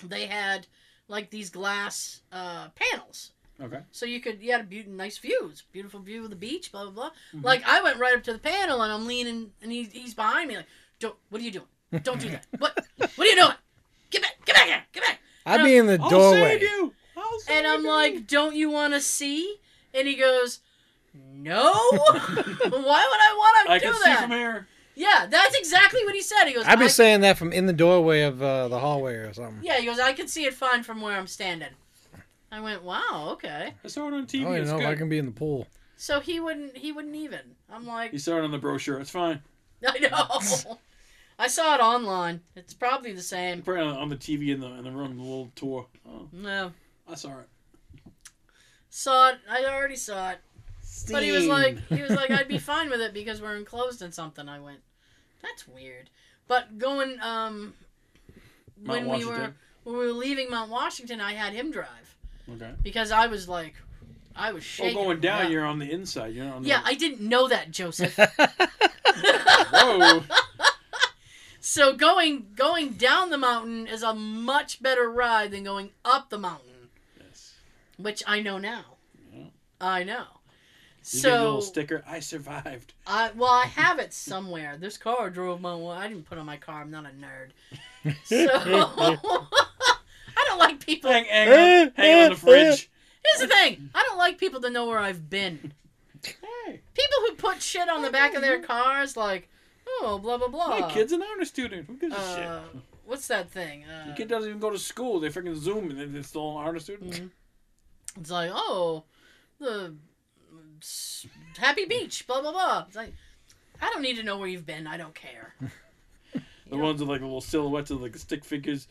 Speaker 2: they had like these glass uh panels
Speaker 3: Okay.
Speaker 2: so you could you had a be- nice views, beautiful view of the beach, blah blah blah.
Speaker 3: Mm-hmm.
Speaker 2: Like I went right up to the panel and I'm leaning, and he's he's behind me like, don't what are you doing? Don't do that. What what are you doing? Get back, get back here, get back.
Speaker 4: I'd be in
Speaker 3: Oh,
Speaker 4: the doorway.
Speaker 3: you. I'll save
Speaker 2: And I'm
Speaker 3: you.
Speaker 2: like, don't you want to see? And he goes, no. Why would I want to
Speaker 3: I
Speaker 2: do
Speaker 3: can see
Speaker 2: that?
Speaker 3: from here.
Speaker 2: Yeah, that's exactly what he said. He goes,
Speaker 4: I'd be
Speaker 2: "I-
Speaker 4: saying that from in the doorway of uh, the hallway or something.
Speaker 2: yeah, he goes, I can see it fine from where I'm standing. I went, wow, okay.
Speaker 3: I saw it on TV.
Speaker 4: I don't even
Speaker 3: it's
Speaker 4: Oh, know if
Speaker 3: good.
Speaker 4: I can be in the pool.
Speaker 2: So he wouldn't, he wouldn't even. I'm like,
Speaker 3: You saw it on the brochure. It's fine.
Speaker 2: I know. I saw it online. It's probably the same.
Speaker 3: Probably on, on the TV in the in the room. The little tour. Oh,
Speaker 2: No.
Speaker 3: I saw it.
Speaker 2: Saw it. I already saw it. But he was like he was like I'd be fine with it because we're enclosed in something. I went. That's weird. But going um
Speaker 3: Mount
Speaker 2: when we were
Speaker 3: Washington.
Speaker 2: when we were leaving Mount Washington, I had him drive
Speaker 3: Okay.
Speaker 2: because I was like I was
Speaker 3: Oh,
Speaker 2: shaking.
Speaker 3: going down.
Speaker 2: Yeah.
Speaker 3: You're on the inside. You're not on the.
Speaker 2: Yeah, I didn't know that, Joseph.
Speaker 3: Whoa.
Speaker 2: so going going down the mountain is a much better ride than going up the mountain.
Speaker 3: yes.
Speaker 2: which I know now.
Speaker 3: Yeah.
Speaker 2: I know.
Speaker 3: You get a
Speaker 2: So
Speaker 3: little sticker. I survived.
Speaker 2: I well, I have it somewhere. This car drove my. Well, I didn't put on my car. I'm not a nerd. So I don't like people.
Speaker 3: Hang, hang, on, hang on the fridge.
Speaker 2: Here's the thing. I don't like people to know where I've been.
Speaker 3: Hey,
Speaker 2: People who put shit on the back of their cars, like, oh, blah blah blah.
Speaker 3: my kid's an honor student. Who gives a
Speaker 2: Uh,
Speaker 3: shit?
Speaker 2: what's that thing?
Speaker 3: The
Speaker 2: Uh,
Speaker 3: kid doesn't even go to school. They freaking Zoom and then they're still an honor student.
Speaker 2: It's like, oh, the s- happy beach, blah blah blah. It's like, I don't need to know where you've been. I don't care.
Speaker 3: The ones with like the little silhouettes of like the stick figures,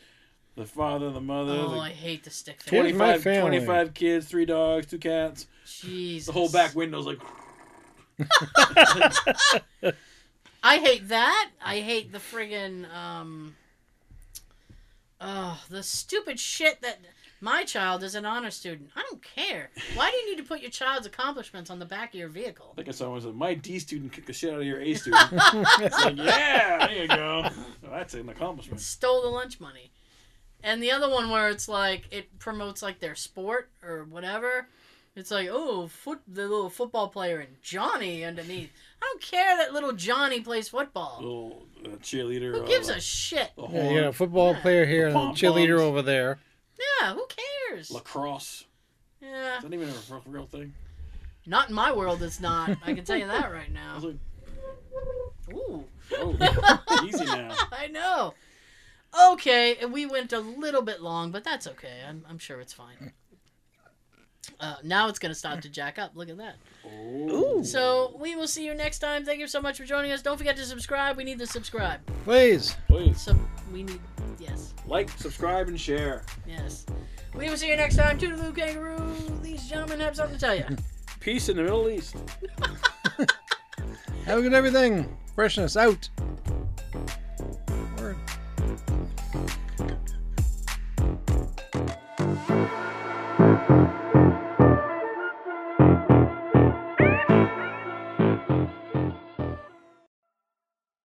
Speaker 3: the father, the mother,
Speaker 2: Oh, I
Speaker 3: like
Speaker 2: hate the stick figure.
Speaker 4: Twenty- Here's my
Speaker 3: 25,
Speaker 4: family.
Speaker 3: 25 kids, three dogs, two cats.
Speaker 2: Jesus.
Speaker 3: The whole back window's like
Speaker 2: I hate that. I hate the friggin' um. Oh, the stupid shit that my child is an honor student. I don't care. Why do you need to put your child's accomplishments on the back of your vehicle?
Speaker 3: Like I saw was my D student kicked the shit out of your A student. it's like, yeah, there you go. Well, that's an accomplishment.
Speaker 2: Stole the lunch money. And the other one where it's like it promotes like their sport or whatever. It's like, oh, foot the little football player and Johnny underneath. I don't care that little Johnny plays football.
Speaker 3: Little uh, cheerleader.
Speaker 2: Who
Speaker 3: uh,
Speaker 2: gives a shit?
Speaker 3: the
Speaker 4: Yeah,
Speaker 3: horn,
Speaker 4: you got a football player here and a
Speaker 3: Pom-poms.
Speaker 4: cheerleader over there.
Speaker 2: Yeah, who cares?
Speaker 3: lacrosse.
Speaker 2: Yeah.
Speaker 3: Is that even a r- real thing?
Speaker 2: Not in my world, it's not. I can tell you that right
Speaker 3: I was
Speaker 2: now.
Speaker 3: like,
Speaker 2: Ooh,
Speaker 3: oh, easy now.
Speaker 2: I know. Okay, and we went a little bit long, but that's okay. I'm, I'm sure it's fine. Uh, now it's going to start to jack up. Look at that.
Speaker 3: Oh.
Speaker 2: So we will see you next time. Thank you so much for joining us. Don't forget to subscribe. We need to subscribe.
Speaker 4: Please.
Speaker 3: Please
Speaker 2: So we need, yes,
Speaker 3: like, subscribe, and share.
Speaker 2: yes. We will see you next time. Toodaloo kangaroo. These gentlemen have something to tell you.
Speaker 3: Peace in the Middle East.
Speaker 4: Have a good everything. Freshness out.